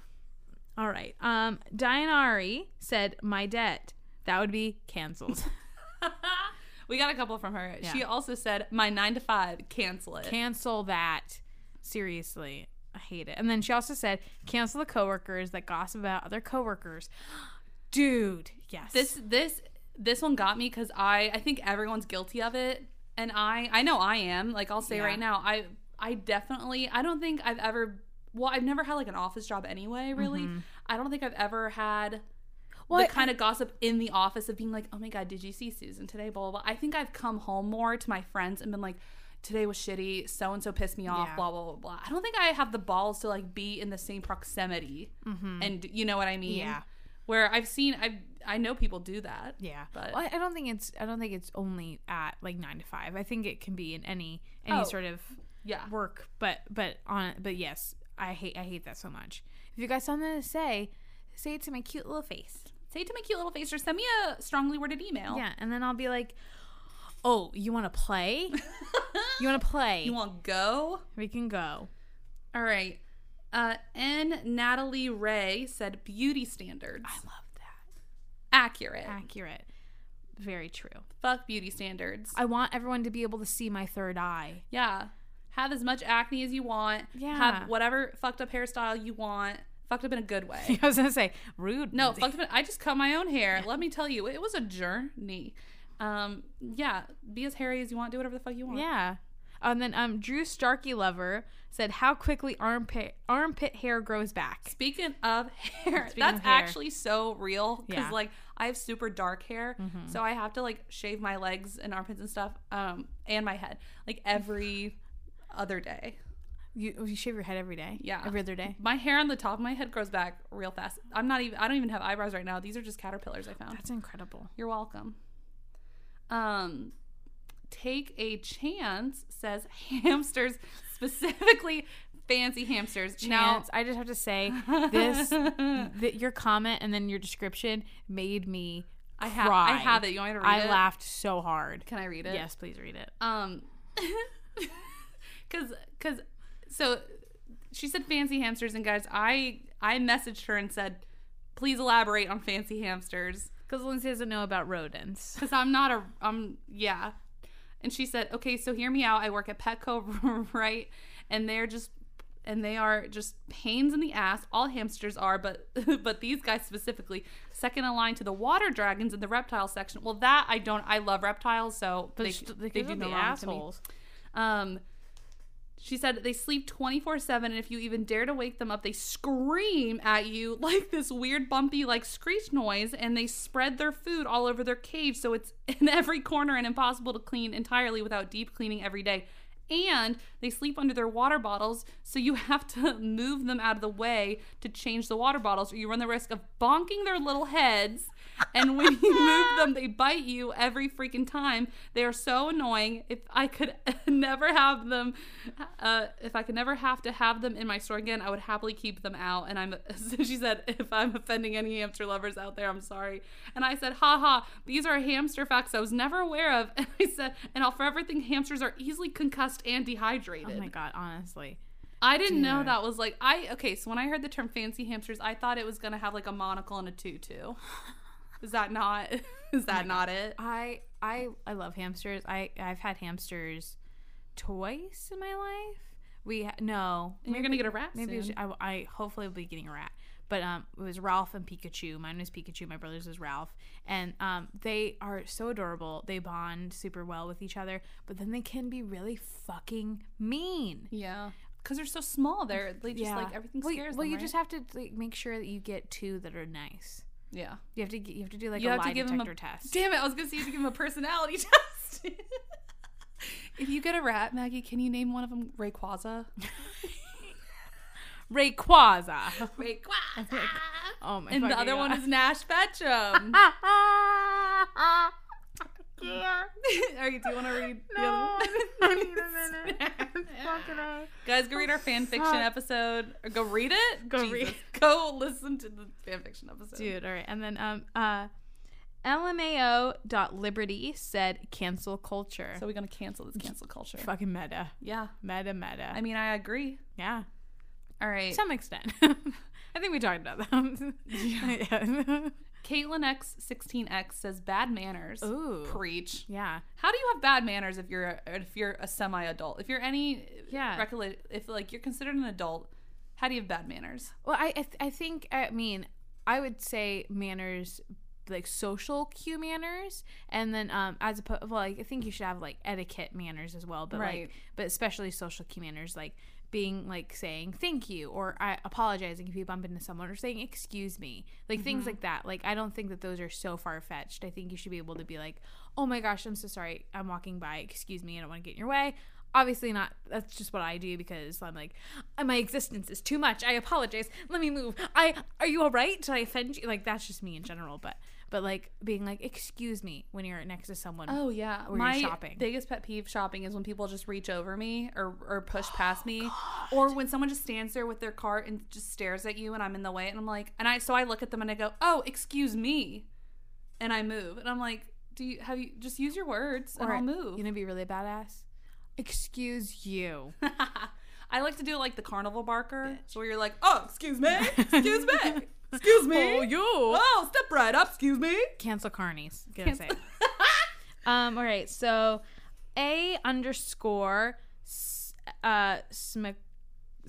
Speaker 2: All right. Um, Dianari said my debt. That would be canceled.
Speaker 1: We got a couple from her.
Speaker 2: Yeah.
Speaker 1: She also said, "My nine to five, cancel it."
Speaker 2: cancel that. Seriously. I hate it. And then she also said, cancel the coworkers that gossip about other coworkers. Dude, yes.
Speaker 1: this this this one got me because I I think everyone's guilty of it, and I I know I am. Like I'll say
Speaker 2: Yeah.
Speaker 1: right now, I I definitely I don't think I've ever. Well, I've never had like an office job anyway. Really, I don't think I've ever had.
Speaker 2: Mm-hmm. Well, I-
Speaker 1: the kind of gossip in the office of being like, oh my god, did you see Susan today? Blah blah. blah. I think I've come home more to my friends and been like, today was shitty. So and so pissed me off.
Speaker 2: Yeah.
Speaker 1: Blah blah blah blah. I don't think I have the balls to like be in the same proximity, and you know what I mean.
Speaker 2: Mm-hmm. Yeah.
Speaker 1: Where I've seen, I I know people do that.
Speaker 2: Yeah,
Speaker 1: But-
Speaker 2: well, I- I don't think it's I don't think it's only at like nine to five. I think it can be in any any
Speaker 1: Oh.
Speaker 2: sort of
Speaker 1: Yeah.
Speaker 2: work, but but on but yes, I hate I hate that so much. If you got something to say, say it to my cute little face.
Speaker 1: Say it to my cute little face or send me a strongly worded email.
Speaker 2: Yeah, and then I'll be like, oh, you want to play? you want to play?
Speaker 1: You want to go?
Speaker 2: we can go.
Speaker 1: All right. Uh, N. Natalie Ray said beauty standards.
Speaker 2: I love that.
Speaker 1: Accurate.
Speaker 2: Accurate. Very true.
Speaker 1: Fuck beauty standards.
Speaker 2: I want everyone to be able to see my third eye.
Speaker 1: Yeah. Have as much acne as you want.
Speaker 2: Yeah.
Speaker 1: Have whatever fucked up hairstyle you want. Fucked up in a good way.
Speaker 2: I was gonna say rude.
Speaker 1: No, fucked up. In, I just cut my own hair. Let me tell you, it was a journey. Um, yeah, be as hairy as you want. Do whatever the fuck you want.
Speaker 2: Yeah. And then um, Drew Starkey Lover said, "How quickly armpit armpit hair grows back."
Speaker 1: Speaking of hair,
Speaker 2: Speaking
Speaker 1: that's
Speaker 2: of hair.
Speaker 1: actually so real because
Speaker 2: Yeah. Mm-hmm.
Speaker 1: like I have super dark hair, so I have to like shave my legs and armpits and stuff, um, and my head like every other day.
Speaker 2: You, you shave your head every day.
Speaker 1: Yeah.
Speaker 2: every other day.
Speaker 1: My hair on the top of my head grows back real fast. I'm not even. I don't even have eyebrows right now. These are just caterpillars I found.
Speaker 2: That's incredible.
Speaker 1: You're welcome. Um, take a chance says hamsters specifically fancy hamsters. Now
Speaker 2: Chance, I just have to say this: that your comment and then your description made me.
Speaker 1: I have I
Speaker 2: cry.
Speaker 1: have it. You want me to read
Speaker 2: I
Speaker 1: it?
Speaker 2: laughed so hard.
Speaker 1: Can I read it?
Speaker 2: Yes, please read it.
Speaker 1: Um, cause, cause, so she said fancy hamsters, and guys, I I messaged her and said, please elaborate on fancy hamsters,
Speaker 2: Because Lindsay doesn't know about rodents.
Speaker 1: cause I'm not a I'm yeah, and she said, okay, so hear me out. I work at Petco, right, and they're just and they are just pains in the ass all hamsters are but but these guys specifically second in line to the water dragons in the reptile section well that i don't i love reptiles so
Speaker 2: But
Speaker 1: they,
Speaker 2: sh-
Speaker 1: they
Speaker 2: these
Speaker 1: do
Speaker 2: are
Speaker 1: no
Speaker 2: the
Speaker 1: wrong to me
Speaker 2: assholes.
Speaker 1: um, she said they sleep 24 7, and if you even dare to wake them up, they scream at you like this weird, bumpy, like screech noise, and they spread their food all over their cage so it's in every corner and impossible to clean entirely without deep cleaning every day. and they sleep under their water bottles, so you have to move them out of the way to change the water bottles, or you run the risk of bonking their little heads. And when you move them, they bite you every freaking time. They are so annoying. If I could never have them, uh, if I could never have to have them in my store again, I would happily keep them out. And I'm, so she said, if I'm offending any hamster lovers out there, I'm sorry. And I said, haha, these are hamster facts I was never aware of. And I said, and I'll forever think hamsters are easily concussed and dehydrated.
Speaker 2: Oh my god, honestly.
Speaker 1: I didn't know that was like I okay. So when I heard the term fancy hamsters, I thought it was gonna have like a monocle and a tutu. Is that not? Is that not it?
Speaker 2: I I I love hamsters. I I've had hamsters twice in my life. We ha- no,
Speaker 1: And you're gonna get a rat
Speaker 2: maybe
Speaker 1: soon.
Speaker 2: it was- I, I hopefully will be getting a rat. But um, it was Ralph and Pikachu. Mine was Pikachu. My brother's was Ralph, and um, they are so adorable. They bond super well with each other, but then they can be really fucking mean.
Speaker 1: yeah, because they're so small. They're they just like everything
Speaker 2: well, y-
Speaker 1: scares
Speaker 2: Well,
Speaker 1: them.
Speaker 2: you
Speaker 1: right?
Speaker 2: just have to like, make sure that you get two that are nice.
Speaker 1: yeah.
Speaker 2: You have to get, you have to do like
Speaker 1: You
Speaker 2: a
Speaker 1: have to
Speaker 2: lie
Speaker 1: give 'em a-
Speaker 2: detector test.
Speaker 1: Damn it! I was gonna say you have to give them a personality test. if you get a rat, Maggie, can you name one of them Rayquaza?
Speaker 2: Rayquaza.
Speaker 1: Rayquaza.
Speaker 2: Oh my
Speaker 1: and the other one is Nash Betchum. All right, do you want to read? the
Speaker 2: No,
Speaker 1: other-
Speaker 2: I need a minute.
Speaker 1: Guys, go read our fan fiction
Speaker 2: Oh, Fuck.
Speaker 1: episode. Or go read it.
Speaker 2: Go read-
Speaker 1: Go listen to the fan fiction episode.
Speaker 2: Dude, all right. And then um uh LMAO.liberty said cancel culture.
Speaker 1: So we're gonna cancel this cancel culture.
Speaker 2: fucking meta.
Speaker 1: Yeah.
Speaker 2: Meta meta.
Speaker 1: I mean, I agree.
Speaker 2: yeah.
Speaker 1: All right.
Speaker 2: To some extent. I think we talked about that. yeah.
Speaker 1: Caitlin X16X says bad manners.
Speaker 2: Ooh.
Speaker 1: Preach.
Speaker 2: yeah.
Speaker 1: How do you have bad manners if you're if you're a semi-adult? If you're any
Speaker 2: Yeah.
Speaker 1: recolla- if like you're considered an adult, how do you have bad manners?
Speaker 2: Well, I I, th- I think I mean I would say manners like social cue manners, and then um as opposed well like, I think you should have like etiquette manners as well, but
Speaker 1: Right.
Speaker 2: like but especially social cue manners like being like saying thank you or I apologizing if you bump into someone or saying excuse me like things like that like I don't think that those are so far fetched I think you should be able to be like oh my gosh I'm so sorry I'm walking by excuse me I don't want to get in your way obviously not that's just what I do because I'm like "Uh, my existence is too much I apologize let me move I are you all right did I offend you like that's just me in general but but like being like excuse me when you're next to someone
Speaker 1: Oh yeah,
Speaker 2: Or you're
Speaker 1: my
Speaker 2: shopping.
Speaker 1: biggest pet peeve shopping is when people just reach over me or or push past me, or when someone just stands there with their cart and just stares at you and I'm in the way and I'm like and I so I look at them and I go oh excuse me, and I move and I'm like do you have you just use your words and
Speaker 2: Or,
Speaker 1: I'll move.
Speaker 2: You know, be really badass. Excuse you.
Speaker 1: I like to do like the carnival barker, so where you're like oh excuse me, excuse me, excuse me,
Speaker 2: Oh, you.
Speaker 1: oh step right up, excuse me.
Speaker 2: Cancel carnies. Gonna say. um. All right. So, a underscore s- uh sm-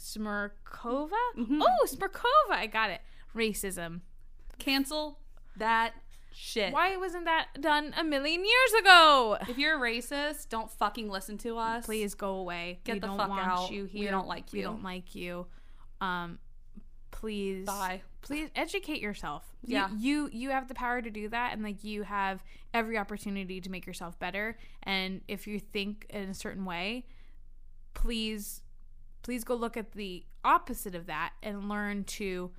Speaker 2: smirkova.
Speaker 1: Mm-hmm.
Speaker 2: Oh, smirkova. I got it. Racism.
Speaker 1: Cancel that shit.
Speaker 2: Why wasn't that done a million years ago?
Speaker 1: If you're a racist, don't fucking listen to us.
Speaker 2: Please go away.
Speaker 1: Get
Speaker 2: we
Speaker 1: the
Speaker 2: don't
Speaker 1: fuck
Speaker 2: want
Speaker 1: out.
Speaker 2: you
Speaker 1: We
Speaker 2: here.
Speaker 1: don't like
Speaker 2: We
Speaker 1: you.
Speaker 2: don't like you. Um. Please.
Speaker 1: die.
Speaker 2: please educate yourself You-
Speaker 1: Yeah.
Speaker 2: you, you have the power to do that and like you have every opportunity to make yourself better and if you think in a certain way please please go look at the opposite of that and learn to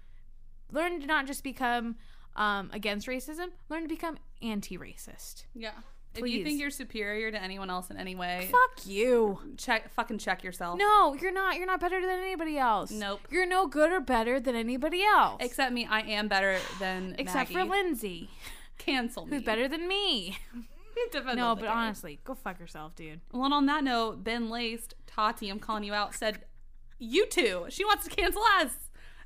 Speaker 2: learn to not just become um, against racism learn to become anti-racist
Speaker 1: Yeah. If you think
Speaker 2: Please.
Speaker 1: you're superior to anyone else in any way,
Speaker 2: fuck you
Speaker 1: check fucking check yourself.
Speaker 2: no you're not you're not better than anybody else
Speaker 1: Nope.
Speaker 2: you're no good or better than anybody else
Speaker 1: Except me, I am better than
Speaker 2: except for
Speaker 1: Maggie.
Speaker 2: lindsay
Speaker 1: cancel me.
Speaker 2: who's better than me
Speaker 1: Depends
Speaker 2: No,
Speaker 1: on the
Speaker 2: but
Speaker 1: day.
Speaker 2: honestly, go fuck yourself, dude.
Speaker 1: Well, and on that note, Ben Laced, Tati, I'm calling you out, said, "You too." She wants to cancel us.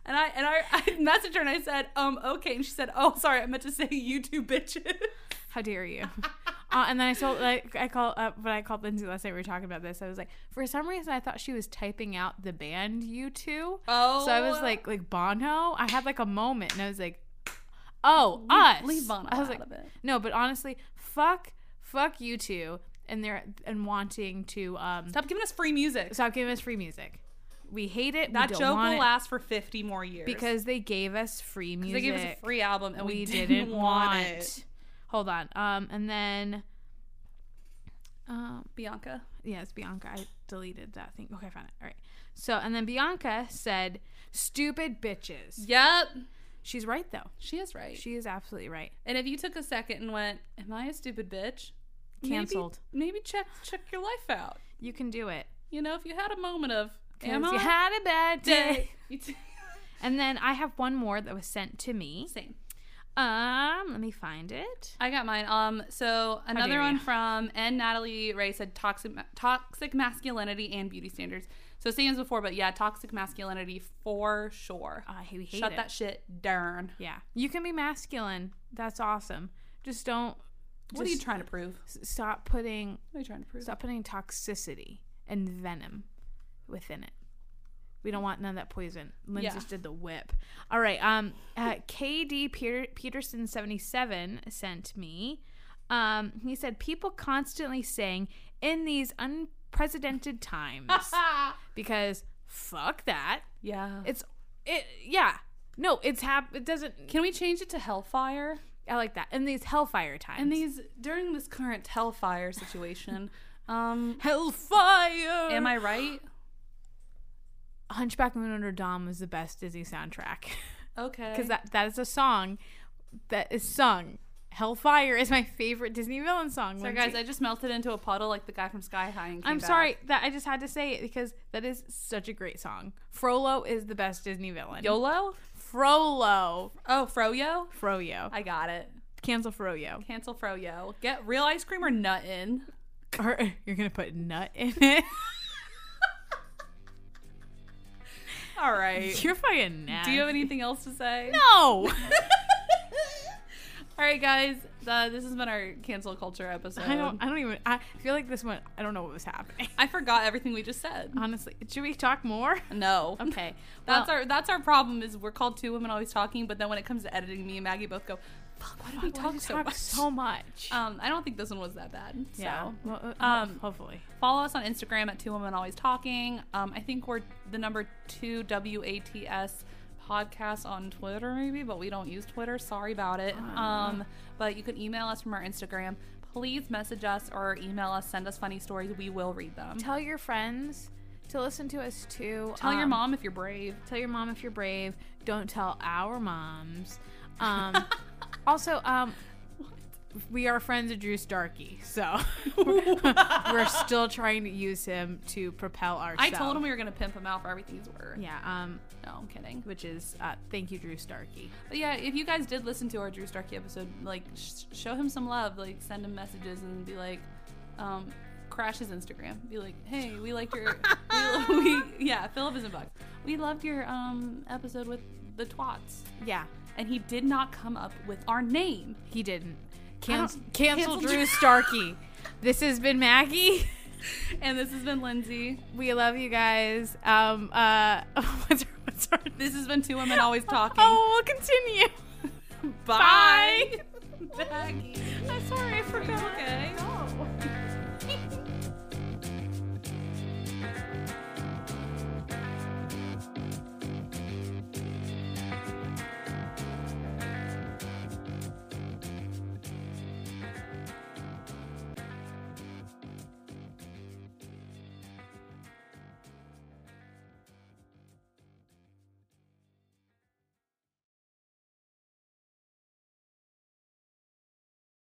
Speaker 1: And I and I, I messaged her and I said, um, okay. And she said, oh, sorry, I meant to say you two bitches.
Speaker 2: How dare you? uh, and then I told, like, I call uh, when I called Lindsay last night. We were talking about this. I was like, for some reason, I thought she was typing out the band you two.
Speaker 1: Oh,
Speaker 2: So I was like, like Bono. I had like a moment, and I was like, oh, us.
Speaker 1: leave Bono
Speaker 2: I was
Speaker 1: out
Speaker 2: like,
Speaker 1: of it.
Speaker 2: no, but honestly, fuck, fuck you two, and they're and wanting to um stop,
Speaker 1: stop giving us free music.
Speaker 2: giving us free music. We hate it.
Speaker 1: that
Speaker 2: we don't
Speaker 1: joke
Speaker 2: want
Speaker 1: will
Speaker 2: it
Speaker 1: last for 50 more years
Speaker 2: because they gave us free
Speaker 1: they
Speaker 2: music.
Speaker 1: gave us a free album and we, didn't, want it.
Speaker 2: Hold on. Um, and then, um,
Speaker 1: Bianca.
Speaker 2: yes, Bianca. I deleted that thing. Okay, I found it. All right. So, and then Bianca said, stupid bitches.
Speaker 1: Yep.
Speaker 2: She's right, though.
Speaker 1: She is right.
Speaker 2: She is absolutely right.
Speaker 1: and if you took a second and went, "Am I a stupid bitch?" Maybe-
Speaker 2: Cancelled.
Speaker 1: Maybe, check check your life out.
Speaker 2: You can do it.
Speaker 1: You know, if you had a moment of, "Am
Speaker 2: 'Cause
Speaker 1: I
Speaker 2: you had a bad day.
Speaker 1: day?" You t-
Speaker 2: and then I have one more that was sent to me.
Speaker 1: Same.
Speaker 2: Um, let me find it.
Speaker 1: I got mine. Um, so another
Speaker 2: dare
Speaker 1: one
Speaker 2: you.
Speaker 1: from and Natalie Ray said toxic toxic masculinity and beauty standards. So same as before, but yeah, toxic masculinity for sure.
Speaker 2: I hate, Ah, hate
Speaker 1: Shut
Speaker 2: it.
Speaker 1: that shit down.
Speaker 2: Yeah. You can be masculine. That's awesome. Just don't
Speaker 1: What are you
Speaker 2: Just-
Speaker 1: trying to prove?
Speaker 2: s- stop putting
Speaker 1: What are you trying to prove?
Speaker 2: stop putting toxicity and venom within it. We don't want none of that poison. Lynn
Speaker 1: Yeah.
Speaker 2: just did the whip. All right. Um, uh, KD Peter- Peterson seventy seven sent me. Um, he said people constantly saying in these unprecedented times
Speaker 1: ah!
Speaker 2: because fuck that.
Speaker 1: yeah.
Speaker 2: It's it yeah. No, it's hap. It doesn't.
Speaker 1: Can we change it to hellfire?
Speaker 2: I like that. In these hellfire times.
Speaker 1: And these during this current hellfire situation, um,
Speaker 2: hellfire.
Speaker 1: am I right?
Speaker 2: Hunchback of Notre Dame was the best Disney soundtrack
Speaker 1: Okay.
Speaker 2: because that that is a song that is sung. Hellfire is my favorite Disney villain song.
Speaker 1: Sorry,
Speaker 2: Lindsay.
Speaker 1: guys, I just melted into a puddle like the guy from Sky High. And came
Speaker 2: I'm
Speaker 1: back.
Speaker 2: sorry that I just had to say it because that is such a great song. Frollo is the best Disney villain.
Speaker 1: YOLO?
Speaker 2: Frollo,
Speaker 1: Oh, Froyo?
Speaker 2: Froyo,
Speaker 1: I got it.
Speaker 2: cancel Froyo.
Speaker 1: Cancel Froyo. Get real ice cream or nut in.
Speaker 2: Or you're gonna put nut in it.
Speaker 1: All right.
Speaker 2: you're fucking nasty.
Speaker 1: Do you have anything else to say?
Speaker 2: No.
Speaker 1: All right, guys. Uh, this has been our cancel culture episode.
Speaker 2: I don't. I don't even. I feel like this one. I don't know what was happening.
Speaker 1: I forgot everything we just said.
Speaker 2: Honestly, should we talk more?
Speaker 1: No.
Speaker 2: Okay.
Speaker 1: That's
Speaker 2: Well-
Speaker 1: our that's our problem is we're called two women always talking, but then when it comes to editing, me and Maggie both go, "Fuck, why do we talk so much?"
Speaker 2: so much.
Speaker 1: um, I don't think this one was that bad.
Speaker 2: yeah.
Speaker 1: So
Speaker 2: Well, uh,
Speaker 1: um,
Speaker 2: hopefully.
Speaker 1: follow us on Instagram at Two Women Always Talking. Um, I think we're the number two W A T S podcast on Twitter, maybe, but we don't use Twitter. Sorry about it. Um, but you can email us from our Instagram. Please message us or email us. Send us funny stories. We will read them.
Speaker 2: Tell your friends to listen to us too.
Speaker 1: Tell your
Speaker 2: Um,
Speaker 1: mom if you're brave.
Speaker 2: Tell your mom if you're brave. Don't tell our moms. Um, also, um, we are friends of Drew Starkey, so we're, we're still trying to use him to propel ourselves.
Speaker 1: I told him we were gonna pimp him out for everything he's worth.
Speaker 2: Yeah. Um,
Speaker 1: No, I'm kidding.
Speaker 2: which is uh, thank you, Drew Starkey.
Speaker 1: But yeah, if you guys did listen to our Drew Starkey episode, like sh- show him some love, like send him messages and be like, um, crash his Instagram, be like, hey, we like your, we, lo- we yeah, Philip is inbox. We loved your um episode with the twats,
Speaker 2: Yeah.
Speaker 1: and he did not come up with our name.
Speaker 2: He didn't.
Speaker 1: don't-
Speaker 2: Cancel, cancel
Speaker 1: cancel
Speaker 2: Drew
Speaker 1: Drew-
Speaker 2: Starkey. this has been Maggie.
Speaker 1: And this has been Lindsay.
Speaker 2: We love you guys. Um, uh, what's our, what's our
Speaker 1: This has been two women always talking.
Speaker 2: Oh, we'll continue.
Speaker 1: bye.
Speaker 2: I'm sorry, I forgot.
Speaker 1: Okay.